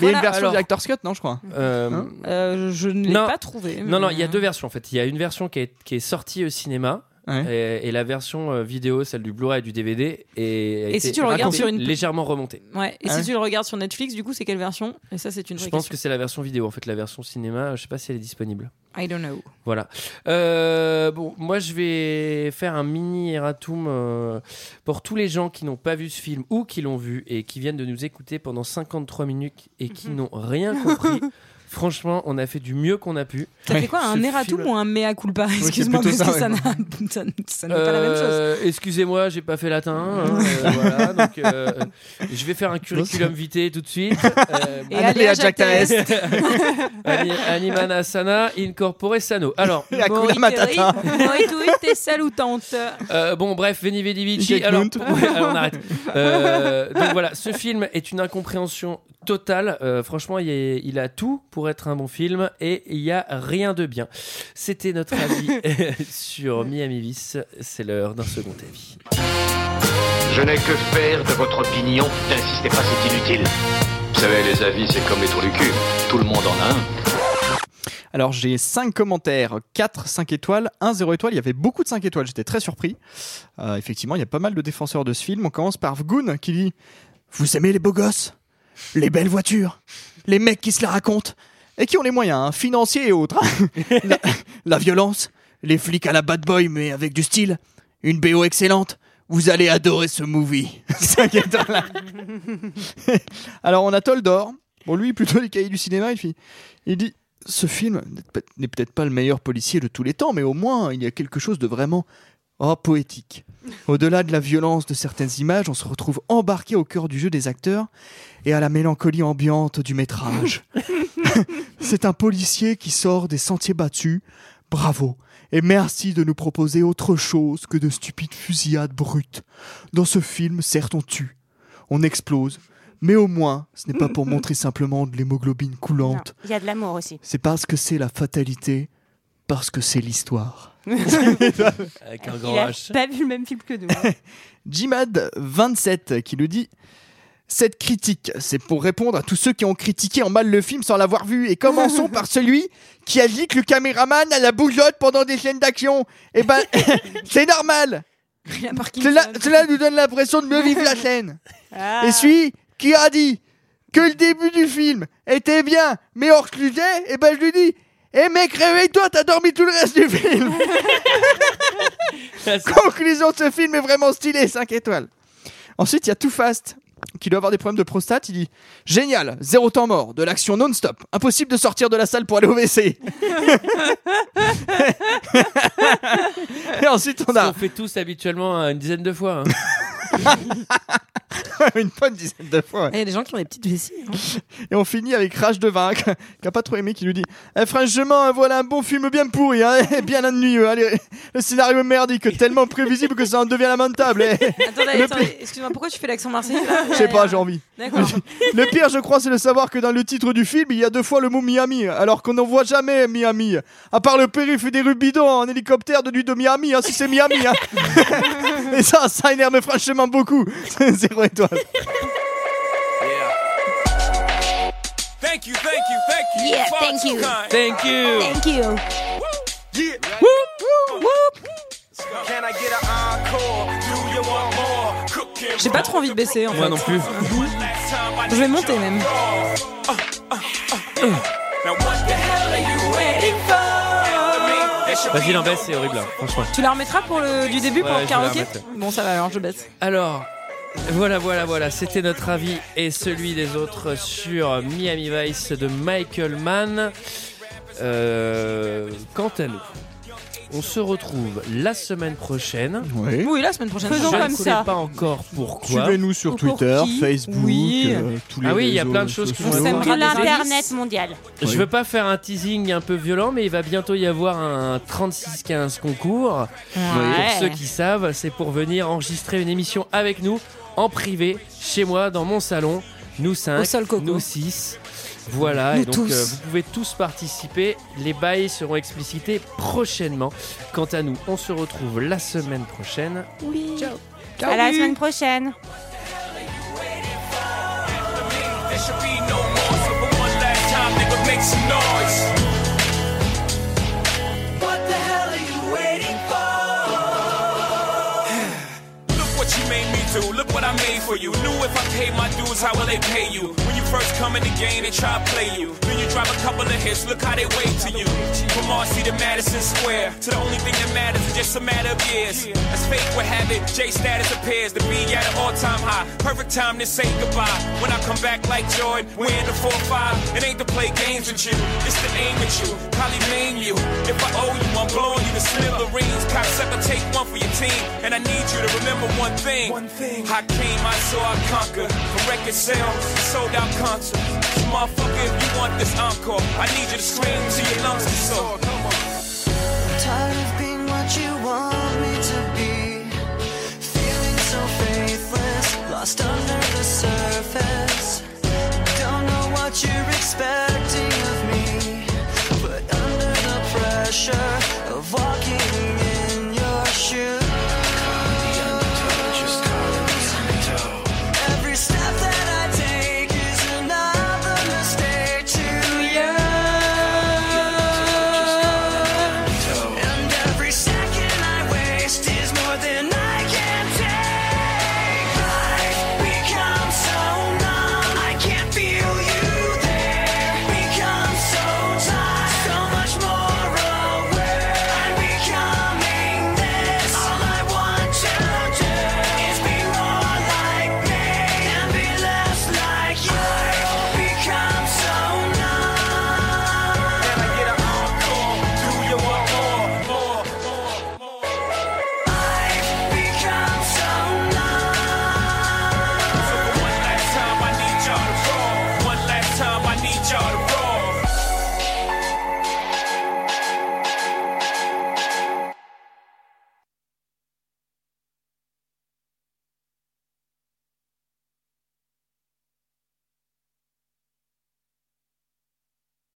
Speaker 6: Mais il y a
Speaker 7: Voilà,
Speaker 6: une version
Speaker 7: alors-
Speaker 6: director's cut, non, je crois
Speaker 1: Euh,
Speaker 6: Hein
Speaker 7: Euh, je ne l'ai
Speaker 1: Non.
Speaker 7: pas trouvé.
Speaker 1: Non, non,
Speaker 7: mais-
Speaker 1: il y a deux versions en fait. Il y a une version qui est, qui est sortie au cinéma. Et, et la version euh, vidéo, celle du Blu-ray et du DVD, est a
Speaker 7: Et
Speaker 1: été
Speaker 7: si tu le regardes sur une-
Speaker 1: légèrement remontée.
Speaker 7: euh, Ouais, et
Speaker 1: Ah
Speaker 7: si
Speaker 1: ouais.
Speaker 7: tu le regardes sur Netflix, du coup, c'est quelle version Et ça, c'est une
Speaker 1: Je
Speaker 7: vraie
Speaker 1: pense que
Speaker 7: question.
Speaker 1: c'est la version vidéo en fait. La version cinéma, je sais pas si elle est disponible.
Speaker 7: I don't know.
Speaker 1: Voilà. Euh, bon, moi, je vais faire un mini erratum euh, pour tous les gens qui n'ont pas vu ce film ou qui l'ont vu et qui viennent de nous écouter pendant 53 minutes et
Speaker 7: Mhm.
Speaker 1: qui n'ont rien
Speaker 7: *laughs*
Speaker 1: compris. Franchement, on a fait du mieux qu'on a pu.
Speaker 7: T'as fait quoi Un
Speaker 1: Ce
Speaker 7: erratum
Speaker 1: film-
Speaker 7: ou un mea culpa Excuse-moi,
Speaker 1: plutôt
Speaker 7: parce que
Speaker 1: ça,
Speaker 7: ça
Speaker 1: ouais.
Speaker 7: n'a ça n- ça n'est pas la même chose.
Speaker 1: Euh, Excusez-moi, j'ai pas fait latin. hein,
Speaker 7: *laughs*
Speaker 1: euh, voilà, donc, euh, je vais faire un curriculum vitae tout de suite. Euh,
Speaker 7: Et allez à
Speaker 1: *laughs*
Speaker 7: Jacques Test.
Speaker 1: Ani- Animana sana incorpore sano. Alors,
Speaker 7: Mori teri, mori tui, t'es salutante.
Speaker 1: Euh, bon, bref, Veni Vidi Vici.
Speaker 6: Jacques
Speaker 1: Alors,
Speaker 6: Mount.
Speaker 1: ouais, alors, on arrête. Euh, donc voilà, ce film est une incompréhension totale. Euh, franchement, il, est- il a tout pour être un bon film et il y a rien de bien. C'était notre avis *laughs* sur Miami Vice. C'est l'heure d'un second avis.
Speaker 14: Je n'ai que faire de votre opinion. N'insistez pas, c'est inutile. Vous savez, les avis, c'est comme les trous du cul. Tout le monde en a un.
Speaker 6: Alors j'ai 5 commentaires, 4 5 étoiles, 1 0 étoile, il y avait beaucoup de 5 étoiles, j'étais très surpris. Euh, effectivement, il y a pas mal de défenseurs de ce film. On commence par Vgoun qui dit Vous aimez les beaux gosses Les belles voitures Les mecs qui se la racontent Et qui ont les moyens, hein, financiers et autres. hein. la, la violence Les flics à la bad boy mais avec du style Une BO excellente Vous allez adorer ce movie *laughs* 5 étoiles Alors on a Toldor. Bon, lui, plutôt les cahiers du cinéma, il, fait- il dit Ce film n'est peut-être pas le meilleur policier de tous les temps, mais au moins, il y a quelque chose de vraiment oh, poétique. Au-delà de la violence de certaines images, on se retrouve embarqué au cœur du jeu des acteurs et à la mélancolie ambiante du métrage. *laughs* C'est un policier qui sort des sentiers battus. Bravo et merci de nous proposer autre chose que de stupides fusillades brutes. Dans ce film, certes, on tue, on explose, mais au moins, ce n'est pas pour montrer simplement de l'hémoglobine
Speaker 10: Non,
Speaker 6: coulante.
Speaker 10: Il y a de l'amour aussi.
Speaker 6: C'est parce que c'est la fatalité, parce que c'est l'histoire.
Speaker 1: Avec
Speaker 7: Ah,
Speaker 10: Il a
Speaker 7: *laughs*
Speaker 10: pas vu le même film que nous. hein.
Speaker 6: Jimad27 qui nous dit Cette critique, c'est pour répondre à tous ceux qui ont critiqué en mal le film sans l'avoir vu. Et commençons par celui qui a dit que le caméraman a la bouillotte pendant des scènes d'action. Eh ben, *laughs* c'est normal
Speaker 7: La Parkinson.
Speaker 6: cela, cela nous donne l'impression de mieux vivre la scène.
Speaker 7: Ah.
Speaker 6: Et celui qui a dit que le début du film était bien, mais hors sujet, et ben je lui dis Eh mec, réveille-toi, t'as dormi tout le reste du film *laughs* Conclusion de ce film est vraiment stylé, 5 étoiles. Ensuite, il y a Too Fast qui doit avoir des problèmes de prostate. Il dit Génial, zéro temps mort, de l'action non-stop, impossible de sortir de la salle pour aller au WC. Et ensuite, on a
Speaker 1: On fait tous habituellement euh, une dizaine de fois. hein.
Speaker 6: *laughs* une bonne dizaine de fois. ouais.
Speaker 7: Il y a des gens qui ont des petites vessies. hein.
Speaker 6: Et on finit avec Rage de Vaincre, qui a pas trop aimé, qui nous dit Eh, Franchement, euh, voilà un bon film bien pourri, hein, *laughs* eh, bien ennuyeux. hein, les- le scénario est merdique, tellement prévisible que ça en devient lamentable. eh.
Speaker 7: Attendez,
Speaker 6: Le
Speaker 7: attendez, excuse-moi, pourquoi tu fais l'accent marseillais là
Speaker 6: Je sais pas, j'ai envie.
Speaker 7: D'accord.
Speaker 6: *laughs* Le pire, je crois, c'est de savoir que dans le titre du film, il y a deux fois le mot Miami, alors qu'on n'en voit jamais Miami. À part le périph' des rubidons en hélicoptère de nuit de Miami, hein, si c'est Miami. *laughs* hein. Et ça, ça énerve franchement beaucoup. *laughs* Zéro étoile.
Speaker 3: Thank you, thank you, thank you. Yeah, thank you.
Speaker 15: Ah,
Speaker 1: Thank you.
Speaker 3: Thank
Speaker 10: you.
Speaker 3: Yeah. Can I get an encore? Do you want more? Cooking
Speaker 7: J'ai pas trop envie de baisser en fait.
Speaker 1: Moi non plus.
Speaker 3: last time I
Speaker 7: Je vais monter même.
Speaker 3: Now what the hell are you waiting for?
Speaker 1: Vas-y, l'en baisse, c'est horrible, hein, franchement.
Speaker 7: Tu la remettras pour le du début pour
Speaker 1: Ouais,
Speaker 7: le
Speaker 1: je vais la
Speaker 7: karaoké
Speaker 1: remettre.
Speaker 7: Bon, ça va alors, je baisse.
Speaker 1: Alors, voilà, voilà, voilà, c'était notre avis et celui des autres sur Miami Vice de Michael Mann. Euh, quant à nous, On se retrouve la semaine prochaine.
Speaker 6: Oui.
Speaker 15: Oui, la semaine prochaine.
Speaker 1: Je
Speaker 15: Faisons
Speaker 1: ne
Speaker 15: comme
Speaker 1: sais
Speaker 15: ça.
Speaker 1: pas encore pourquoi.
Speaker 6: Suivez-nous sur Twitter, Facebook,
Speaker 1: Oui.
Speaker 6: euh, tous les
Speaker 1: Ah oui, il y a
Speaker 6: réseaux
Speaker 1: plein de choses qui
Speaker 6: sociaux.
Speaker 1: sont- On
Speaker 7: Que
Speaker 1: s'aimera
Speaker 7: l'internet mondial.
Speaker 1: Je veux pas faire un teasing un peu violent, mais il va bientôt y avoir un 36-15 concours. Pour ceux qui savent, c'est pour venir enregistrer une émission avec nous, en privé, chez moi, dans mon salon. Nous 5, nous 6. Voilà,
Speaker 6: Nous
Speaker 1: et donc euh,
Speaker 6: tous.
Speaker 1: vous pouvez tous participer. Les bails seront explicités prochainement. Quant à nous, on se retrouve la semaine prochaine.
Speaker 7: Oui.
Speaker 1: Ciao.
Speaker 7: À la semaine prochaine.
Speaker 10: There should be no more. So for one last time, nigga, make some noise. What the hell are you waiting for? *sighs* Look what you made me do. Look what I made for you. Knew if I paid my dues, how will they pay you? When you first come in the game, they try to play you. Then you drive a couple of hits. Look how they wait to you. From Marcy to Madison Square, to the only thing that matters is just a matter of years. As fate would have it, J status appears to be at an all-time high. Perfect time to say goodbye. When I come back like Jordan, wearing the 4-5. It ain't to play games with you, it's to aim at you. Probably maim you. If I owe you, I'm blowing you to smithereens. Cocksucker, take one for your team. And I need you to remember one thing. One thing. I came, I saw, I conquered. From record sales, sold out concerts. So motherfucker, if you want this encore, I need you to scream till your lungs are sore. Come on.
Speaker 16: Tired of being what you want me to be. Feeling so faithless, lost under the surface. Don't know what you're expecting.